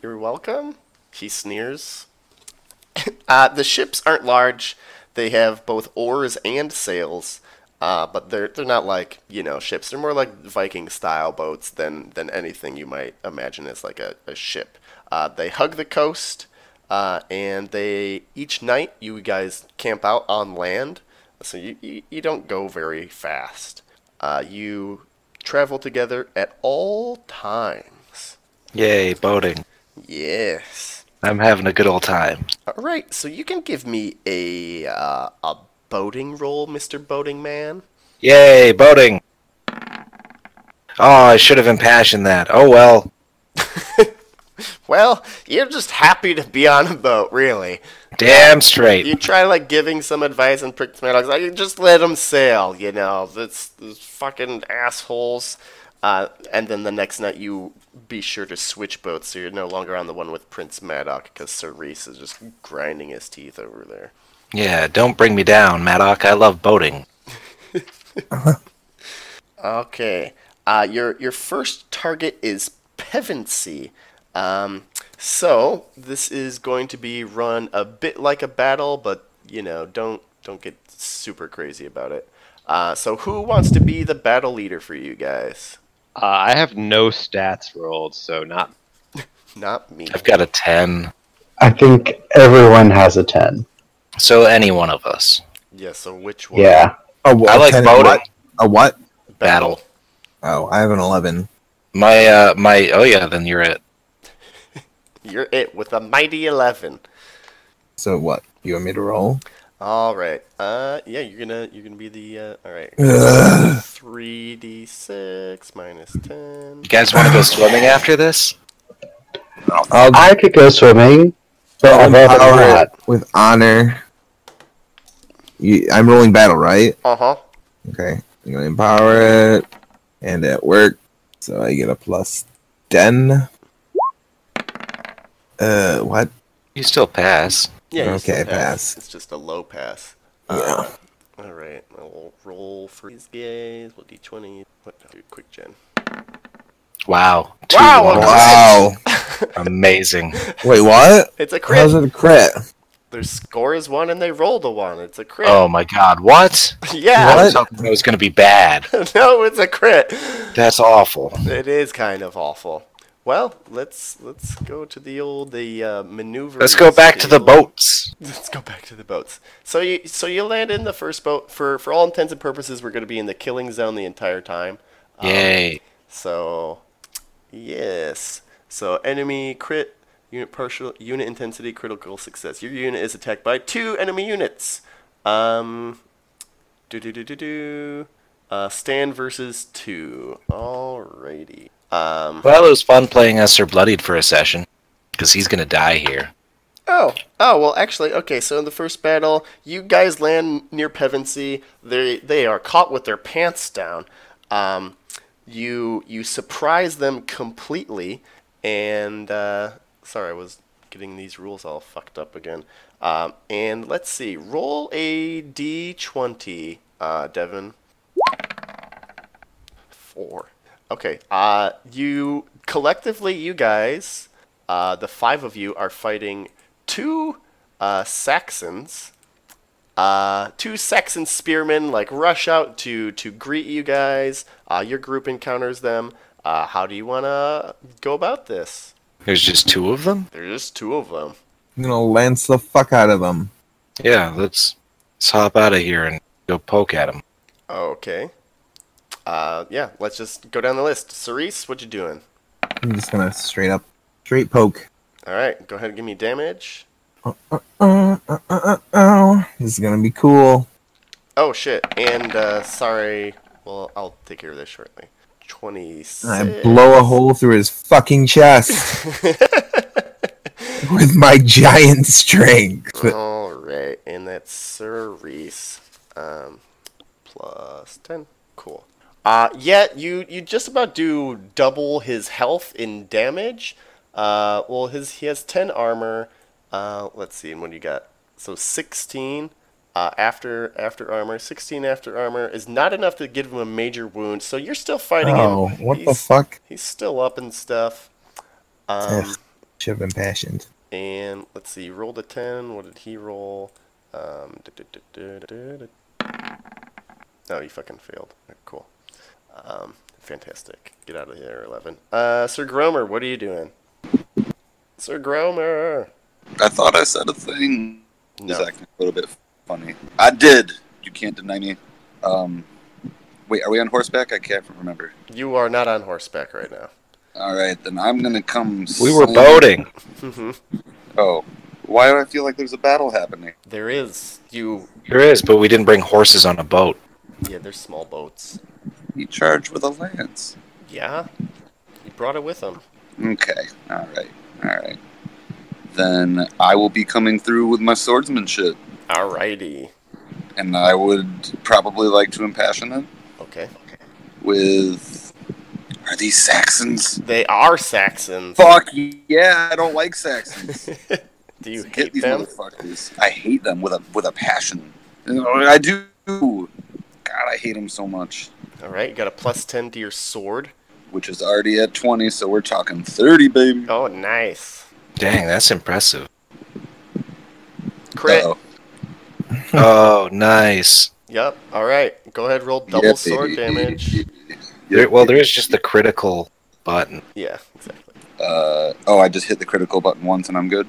You're welcome. He sneers. uh, the ships aren't large. They have both oars and sails. Uh, but they're they're not like you know ships. They're more like Viking style boats than than anything you might imagine as like a, a ship. Uh, they hug the coast, uh, and they each night you guys camp out on land, so you you, you don't go very fast. Uh, you travel together at all times. Yay, boating. Yes. I'm having a good old time. All right, so you can give me a uh, a boating roll, Mister Boating Man. Yay, boating. Oh, I should have impassioned that. Oh well. Well, you're just happy to be on a boat, really. Damn straight. You try like giving some advice and prick tomatoes, like just let them sail, you know. That's those fucking assholes. Uh, and then the next night, you be sure to switch boats, so you're no longer on the one with Prince Madoc, because Sir Reese is just grinding his teeth over there. Yeah, don't bring me down, Madoc. I love boating. Okay. Uh, your your first target is Pevensey. Um, so this is going to be run a bit like a battle, but you know, don't don't get super crazy about it. Uh, so who wants to be the battle leader for you guys? Uh, I have no stats rolled, so not. Not me. I've got a 10. I think everyone has a 10. So any one of us. Yeah. So which one? Yeah. A what? I like Ten- boating. what? A what? Battle. Oh, I have an eleven. My uh my oh yeah, then you're it. You're it with a mighty eleven. So what? You want me to roll? All right. Uh, yeah. You're gonna you're gonna be the uh, all right. Ugh. Three d six minus ten. You guys want to go swimming after this? I'll I could go swimming, but I'll I'd rather empower it not. with honor. You, I'm rolling battle, right? Uh huh. Okay. I'm gonna empower it, and it worked. So I get a plus ten. Uh, what? You still pass. Yeah. you still Okay, pass. It's just a low pass. Uh, Yeah. All right, I'll roll for these guys. What d20? What? do quick gen. Wow. Two Wow, ones. Wow. Amazing. Wait, what? It's a How's it crit. a crit? Their score is one, and they rolled a one. It's a crit. Oh my god. What? I yeah. was hoping that was going to be bad. no, it's a crit. That's awful. It is kind of awful. Well, let's let's go to the old the uh, maneuver. Let's go back to the skill. boats. Let's go back to the boats. So you so you land in the first boat. For for all intents and purposes, we're going to be in the killing zone the entire time. Um, Yay. So, yes. So enemy crit unit partial unit intensity critical success. Your unit is attacked by two enemy units. Um, do do do do do. Uh, stand versus two. Alrighty. Um. Well, it was fun playing us or bloodied for a session cuz he's going to die here. Oh, oh well, actually, okay. So in the first battle, you guys land near Pevensey. They they are caught with their pants down. Um, you you surprise them completely, and uh, sorry, I was getting these rules all fucked up again. Um, and let's see, roll a d20, uh, Devin. Four. Okay. Uh, you collectively, you guys, uh, the five of you are fighting two uh, Saxons. Uh, two Saxon spearmen like rush out to to greet you guys. Uh, your group encounters them. Uh, how do you wanna go about this? There's just two of them? There's just two of them. I'm gonna lance the fuck out of them. Yeah, let's let's hop out of here and go poke at him. Okay. Uh, yeah, let's just go down the list. Cerise, what you doing? I'm just gonna straight up, straight poke. All right, go ahead and give me damage. Uh, uh, uh, uh, oh, this is gonna be cool. Oh shit! And uh, sorry. Well, I'll take care of this shortly. Twenty-six. And I blow a hole through his fucking chest with my giant strength. All right, and that's Sir Reese, um, plus ten. Cool. Uh, yeah, you you just about do double his health in damage. Uh, well, his he has ten armor. Uh, let's see, and what do you got? So sixteen. Uh, after after armor, sixteen after armor is not enough to give him a major wound. So you're still fighting Oh, him. what the He's- fuck? He's still up and stuff. Um, Ugh. Should have impassioned. and let's see, rolled a 10. What did he roll? Um, duh, duh, duh, duh, duh, duh, duh. No, you fucking failed. Alright, Cool. Um, fantastic. Get out of here, 11. Uh, Sir Gromer, what are you doing? Sir Gromer! I thought I said a thing. He's No. acting a little bit funny. I did. You can't deny me. Um, wait, are we on horseback? I can't remember. You are not on horseback right now. All right, then I'm gonna come. We were slam- boating. hmm Oh, why do I feel like there's a battle happening? There is. You. There is, but we didn't bring horses on a boat. Yeah, there's small boats. He charged with a lance. Yeah? You brought it with him. Okay. All right. All right. Then I will be coming through with my swordsmanship, Alrighty. and I would probably like to impassion it Okay. with. Are these Saxons? They are Saxons. Fuck yeah! I don't like Saxons. Do you Get hate these them? motherfuckers. I hate them with a with a passion. You know, I do. God, I hate them so much. Alright, you got a plus 10 to your sword. Which is already at twenty, so we're talking thirty, baby. Oh, nice. Dang, that's impressive. Crit. Uh-oh. Oh, nice. Yep. Alright. Go ahead, roll double Yeah, sword baby. damage. There, well, there is just the critical button. Yeah, exactly. Uh, oh, I just hit the critical button once and I'm good.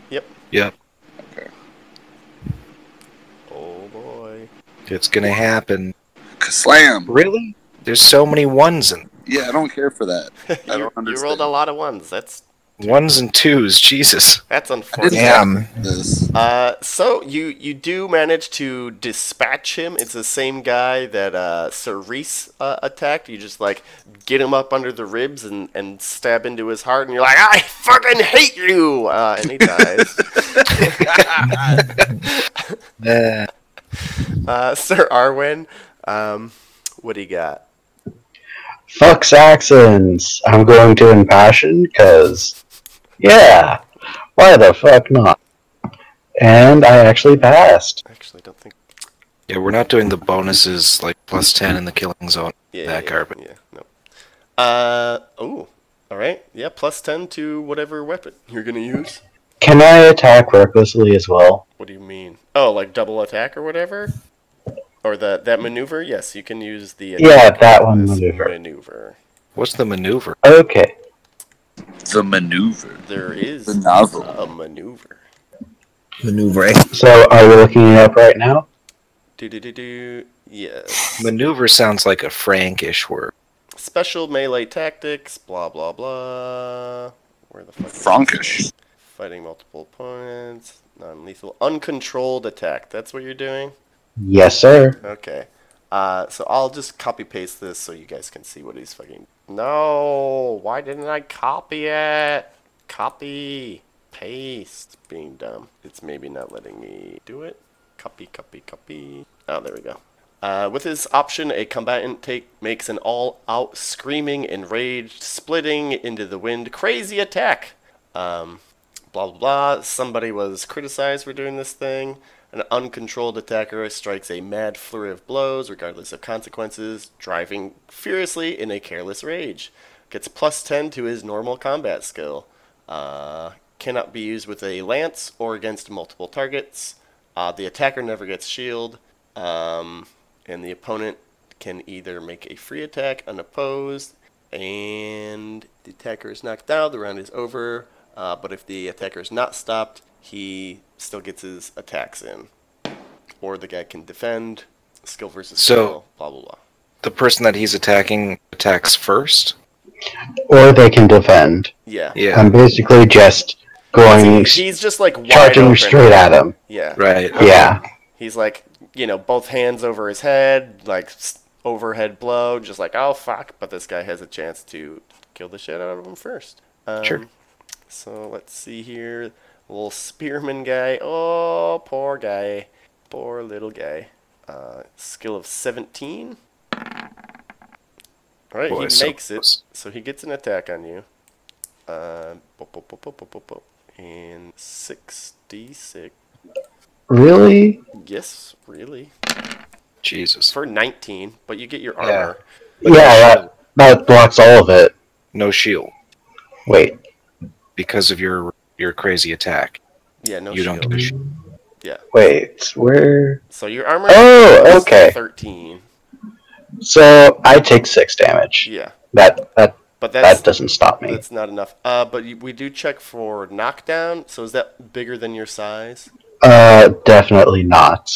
Oh boy. It's gonna happen. Slam. Really? There's so many ones and Yeah, I don't care for that. don't you, you rolled understand. a lot of ones. That's ones and twos. Jesus. that's unfortunate. Damn. This. Uh, so you you do manage to dispatch him. It's the same guy that uh, Sir Reese uh, attacked. You just like get him up under the ribs and, and stab into his heart, and you're like, I fucking hate you, uh, and he dies. Uh, uh, Sir Arwen, um, what do you got? Fuck Saxons! I'm going to impassion because, yeah, why the fuck not? And I actually passed. Actually, I don't think. yeah, we're not doing the bonuses like plus ten in the killing zone. Yeah, That yeah, carpet. Yeah, no. Uh, oh, all right. Yeah, plus ten to whatever weapon you're gonna use. Can I attack recklessly as well? What do you mean? Oh, like double attack or whatever? Or the that maneuver? Yes, you can use the Yeah, attack that one as maneuver. maneuver. What's the maneuver? Okay. The maneuver. There is The novel. a maneuver. Maneuvering. So are we looking it up right now? Do do do do. Yes. Maneuver sounds like a Frankish word. Special melee tactics. Blah blah blah. Where the fuck? is this Frankish. thing? Fighting multiple opponents. Non-lethal, uncontrolled attack. That's what you're doing. Yes, sir. Okay. Uh, so I'll just copy paste this so you guys can see what he's fucking. No, why didn't I copy it? Copy, paste. Being dumb. It's maybe not letting me do it. Copy, copy, copy. Oh, there we go. Uh, with his option, a combatant take makes an all-out screaming, enraged, splitting into the wind, crazy attack. Um, blah blah blah. Somebody was criticized for doing this thing. An uncontrolled attacker strikes a mad flurry of blows, regardless of consequences, driving furiously in a careless rage. Gets plus 10 to his normal combat skill. Uh, cannot be used with a lance or against multiple targets. Uh, the attacker never gets shield. Um, and the opponent can either make a free attack unopposed, and the attacker is knocked out. The round is over. Uh, but if the attacker is not stopped, he still gets his attacks in. Or the guy can defend. Skill versus So- skill. Blah blah blah. The person that he's attacking attacks first. Or they can defend. Yeah. Yeah. I'm basically just going, He's, he's just like wide charging open. straight at him. Yeah. Right. Yeah. He's like, you know, both hands over his head, like s- overhead blow, just like, oh fuck. But this guy has a chance to kill the shit out of him first. Um, Sure. So let's see here. Little spearman guy. Oh, poor guy. Poor little guy. Uh, skill of 17. All right, Boy, he so makes it. close. So he gets an attack on you. Uh, bo- bo- bo- bo- bo- bo- bo- and 66. Really? Yes, really. Jesus. For 19, but you get your Yeah. armor. yeah, that, that blocks all of it. No shield Wait. because of your your crazy attack. Yeah, no you shield. don't get a shield. Wait. Where? So your armor Oh, is okay. 13. So I take six damage. Yeah, That that but that's that doesn't stop me. that's not enough. Uh, but you, we do check for knockdown. So is that bigger than your size? Uh, definitely not.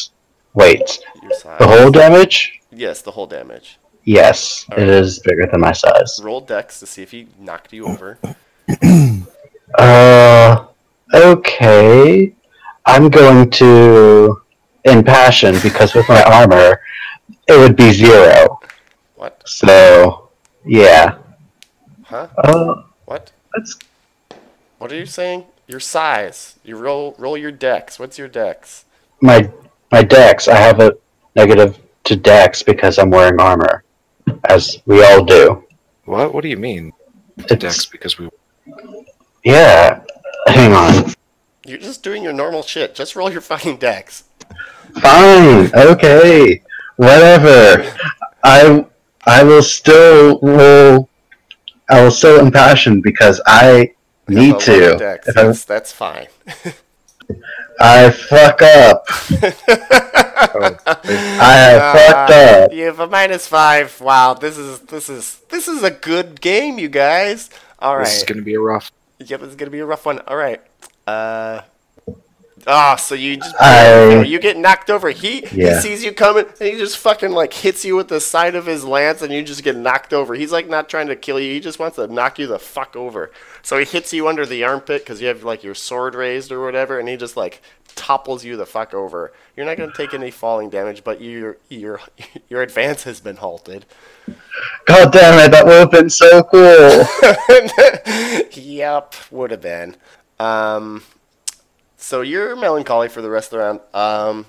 Wait, Your size. the whole damage? Yes, the whole damage. Yes, Alright. it is bigger than my size. Roll dex to see if he knocked you over. Uh, okay. I'm going to impassion because with my armor, it would be zero. What? So yeah. Huh? Uh, What? that's What are you saying? Your size. You roll roll your dex. What's your dex? my my dex. I have a negative to dex because I'm wearing armor, as we all do. What? What do you mean? It's- Dex, because we. Yeah. Hang on. You're just doing your normal shit. Just roll your fucking dex. Fine. Okay. Whatever. I I will still roll. I will still impassion because I Yeah, need but roll your to. Dex. If I, That's, that's fine. I fuck up. I have Ah, fucked up. You have a minus five. Wow, this is this is this is a good game, you guys. All right. This is gonna be a rough. Yep, it's gonna be a rough one. All right. Uh. Ah, so you just I- you get knocked over. He he Yeah. sees you coming, and he just fucking like hits you with the side of his lance, and you just get knocked over. He's like not trying to kill you; he just wants to knock you the fuck over. So he hits you under the armpit because you have like your sword raised or whatever, and he just like topples you the fuck over. You're not gonna take any falling damage, but your your your advance has been halted. God damn it! That would have been so cool. yep, would have been. Um, so you're melancholy for the rest of the round. Um,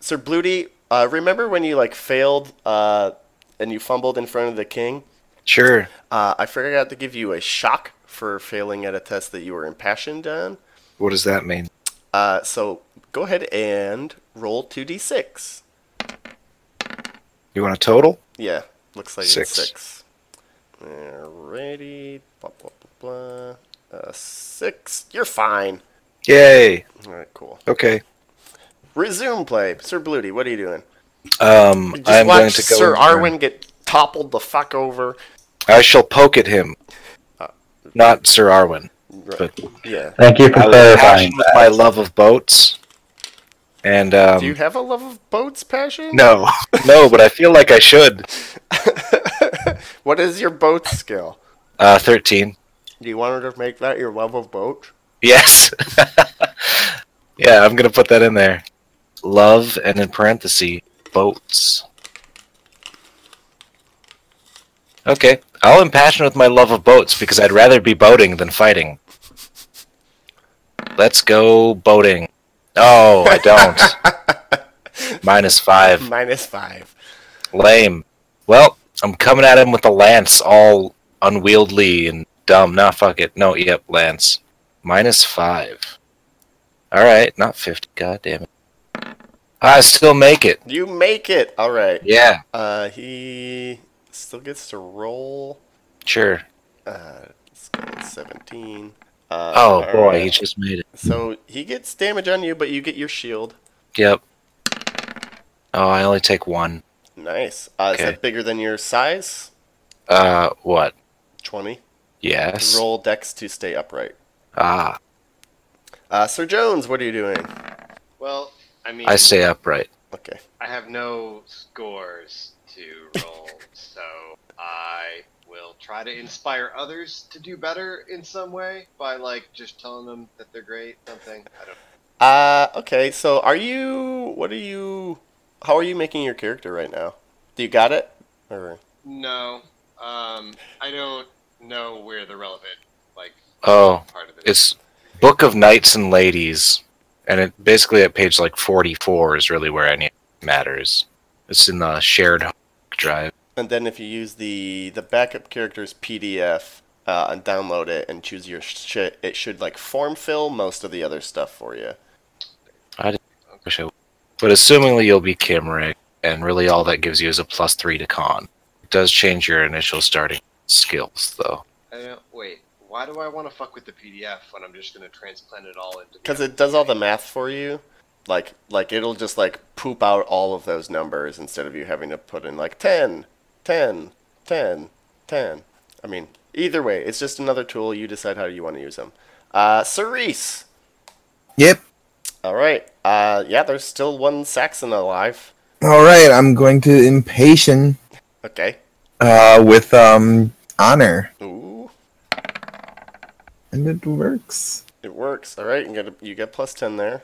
Sir Bluty, uh, remember when you like failed uh, and you fumbled in front of the king? Sure. Uh, I forgot to give you a shock for failing at a test that you were impassioned on. What does that mean? Uh, so go ahead and roll 2d6. You want a total? Yeah, looks like Six. it's six. Alrighty, blah blah blah blah. Uh, six. You're fine. Yay. All right, cool. Okay. Resume play, Sir Bluty. What are you doing? Um, You just I'm watched going to go. Sir in- Arwen get toppled the fuck over. I shall poke at him. Not Sir Arwen. Right, But- yeah. Thank you for I will passion clarifying. with my love of boats. And um, Do you have a love of boats passion? no, no, but I feel like I should. What is your boat skill? Uh, Thirteen. Do you want her to make that your love of boat? Yes. yeah, I'm gonna put that in there. Love and in parentheses boats. Okay, I'll impassion with my love of boats because I'd rather be boating than fighting. Let's go boating. Oh, I don't. Minus five. Minus five. Lame. Well, I'm coming at him with a lance, all unwieldy and dumb. Nah, fuck it. No, yep, lance. Minus five. All right, not fifty. God damn it. I still make it. You make it. All right. Yeah, Uh, he still gets to roll. sure. Uh, let's go with seventeen. Uh, Oh all boy, right. he just made it. So he gets damage on you, but you get your shield. Yep. Oh, I only take one. Nice. Uh, Is Okay. that bigger than your size? Uh, what? Twenty. Yes. Roll dex to stay upright. Ah, Uh, Sir Jones, what are you doing? Well, I mean, I stay upright. Okay. I have no scores to roll, so I will try to inspire others to do better in some way by like just telling them that they're great, something. I don't. Uh, okay. So, are you? What are you? How are you making your character right now? Do you got it? Or No, um, I don't know where the relevant like Oh, part of it. is. it's Book of Knights and Ladies, and it basically at page like forty-four is really where any of it matters. It's in the shared drive. and then if you use the the backup character's PDF uh, and download it and choose your shit, it should like form fill most of the other stuff for you. Wish I- But assumingly you'll be Kimrick, and really all that gives you is a plus three to con. It does change your initial starting skills, though. I don't, wait, why do I want to fuck with the PDF when I'm just gonna transplant it all into? Because it does all the math for you. Like like it'll just like poop out all of those numbers instead of you having to put in like 10, 10, 10, 10. I mean, either way, it's just another tool. You decide how you want to use them. Uh, Cerise. Yep. All right. Uh, yeah, there's still one Saxon alive. All right, I'm going to impatient Okay. uh, with um honor, Ooh, and it works. it works. All right, you get a, you get plus ten there.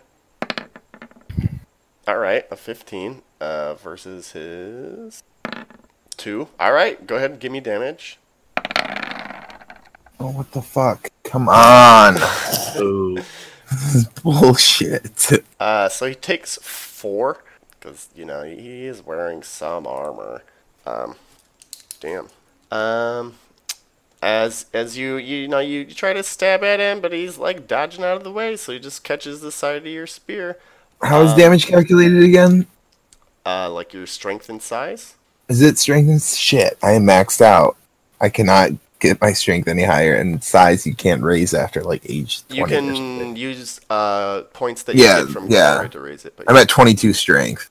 All right, a fifteen uh, versus his two. All right, go ahead and give me damage. Oh, what the fuck? Come on, this is bullshit. Uh, so he takes four because you know he is wearing some armor. Um, damn. Um, as as you you know you try to stab at him, but he's like dodging out of the way, so he just catches the side of your spear. How is damage calculated again? Uh, like your strength and size. Is it strength and shit? I am maxed out. I cannot get my strength any higher, and size you can't raise after like age twenty. You or something. can use uh points that Yeah, you get from yeah. Kyra to raise it, but I'm at twenty-two strength.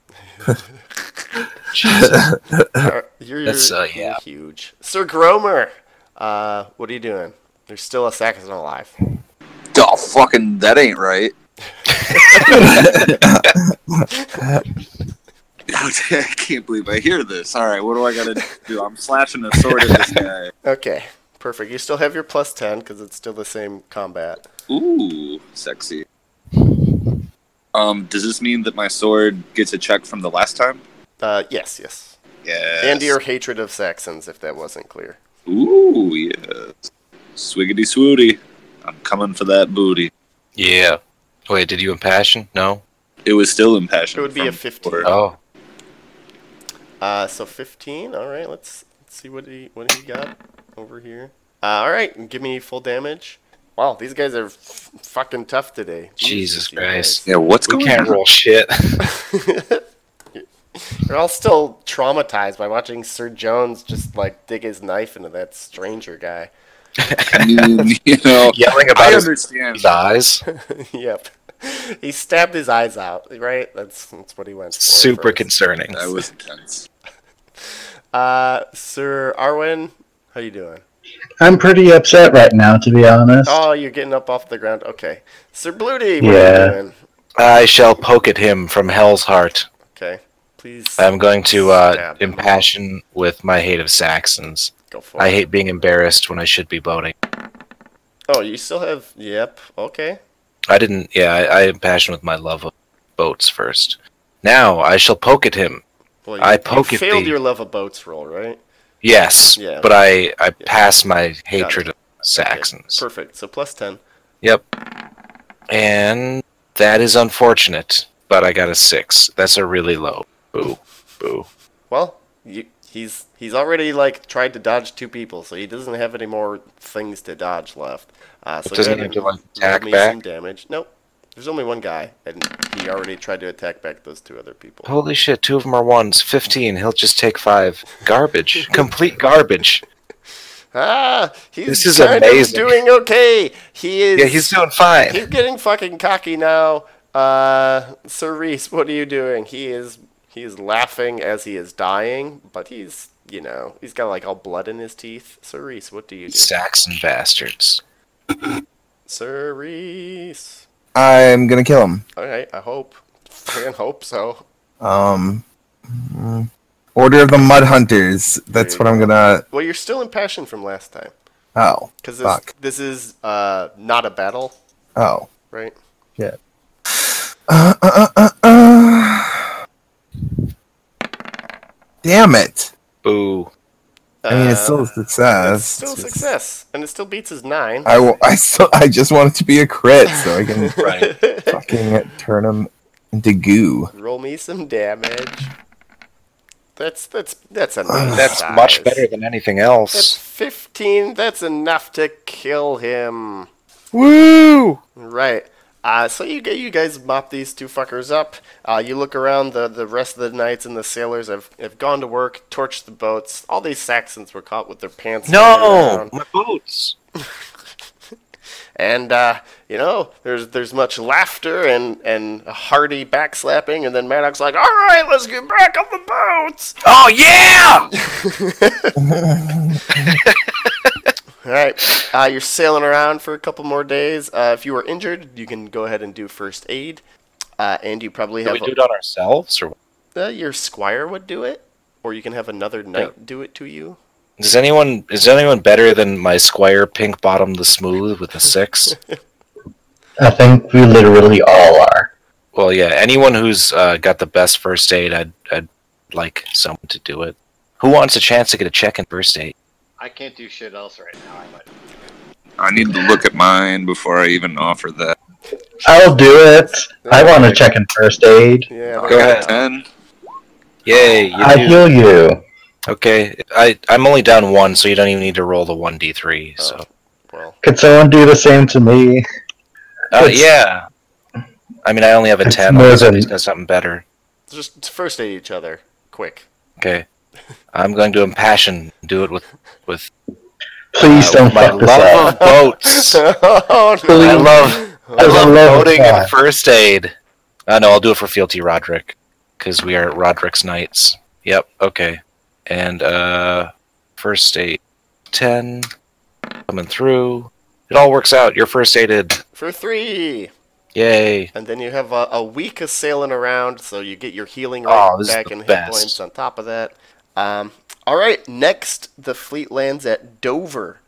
you're, you're, That's, uh, you're yeah. huge. Sir Gromer, uh, what are you doing? There's still a Saxon alive. Oh, fucking, that ain't right. I can't believe I hear this. All right, what do I gotta do? I'm slashing a sword at this guy. Okay, perfect. You still have your plus ten because it's still the same combat. Ooh, sexy. Um, does this mean that my sword gets a check from the last time? Uh, yes, yes. Yeah. And your hatred of Saxons, if that wasn't clear. Ooh, yes. Swiggity swooty. I'm coming for that booty. Yeah. Wait, did you impassion? No. It was still impassioned. It would be from a 15. before. Oh. Uh, so fifteen. All right, let's, let's see what he what he got over here. Uh, all right, give me full damage. Wow, these guys are f- fucking tough today. Jesus you Christ. Yeah, what's We going can't on? roll shit. They're all still traumatized by watching Sir Jones just like dig his knife into that stranger guy. I mean, you know, Yelling I about his, understand. his eyes. yep. He stabbed his eyes out, right? That's that's what he went for. Super first. concerning. That was intense. uh, Sir Arwen, how you doing? I'm pretty upset right now, to be honest. Oh, you're getting up off the ground. Okay. Sir Bluty, what Yeah. are you doing? I shall poke at him from hell's heart. Okay. Please I'm going to uh, Stab. impassion with my hate of Saxons. go for it. I hate being embarrassed when I should be boating. Oh, you still have. Yep. Okay. I didn't. Yeah, I, I impassion with my love of boats first. Now I shall poke at him. Well, you, I poke you at failed thee. your love of boats roll, right? Yes, Yeah. but I I pass my hatred of Saxons. Perfect. So plus 10. Yep. And that is unfortunate, but I got a six. That's a really low. Boo. Boo. Well, you, he's he's already like tried to dodge two people, so he doesn't have any more things to dodge left. Uh, so Doesn't go ahead he and have to, like, roll attack me back? some damage. Nope. There's only one guy, and he already tried to attack back those two other people. Holy shit, two of them are ones. 15. He'll just take five. Garbage. Complete garbage. Ah, he's This is kind amazing. of doing okay. He is. Yeah, he's doing fine. he's getting fucking cocky now. Uh, Cerise, what are you doing? He is he is laughing as he is dying, but he's you know he's got like all blood in his teeth. Cerise, what do you do? Saxon bastards. Cerise. I'm gonna kill him. All right, I hope. Fucking hope so. Um, mm, Order of the Mud Hunters. That's what I'm gonna. Well, you're still impassioned from last time Oh, because this, Fuck. this is uh not a battle, oh. right? Uh, uh, uh, uh, uh. Damn it! Boo. I mean, it's still a Uh, success. it's still It's just- success, and it still beats his nine. I, wa- I, still, I just want it to be a crit so I can fucking turn him into goo. Roll me some damage. That's that's that's a nice That's size. much better than anything else. That's fifteen. That's enough to kill him. Woo! Right. Uh, so you get you guys mop these two fuckers up. Uh, you look around. the The rest of the knights and the sailors have, have gone to work, torched the boats. All these Saxons were caught with their pants. hanging No! around. My boots! And uh, you know, there's there's much laughter and and hearty backslapping, and then Maddox's like, "All right, let's get back on the boats." Oh yeah! All right, uh, you're sailing around for a couple more days. Uh, if you were injured, you can go ahead and do first aid, uh, and you probably Do have we do it on ourselves, or uh, your squire would do it, or you can have another knight do it to you. does anyone is anyone better than my squire Pink Bottom the Smooth with a six? I think we literally all are. well, yeah. Anyone who's uh, got the best first aid, I'd I'd like someone to do it. Who wants a chance to get a check in first aid? I can't do shit else right now. I might. I need to look at mine before I even offer that. I'll do it. I want to check in first aid. Yeah, Go I got ahead. a ten. Yay! You I do. heal you. Okay, I I'm only down one, so you don't even need to roll the one d three. So well, Could someone do the same to me? uh, It's- yeah, I mean I only have a It's ten. more unless than- somebody's got something better. just first aid each other, quick. Okay, I'm going to impassion. Do it with with Please uh, don't my fuck this love up. of boats. oh, I Please. love I I love love boating that. and first aid. Uh, no, I'll do it for fealty Roderick because we are Roderick's knights. Yep. Okay, and uh, first aid ten coming through. It all works out. You're first aided. for three, Yay. and then you have a, a week of sailing around, so you get your healing rate Oh, this is back the and hit best. points on top of that. Um, all right, next the fleet lands at Dover.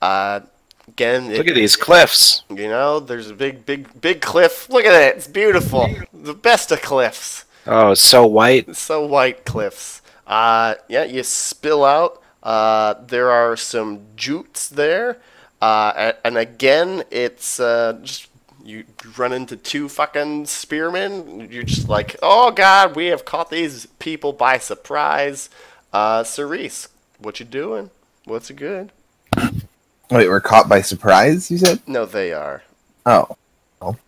Uh, again, it- Look at these cliffs. You know, there's a big, big, big cliff. Look at it. It's beautiful. The best of cliffs. Oh, it's so white. So white cliffs. Uh, yeah, you spill out. Uh, there are some jutes there. Uh, a- and again, it's uh, just you run into two fucking spearmen. You're just like, oh god, we have caught these people by surprise. Uh, Cerise, what you doing? What's it good? Wait, we're caught by surprise, you said? No, they are. Oh. Well,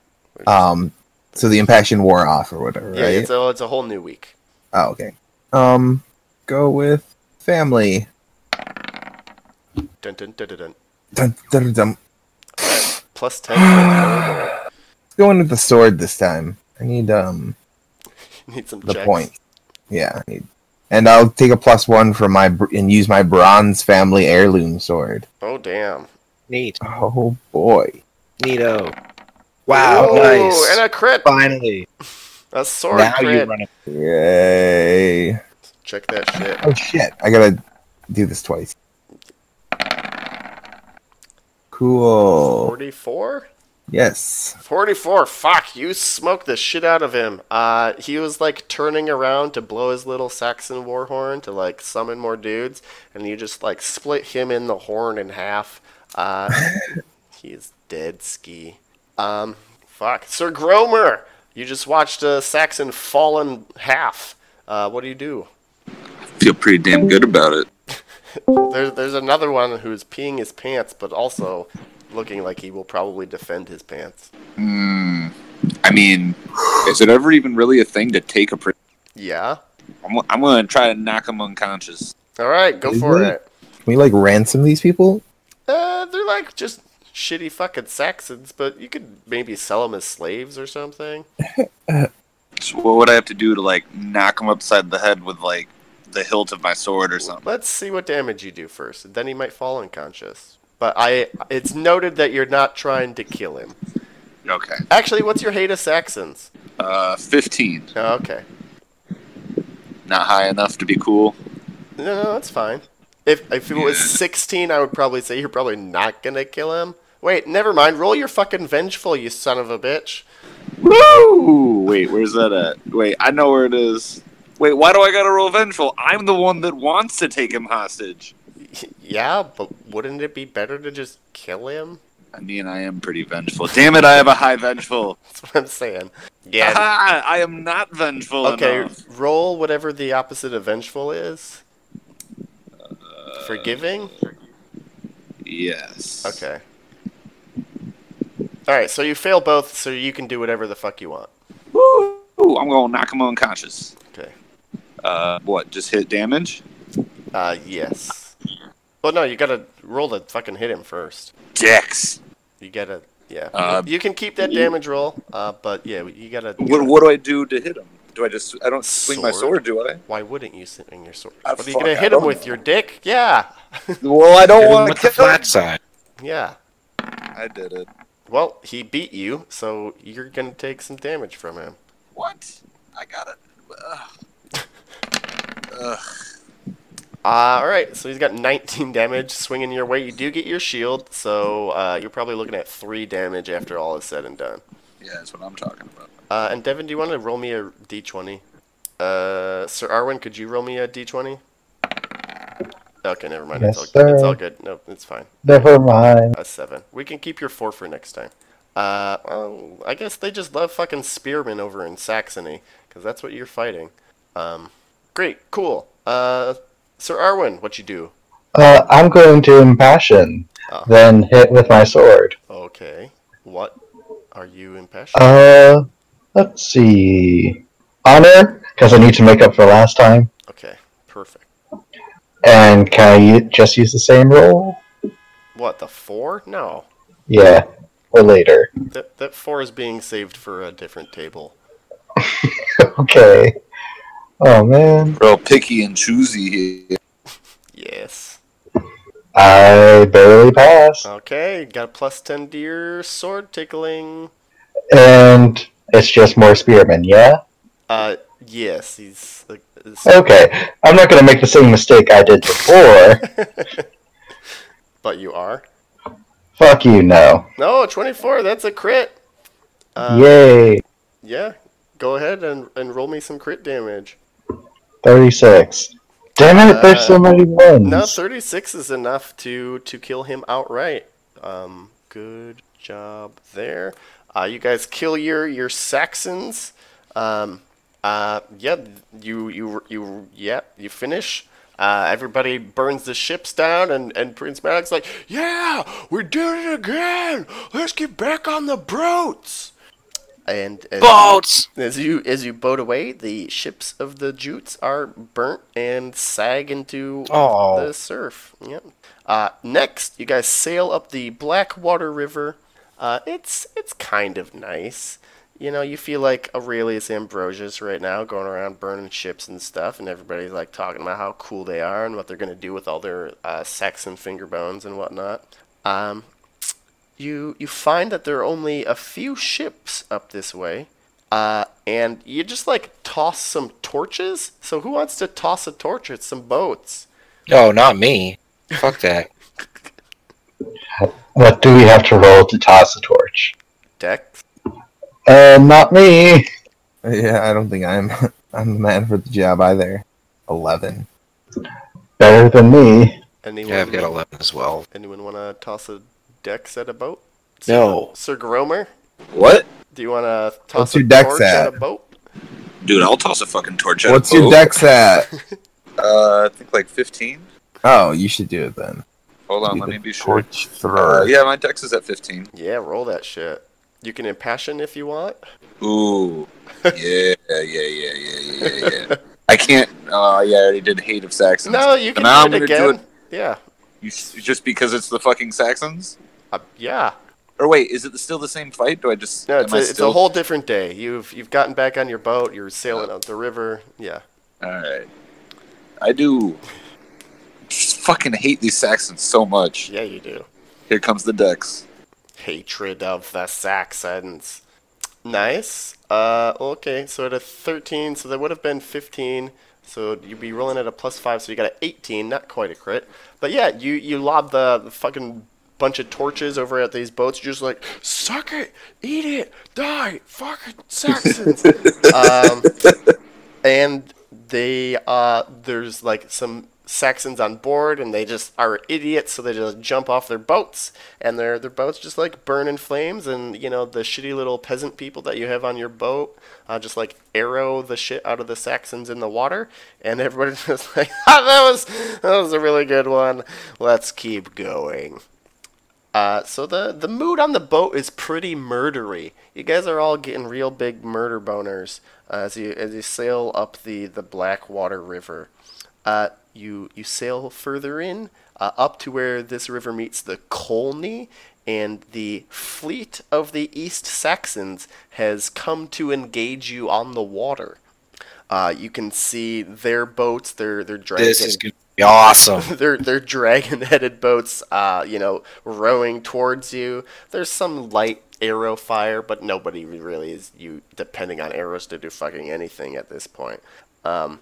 Um so the impaction wore off or whatever, Yeah, right? it's a, it's a whole new week. Oh, okay. Um go with family. Dun, dun, dun, dun, dun. Dun, dun, dun, dun. Plus 10 for the corridor. Going with the sword this time. I need um Need some the checks. point. Yeah, I need. And I'll take a plus one for my br- and use my bronze family heirloom sword. Oh, damn. Neat. Oh boy! Neato. Wow, Ooh, nice. And a crit. Finally. A sword Now you crit. run a Yay! Check that shit. Oh shit! I gotta do this twice. Oh. Cool. 44? Yes. 44. Fuck, you smoked the shit out of him. Uh, he was like turning around to blow his little Saxon war horn to like summon more dudes, and you just like split him in the horn in half. Uh, he is dead ski. Um, fuck, Sir Gromer. You just watched a Saxon fall in half. Uh, what do you do? Feel pretty damn good about it. There's there's another one who's peeing his pants, but also looking like he will probably defend his pants. Hmm. I mean, is it ever even really a thing to take a? Pre- Yeah. I'm, I'm gonna try to knock him unconscious. All right, go Is for it? it. Can we like ransom these people? Uh, they're like just shitty fucking Saxons, but you could maybe sell them as slaves or something. So what would I have to do to like knock him upside the head with like the hilt of my sword or something? Let's see what damage you do first, and then he might fall unconscious. But I, it's noted that you're not trying to kill him. Okay. Actually, what's your hate of Saxons? Uh, fifteen. Oh, okay. Not high enough to be cool. No, no, that's fine. If if it was Yeah. 16, I would probably say you're probably not gonna kill him. Wait, never mind. Roll your fucking vengeful, you son of a bitch. Woo! Wait, where's that at? Wait, I know where it is. Wait, why do I gotta roll vengeful? I'm the one that wants to take him hostage. Yeah, but wouldn't it be better to just kill him? I mean, I am pretty vengeful. Damn it, I have a high vengeful. That's what I'm saying. Yeah. Aha, I am not vengeful okay, enough. roll whatever the opposite of vengeful is. Forgiving? Uh, Yes. Okay. Alright, so you fail both, so you can do whatever the fuck you want. Woo! I'm gonna knock him unconscious. Okay. Uh, what? Just hit damage? Uh, yes. Well, no, you gotta roll to fucking hit him first. Dex. You gotta, yeah. Uh, you can keep that you- damage roll, uh, but yeah, you gotta. What, what do I do to hit him? Do I just? I don't swing my Sword. sword, do I? Why wouldn't you sit in your sword? Ah, what are you fuck, gonna I hit him don't with? know. Your dick? Yeah, Well, Oh, I don't Hit him want with to the kill him. flat side. yeah. I did it. Well, he beat you, so you're gonna take some damage from him. What? I got it. Ugh. Ugh. Uh, all right, so he's got 19 damage swinging your way. You do get your shield, so uh, you're probably looking at three damage after all is said and done. Yeah, that's what I'm talking about. Uh, and Devin, do you want to roll me a d20? Uh, Sir Arwen, could you roll me a d20? Okay, never mind. Yes, it's, all, it's sir. all good. No, it's fine. Never mind. A seven. We can keep your four for next time. Uh, well, I guess they just love fucking spearmen over in Saxony, because that's what you're fighting. Um, great, cool. Uh, Sir Arwen, what you do? Uh, I'm going to impassion, Oh. Ah. then hit with my sword. Okay. What are you impassioned? Uh, let's see. Honor, because I need to make up for last time. okay, perfect. And can I u- just use the same roll? What, the four? No. Yeah, or later. That, that four is being saved for a different table. Okay. Oh man, Real picky and choosy here. Yes. I barely passed, Oh. Okay, got a plus 10 to your sword tickling. and it's just more spearmen. Yeah. Uh, yes, he's. Uh, s- Okay, I'm not gonna make the same mistake I did before. but you are? Fuck you, no. No, 24, that's a crit! Uh, Yay, Yeah, go ahead and, and roll me some crit damage. thirty-six. Damn it, there's so many ones. uh, No, 36 is enough to to kill him outright. Um, good job there. Uh, you guys kill your your Saxons. Um, uh, yeah, you you you yeah, you finish. Uh, everybody burns the ships down, and, and Prince Maddox's like, "Yeah, we're doing it again. Let's get back on the boats." And, and Boats. as you as you boat away, the ships of the Jutes are burnt and sag into Oh. the surf. Yep. Uh, next, you guys sail up the Blackwater River. Uh, it's it's kind of nice. You know, you feel like Aurelius Ambrosius right now, going around burning ships and stuff, and everybody's like talking about how cool they are and what they're gonna do with all their uh, Saxon finger bones and whatnot. Um, you you find that there are only a few ships up this way, uh, and you just like toss some torches. So who wants to toss a torch at some boats? No, Oh, not me. Fuck that. What do we have to roll to toss the torch? Dex. Uh, not me. Yeah, I don't think I'm I'm the man for the job either. Eleven. Better than me. Anyone? Yeah, I've got eleven as well. Anyone want to toss a dex at a boat? No. Sir Gromer, What? do you want to toss your a dex torch at? at? a boat? Dude, I'll toss a fucking torch at What's a your boat. dex at? Uh, I think like 15. Oh, you should do it then. Hold on, Be let the me be sure. Torch Uh, thrower. yeah, my dex is at 15. Yeah, roll that shit. You can impassion if you want. Ooh. Yeah, yeah, yeah, yeah, yeah, yeah, yeah. I can't. Oh, yeah, I already did Hate of Saxons. No, you can now I'm do it gonna again. do Yeah. You s just because it's the fucking Saxons? Uh, yeah. Or wait, is it still the same fight? Do I just. No, it's a, am I it's a still- whole different day. You've you've gotten back on your boat. You're sailing up the river. Yeah. Alright. I do. Just fucking hate these Saxons so much. Yeah, you do. Here comes the Dex. Hatred of the Saxons. Nice. Uh, okay, so at a 13, so that would have been 15. So you'd be rolling at a plus 5, so you got an 18, not quite a crit. But yeah, you, you lob the, the fucking bunch of torches over at these boats, just like, suck it, eat it, die, fucking Saxons. um, and they uh there's like some Saxons on board and they just are idiots so they just jump off their boats and their their boats just like burn in flames and you know the shitty little peasant people that you have on your boat uh, just like arrow the shit out of the Saxons in the water and everybody just like ah, that was that was a really good one let's keep going uh, so the the mood on the boat is pretty murdery. You guys are all getting real big murder boners uh, as you as you sail up the the Blackwater River. Uh, you you sail further in uh, up to where this river meets the Colney, and the fleet of the East Saxons has come to engage you on the water. Uh, you can see their boats, their their dragon, This is going to be awesome. their their dragon-headed boats, uh, you know, rowing towards you. There's some light arrow fire, but nobody really is you depending on arrows to do fucking anything at this point. Um,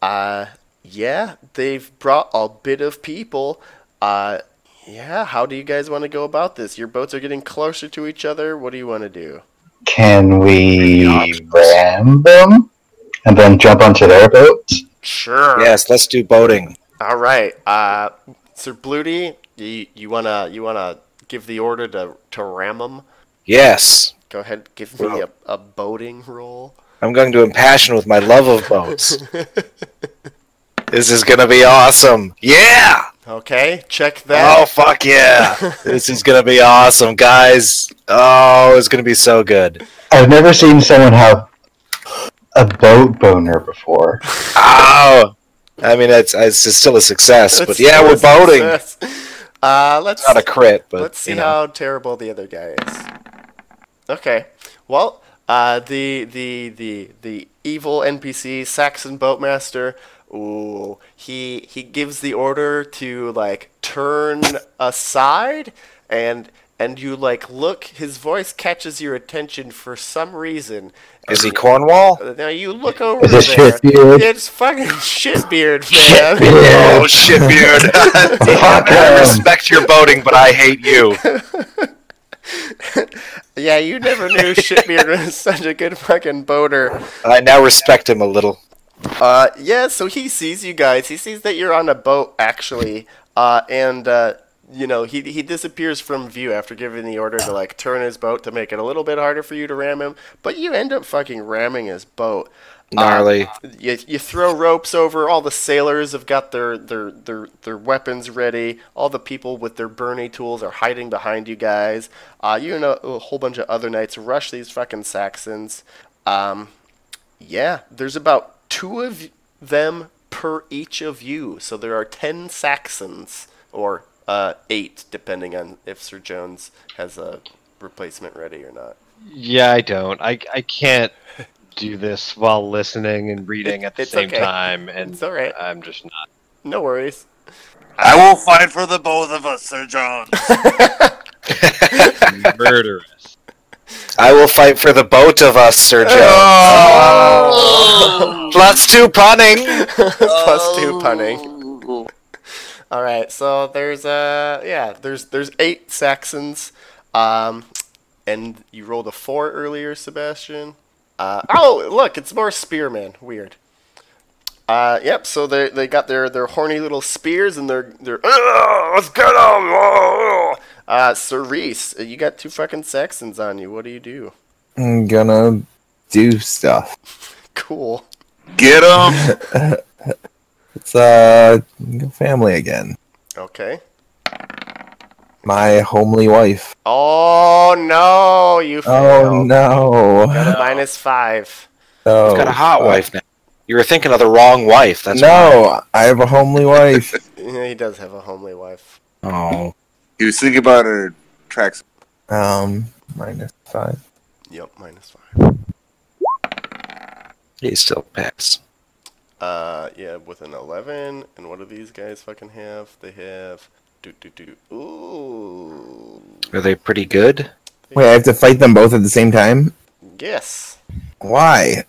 uh, yeah, they've brought a bit of people. Uh, yeah, how do you guys want to go about this? Your boats are getting closer to each other. What do you want to do? Can we ram them and then jump onto their boats? Sure. Yes, let's do boating. All right, uh, Sir Bluty, you, you wanna you wanna give the order to to ram 'em? Yes. Go ahead, give me a, a boating roll. I'm going to impassion with my love of boats. this is going to be awesome. Yeah. Okay, check Oh that. fuck yeah! this is gonna be awesome, guys. Oh, it's gonna be so good. I've never seen someone have a boat boner before. Oh, I mean it's it's just still a success, That's but yeah, still we're a boating. success. Uh, let's It's not a crit, but let's see you know. how terrible the other guy is. Okay, well, uh, the the the the evil NPC Saxon Boatmaster. Ooh, he he gives the order to like turn aside and. And you like look. His voice catches your attention for some reason. is he and- Cornwall? Now you look over Is it there. Shitbeard? It's fucking shitbeard, man. Shitbeard! Oh shitbeard! Fuck I him! respect your boating, but I hate you. Yeah, you never knew shitbeard was such a good fucking boater. I now respect him a little. Uh, yeah, so he sees you guys. He sees that you're on a boat, actually. Uh, and, uh, you know, he, he disappears from view after giving the order to, like, turn his boat to make it a little bit harder for you to ram him. But you end up fucking ramming his boat. Uh, Gnarly. you, you throw ropes over. All the sailors have got their, their, their, their weapons ready. All the people with their burning tools are hiding behind you guys. Uh, you and a, a whole bunch of other knights rush these fucking Saxons. Um, yeah, there's about two of them per each of you. So there are ten Saxons, or uh, eight, depending on if Sir Jones has a replacement ready or not. Yeah, I don't. I I can't do this while listening and reading at the It's same okay. time, and It's all right. I'm just not. No worries. I will fight for the both of us, Sir John. murderous. I will fight for the boat of us, Sir Jones. Plus two punning. Plus two punning. All right, so there's uh yeah, there's there's eight Saxons, um, and you rolled a four earlier, Sebastian. Uh, oh, look, it's more spearmen. Weird. Uh, yep. So they they got their their horny little spears and their their "Ugh, let's get them. Uh, Cerise, you got two fucking Saxons on you. What do you do? I'm gonna do stuff. Cool. Get him! It's uh family again. Okay. My homely wife. Oh no, you Oh failed. no. Got a minus five. No. I've got a hot Uh, wife now. You were thinking of the wrong wife. That's no, I have a homely wife. Yeah, he does have a homely wife. why. Oh, He was thinking about her tracks. Um, minus five. Yep, minus five. he still passed. Uh, yeah, with an eleven. And what do these guys fucking have? They have do do do. Ooh, Are they pretty good? Wait, I have to fight them both at the same time? yes. Why?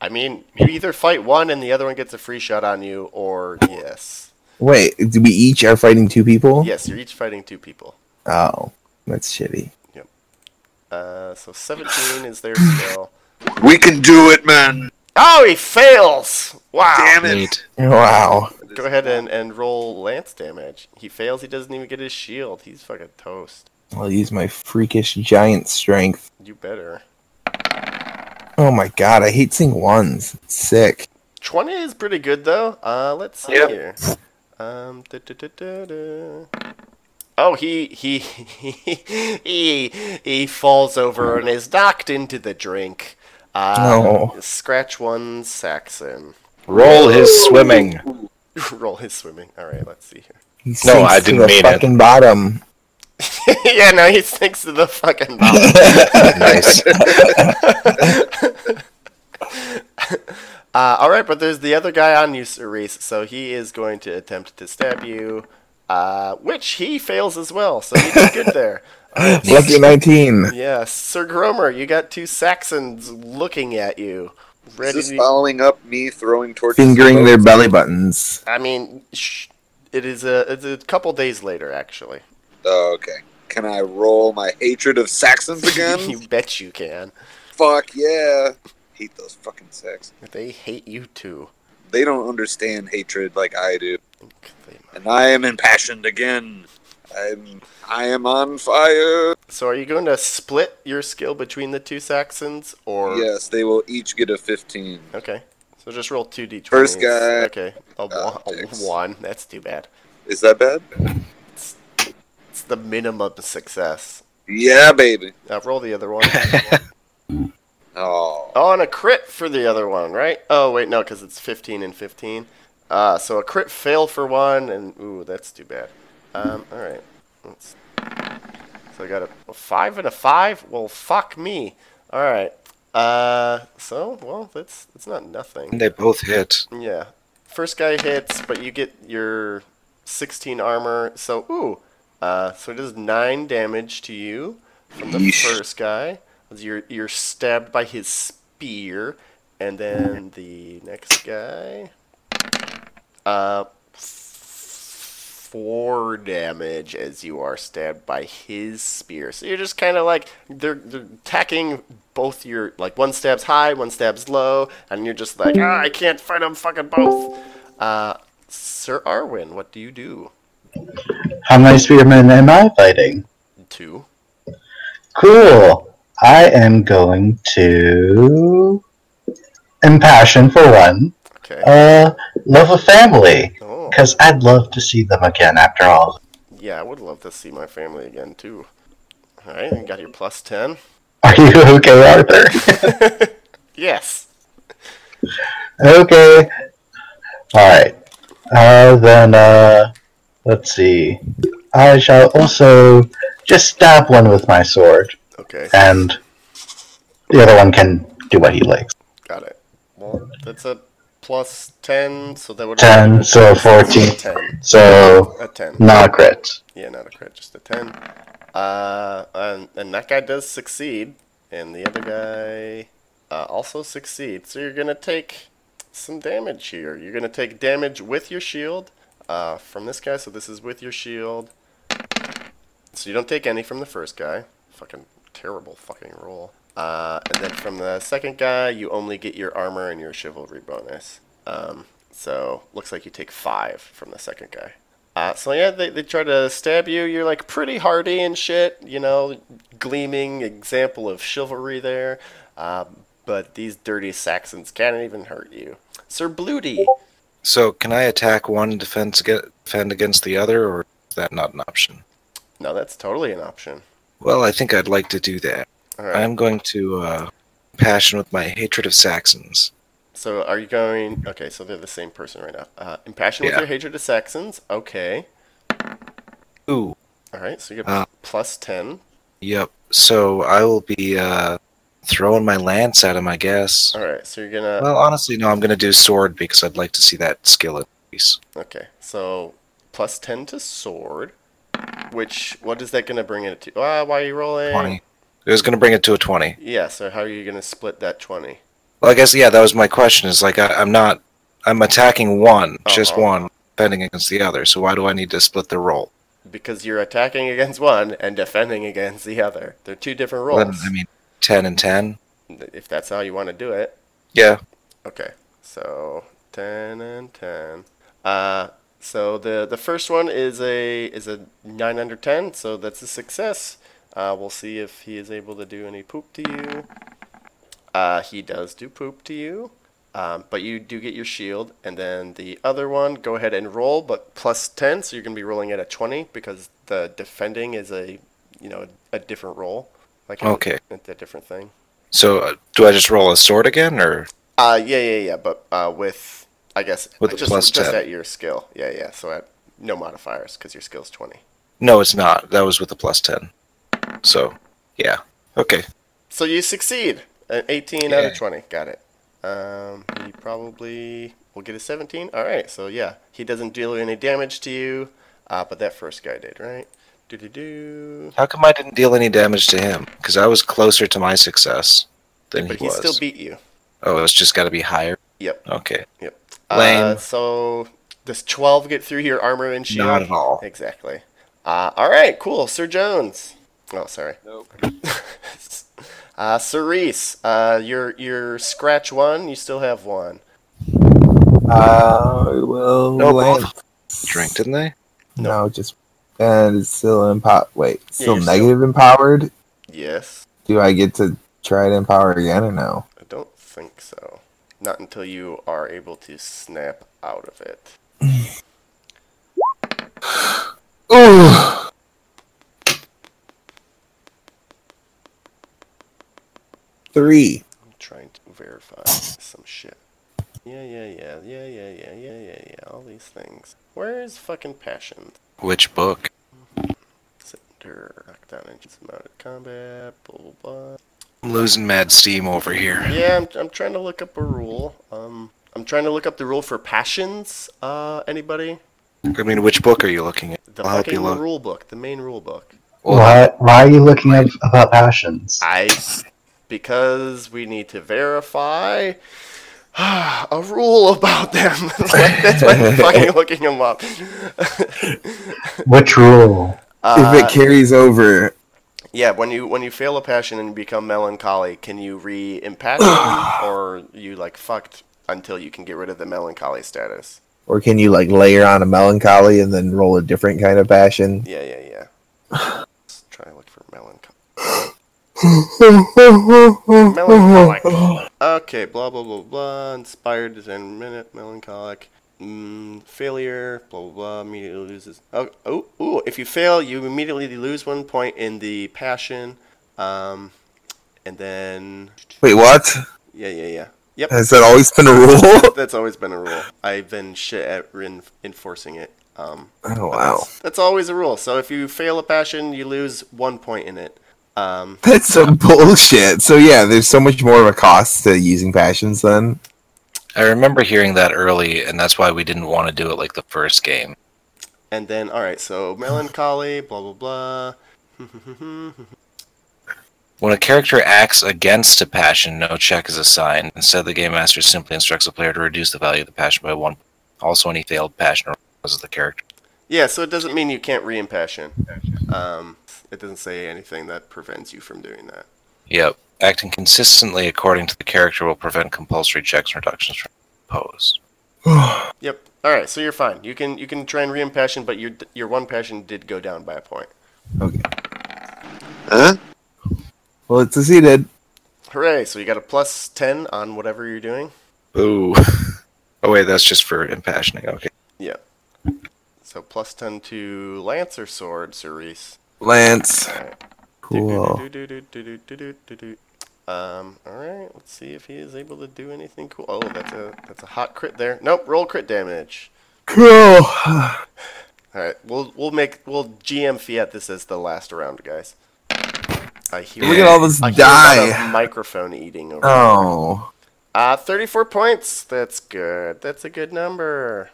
I mean, you either fight one and the other one gets a free shot on you, or yes, Wait, do we each are fighting two people? yes, you're each fighting two people. Oh, that's shitty. Uh, so seventeen is their skill. We can do it, man. Oh, he fails! Wow. Damn it. Neat. Wow. Go ahead and, and roll lance damage. He fails. He doesn't even get his shield. He's fucking toast. I'll use my freakish giant strength. You better. Oh my god, I hate seeing ones. It's sick. 20 is pretty good though. Uh, let's see Yep. here. Um, da, da, da, da, da. Oh, he he he he falls over and is knocked into the drink. Uh, No. Scratch one Saxon. Roll his swimming. Roll his swimming. All right, let's see here. He No, sinks I to didn't the mean it. fucking bottom. yeah, no, he sticks to the fucking bottom. nice. Uh, all right, but there's the other guy on you, Cerise. So he is going to attempt to stab you, uh, which he fails as well. So he did good there. Lucky 19. Yeah, Sir Gromer, you got two Saxons looking at you, Is ready. this To, following up me throwing torches? Fingering their belly buttons. I mean, sh- it is a it's a couple days later, actually. Oh, okay. Can I roll my hatred of Saxons again? you bet you can. Fuck yeah. Hate those fucking Saxons. They hate you too. They don't understand hatred like I do. They- And I am impassioned again. I'm I am on fire. So are you going to split your skill between the two Saxons, or Yes, they will each get a fifteen. okay? So just roll two d20s. First guy, Okay, a, uh, one, a six. one. That's too bad. Is that bad? It's the minimum success. Yeah, baby. Uh, roll the other one. Oh. oh, and a crit for the other one, right? Oh wait, no, because it's 15 and 15. Uh, so a crit fail for one, and ooh, that's too bad. Um, all right. Let's- so I got a, a five and a five. Well, fuck me. All right. Uh, so well, that's that's not nothing. They both hit. Yeah. First guy hits, but you get your 16 armor. So, ooh. Uh, so it does 9 damage to you from the Yeesh. first guy. You're, you're stabbed by his spear. And then the next guy. Uh, f- 4 damage as you are stabbed by his spear. So you're just kind of like, they're, they're attacking both your like one stab's high, one stab's low, and you're just like, ah, I can't fight them fucking both. Uh, Sir Arwin, what do you do? How many spearmen am I fighting? Two. Cool. I am going to impassion for one. Okay. Uh, love a family Oh, because I'd love to see them again after all. yeah, I would love to see my family again too. All right, you got your plus ten. Are you okay, Arthur? Yes. Okay. Alright. Uh, then, uh, let's see. I shall also just stab one with my sword, Okay, and the other one can do what he likes. got it. Well, that's a plus ten, so that would 10, so 14. Ten. So, A ten. not a crit. Yeah, not a crit, just a 10. Uh, and, and that guy does succeed, and the other guy uh, also succeeds. So you're going to take some damage here. You're going to take damage with your shield uh, from this guy, so this is with your shield. So you don't take any from the first guy. Fucking terrible fucking roll. Uh, and then from the second guy, you only get your armor and your chivalry bonus. Um, so looks like you take five from the second guy. Uh, so yeah, they, they try to stab you. You're like pretty hardy and shit, you know, gleaming example of chivalry there. Uh, but these dirty Saxons can't even hurt you. Sir Bluty, So can I attack one defense get, defend against the other, or is that not an option? no, that's totally an option. Well, I think I'd like to do that. All right. I'm going to uh, passion with my hatred of Saxons. So are you going? Okay, so they're the same person right now. Uh, impassioned with Yeah. your hatred of Saxons. Okay. Ooh, All right. So you get Uh. plus ten. yep. So I will be uh, throwing my lance at him, I guess. All right. So you're gonna. Well, honestly, no. I'm going to do sword because I'd like to see that skill increase. Okay, so plus 10 to sword, which, what is that going to bring it to? Ah, why are you rolling? Twenty. It was going to bring it to a twenty. Yeah, so how are you going to split that 20? Well, I guess yeah. That was my question. Is like I, I'm not. I'm attacking one, just Uh-huh. one, defending against the other. So why do I need to split the roll? Because you're attacking against one and defending against the other. They're two different Well, rolls. I mean, ten and ten. if that's how you want to do it. Yeah. Okay, so 10 and 10. Uh, so the the first one is a is a 9 under 10, so that's a success. Uh, we'll see if he is able to do any poop to you. Uh, he does do poop to you, um, but you do get your shield. And then the other one, go ahead and roll, but plus 10, so you're going to be rolling at a 20 because the defending is a, you know, a different roll. Like a- Okay. It's a different thing. So uh, do I just roll a sword again, or Uh, yeah, yeah, yeah, but uh, with I guess With the just, plus just 10. at your skill. Yeah, yeah. So at no modifiers because your skill's twenty. No, it's not. That was with the plus 10. So, yeah. Okay. So you succeed. An 18 out of Yeah. 20. Got it. Um, he probably will get a 17. All right. So yeah, he doesn't deal any damage to you, uh, but that first guy did, right? Do do do. How come I didn't deal any damage to him? Because I was closer to my success than But he he was. still beat you. oh, it's just got to be higher? Yep. Okay. Yep. Uh, Lame. so does 12 get through your armor and shield? Not at all. Exactly. Uh, all right, cool. Sir Jones. Oh, sorry. Nope. uh, Sir Reese, uh, your your scratch one. You still have one. Uh, well, No, land- both drank, didn't they? no, just and it's still empowered. Wait, still you're still- negative empowered. Yes. Do I get to try to empower again or no? I don't think so. Not until you are able to snap out of it. Ooh. Three. I'm trying to verify some shit. Yeah, yeah, yeah, yeah, yeah, yeah, yeah, yeah, yeah. All these things. Where is fucking passion? Which book? Center, knockdown engines, mounted combat, blah blah blah. I'm losing mad steam over here. Yeah, I'm, I'm trying to look up a rule. Um, I'm trying to look up the rule for passions. Uh, anybody? I mean, which book are you looking at? The I'll help fucking you look. rule book, the main rule book. Well, why, why are you looking up about passions? I, because we need to verify a rule about them. That's why I'm fucking looking them up. Which rule? Uh, if it carries over, yeah, when you when you fail a passion and become melancholy, can you re-impassion or you like fucked until you can get rid of the melancholy status? or can you like layer on a melancholy and then roll a different kind of passion? Yeah, yeah, yeah. Let's try to look for melancholy. Melancholic. Okay, blah blah blah blah. Inspired is in minute. Melancholic. Mm, failure. Blah blah blah. Immediately loses. Oh, oh, ooh, if you fail, you immediately lose one point in the passion. Um, and then Wait, what? yeah, yeah, yeah. Yep, Has that always been a rule? that's always been a rule. I've been shit at en- enforcing it. Um, oh but wow, that's, that's always a rule. So if you fail a passion, you lose one point in it. Um, that's some bullshit. So yeah, there's so much more of a cost to using passions then. I remember hearing that early, and that's why we didn't want to do it like the first game. And then, all right, so melancholy, blah blah blah. When a character acts against a passion, no check is assigned. Instead, the game master simply instructs the player to reduce the value of the passion by one. Also, any failed passion of the character. yeah, so it doesn't mean you can't re-impassion. Um, it doesn't say anything that prevents you from doing that. Yep. Acting consistently according to the character will prevent compulsory checks and reductions from imposed. Yep. All right, so you're fine. You can you can try and re-impassion, but your your one passion did go down by a point. Huh? Well, it succeeded. Hooray! So you got a plus ten on whatever you're doing. Ooh. oh wait, that's just for impassioning. Okay. So plus ten to lancer sword, Cerise. Lance. All right. Cool. Do-do-do-do-do-do-do-do-do-do. Um, all right, let's see if he is able to do anything cool. Oh, that's a that's a hot crit there. Nope, roll crit damage. Cool. All right, we'll we'll make we'll GM Fiat this as the last round, guys. I hear Look at all this I hear a lot die. of microphone eating over. here. Oh. Uh, 34 points. That's good. That's a good number.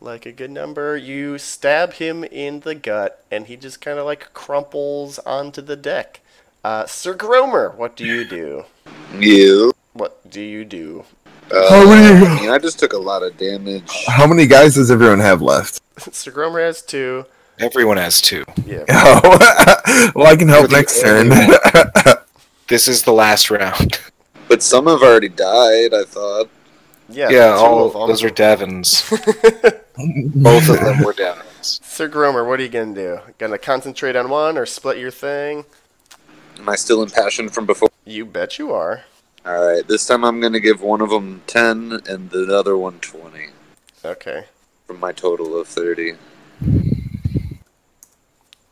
Like a good number. You stab him in the gut, and he just kind of like crumples onto the deck. Uh, Sir Gromer, what do you do? You. What do you do? Uh, How Oh, I many? mean, I just took a lot of damage. How many guys does everyone have left? Sir Gromer has two. Everyone has two. Yeah. Oh. well, I can help next turn. This is the last round. But some have already died, I thought. Yeah, yeah, two all of 'em. those are Devons. Both of them were Devons. Sir Gromer, what are you gonna do? Gonna concentrate on one or split your thing? Am I still impassioned from before? You bet you are. Alright, this time I'm going to give one of them 10 and the other one 20 Okay. from my total of 30.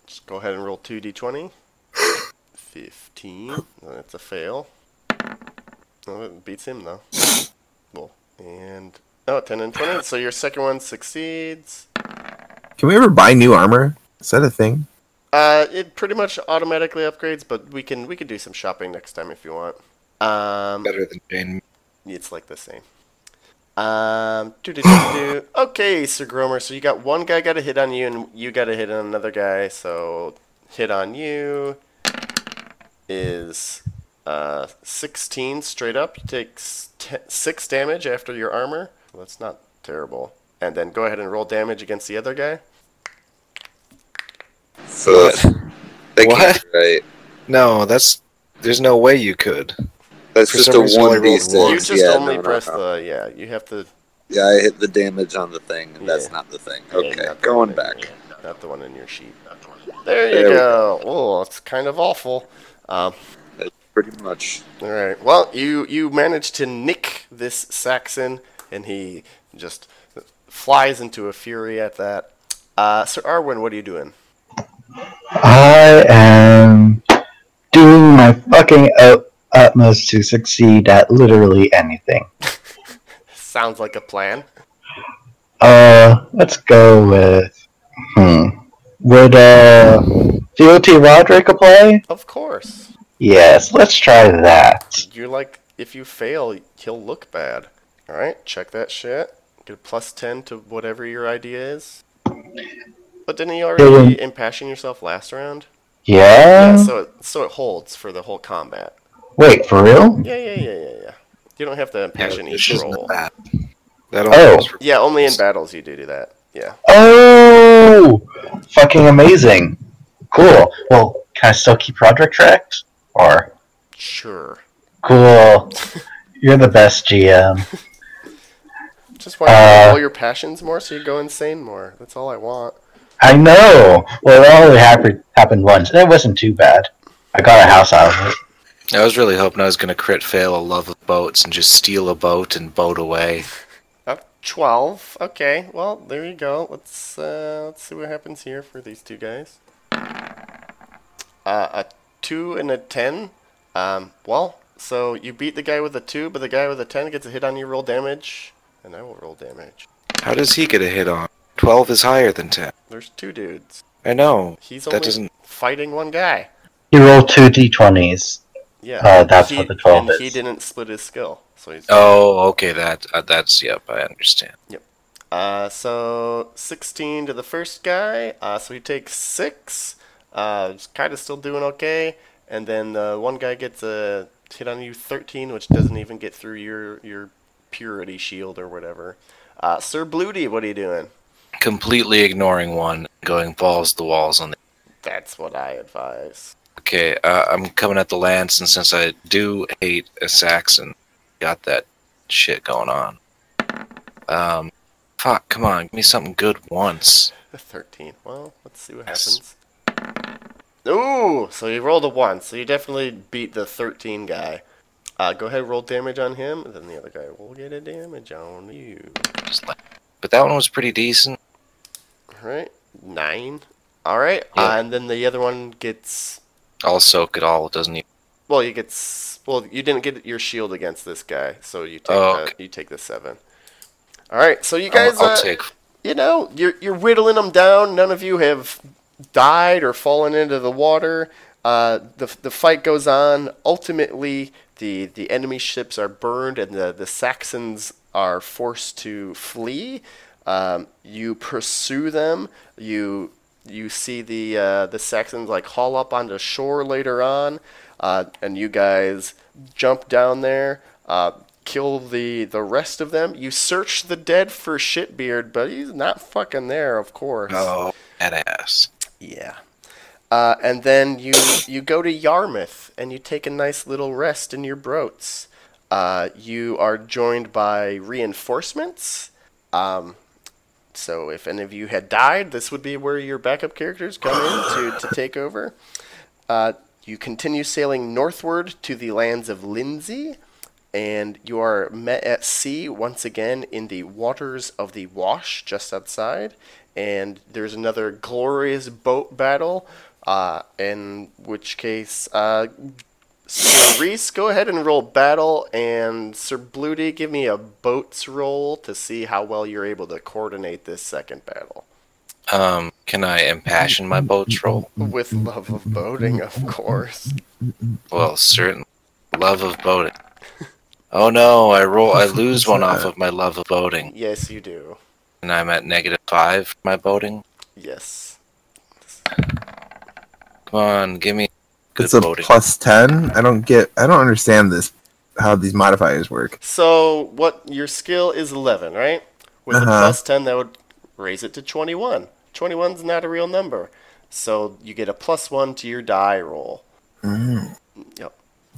Just go ahead and roll 2d20. 15. Uh, That's a fail. No, it beats him, though. Well, and. Oh, 10 and 20. So your second one succeeds. can we ever buy new armor? Is that a thing? Uh, it pretty much automatically upgrades, but we can we can do some shopping next time if you want. Um, Better than Jane. it's like the same. Um, doo doo doo doo. okay, Sir Gromer. So you got one guy got a hit on you, and you got a hit on another guy. So hit on you is uh 16 straight up. You take s- te- six damage after your armor. That's not terrible. And then go ahead and roll damage against the other guy. So that, That What? can't be right. no, that's there's no way you could. That's For just some a reason, I rolled one d six. one. You just yeah, only no, no, press no. the yeah. You have to Yeah, I hit the damage on the thing, and that's Yeah. not the thing. Yeah, Okay, not the going one in- back. yeah, Not the one in your sheet. There you There we go. Oh, it's kind of awful. Um, Pretty much. all right. Well, you you managed to nick this Saxon, and he just flies into a fury at that. Uh, Sir Arwen, what are you doing? I am doing my fucking ut- utmost to succeed at literally anything. Sounds like a plan. Uh, let's go with. Hmm. Would uh, DOT Roderick apply? Of course. Yes, let's try that. You're like, if you fail, he'll look bad. All right, check that shit. Get a plus 10 to whatever your idea is. But didn't he already impassion yourself last round? Yeah, Yeah? so it, so it holds for the whole combat. Wait, for real? Yeah, yeah, yeah, yeah, yeah. You don't have to impassion It's each just roll. That, that Oh. almost Yeah, only in battles you do do that. Yeah. Oh! Fucking amazing. Cool. Well, can I still keep Roderick tracked? Or. Sure. Cool. You're the best GM. Just want to Uh, roll your passions more so you go insane more. That's all I want. I know. Well, it only happened happened once. and It wasn't too bad. I got a house out of it. I was really hoping I was going to crit fail a love of boats and just steal a boat and boat away. Up 12. Uh, Okay. Well, there you go. Let's uh, let's see what happens here for these two guys. Uh, a 2 and a 10. Um, well, so you beat the guy with a 2, but the guy with a 10 gets a hit on you, roll damage, and I will roll damage. How does he get a hit on? 12 is higher than 10. There's two dudes. I know. He's That only doesn't- fighting one guy. He rolled two d20s. Yeah. Oh, that's what the 12 and he is. didn't split his skill. So he's Oh, okay. That uh, that's yep. I understand. Uh, so 16 to the first guy. Uh, so he takes six. Uh, kind of still doing okay. And then uh, one guy gets a hit on you 13, which doesn't even get through your your purity shield or whatever. Uh, Sir Bluty, what are you doing? Completely ignoring one, going balls to the walls on the. That's what I advise. Okay, uh, I'm coming at the lance, and since I do hate a Saxon, got that shit going on. Um, fuck. Come on, give me something good once. 13. Well, let's see what Yes. happens. Ooh, so you rolled a 1, so you definitely beat the 13 guy. Uh, go ahead, roll damage on him, and then the other guy will get a damage on you. Just like- But that one was pretty decent. Alright, 9. Alright, Yeah. uh, and then the other one gets. I'll soak it all. It doesn't even. Well, you get. s- Well, you didn't get your shield against this guy, so you take, Oh, the, okay. you take the 7. Alright, so you guys. I'll, I'll uh, take. you know, you're you're whittling them down. None of you have died or fallen into the water. Uh, the the fight goes on. Ultimately, the the enemy ships are burned, and the the Saxons are forced to flee. Um, you pursue them. You you see the uh, the Saxons like haul up onto shore later on, uh, and you guys jump down there, uh, kill the the rest of them. You search the dead for Shitbeard, but he's not fucking there, of course. Oh, that ass. Yeah. Uh, and then you you go to Yarmouth and you take a nice little rest in your broats. Uh, you are joined by reinforcements. Um, so if any of you had died, this would be where your backup characters come in to, to take over. Uh, you continue sailing northward to the lands of Lindsey, and you are met at sea once again in the waters of the Wash just outside. And there's another glorious boat battle, uh, in which case, uh, Sir Reese, go ahead and roll battle, and Sir Bluty, give me a boats roll to see how well you're able to coordinate this second battle. Um, can I impassion my boat's roll? With love of boating, of course. Well, certain love of boating. Oh no, I roll. I lose one off of my love of boating, Yes, you do. and I'm at negative five for my boating. Yes. Come on, give me good it's a boating. plus ten. I don't get. I don't understand this. How these modifiers work. So what your skill is 11, right? With a Uh-huh. plus 10 that would raise it to 21. 21's not a real number. So you get a plus 1 to your die roll. But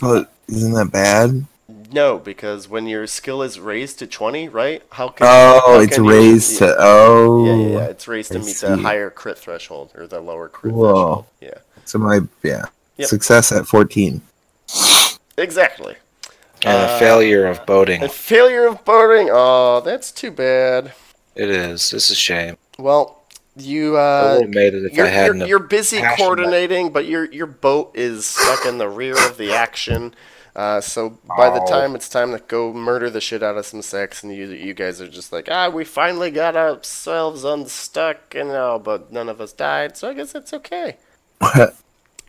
Oh, isn't that bad? No, because when your skill is raised to 20, right? How can Oh, how it's can you- raised to oh. Yeah, yeah, yeah, it's raised to I meet the see. higher crit threshold or the lower crit Whoa. threshold. Yeah. So my yeah Yep. success at fourteen. Exactly. and uh, a failure of boating. A failure of boating. Oh, that's too bad. It is. This is a shame. Well, you I uh Oh. would have made it if you're, I hadn't. you're, have- you're busy passion, but- coordinating, but your your boat is stuck in the rear of the action. Uh, so by Oh. the time it's time to go murder the shit out of some sex, and you you guys are just like, ah, we finally got ourselves unstuck, and oh, but none of us died, so I guess it's okay.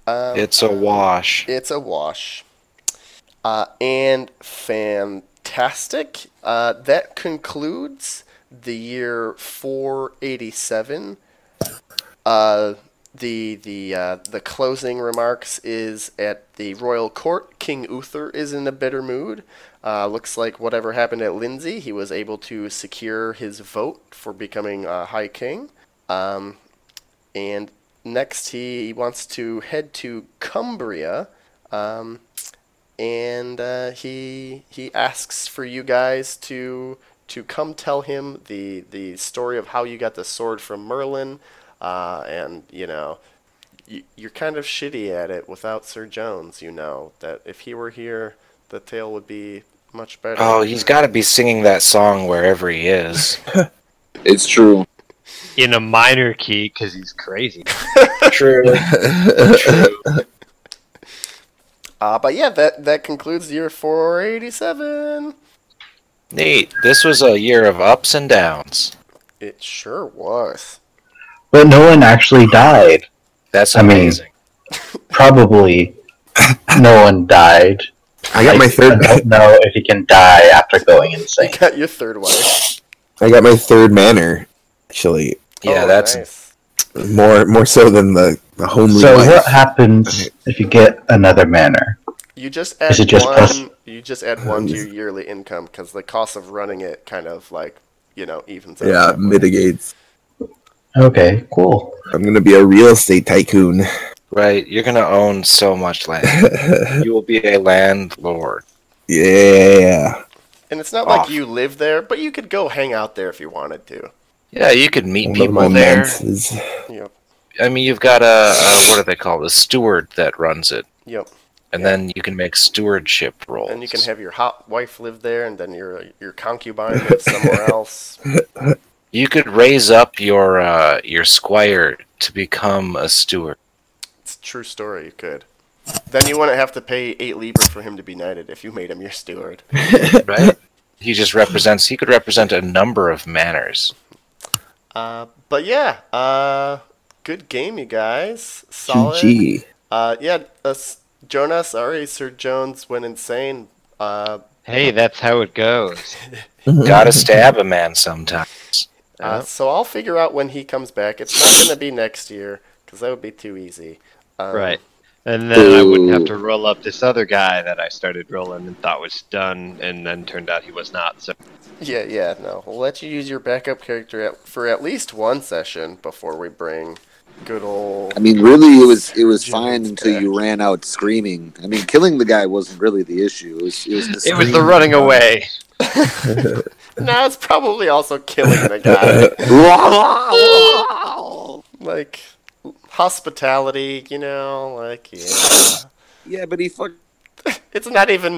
Um, It's a wash. It's a wash. Uh, and fantastic. Uh, that concludes the year 487. Uh, the the uh, the closing remarks is at the royal court. King Uther is in a bitter mood. Uh, looks like whatever happened at Lindsay, he was able to secure his vote for becoming uh, High King. Um, and next, he wants to head to Cumbria, um, and uh, he he asks for you guys to to come tell him the the story of how you got the sword from Merlin, uh, and you know. y- You're kind of shitty at it without Sir Jones, you know. That if he were here, the tale would be much better. Oh, he's got to be singing that song wherever he is. It's true. in a minor key because he's crazy. True. Uh, but yeah, that that concludes year 487. Neat. This was a year of ups and downs. It sure was. But no one actually died. That's I mean- amazing. Probably no one died. I got my third. I don't know if he can die after going insane. You got your third one. I got my third manor. Actually, yeah, Oh, that's nice. more more so than the, the homely. So life. what happens if you get another manor? you just add it just one. plus- You just add one to your yearly income because the cost of running it kind of like you know evens out. yeah, mitigates. Okay, cool. I'm gonna be a real estate tycoon. right. You're gonna own so much land. you will be a landlord. yeah. and it's not like Off. you live there, but you could go hang out there if you wanted to. Yeah, you could meet One of my people there. ments is- Yep, I mean, you've got a, a what do they call it? A steward that runs it, yep. and then you can make stewardship roles. And you can have your hot wife live there, and then your your concubine live somewhere else. You could raise up your uh, your squire to become a steward. It's a true story. You could. Then you wouldn't have to pay eight libra for him to be knighted if you made him your steward. right? He just represents. He could represent a number of manners. Uh, but yeah, uh, good game, you guys. Solid. GG. Uh, yeah, uh, S- Jonah, sorry, Sir Jones went insane. Uh, Hey, that's how it goes. Gotta stab a man sometimes. uh, so I'll figure out when he comes back. It's not going to be next year because that would be too easy. Um, Right. And then I wouldn't have to roll up this other guy that I started rolling and thought was done, and then turned out he was not. So Yeah, yeah, no. We'll let you use your backup character at, for at least one session before we bring good old. I mean, really, it was it was Jim's fine until back. you ran out screaming. I mean, killing the guy wasn't really the issue. It was it was the, it was the screaming. running away. No, it's probably also killing the guy. like, hospitality, you know, like, yeah. Yeah, but he fuck It's not even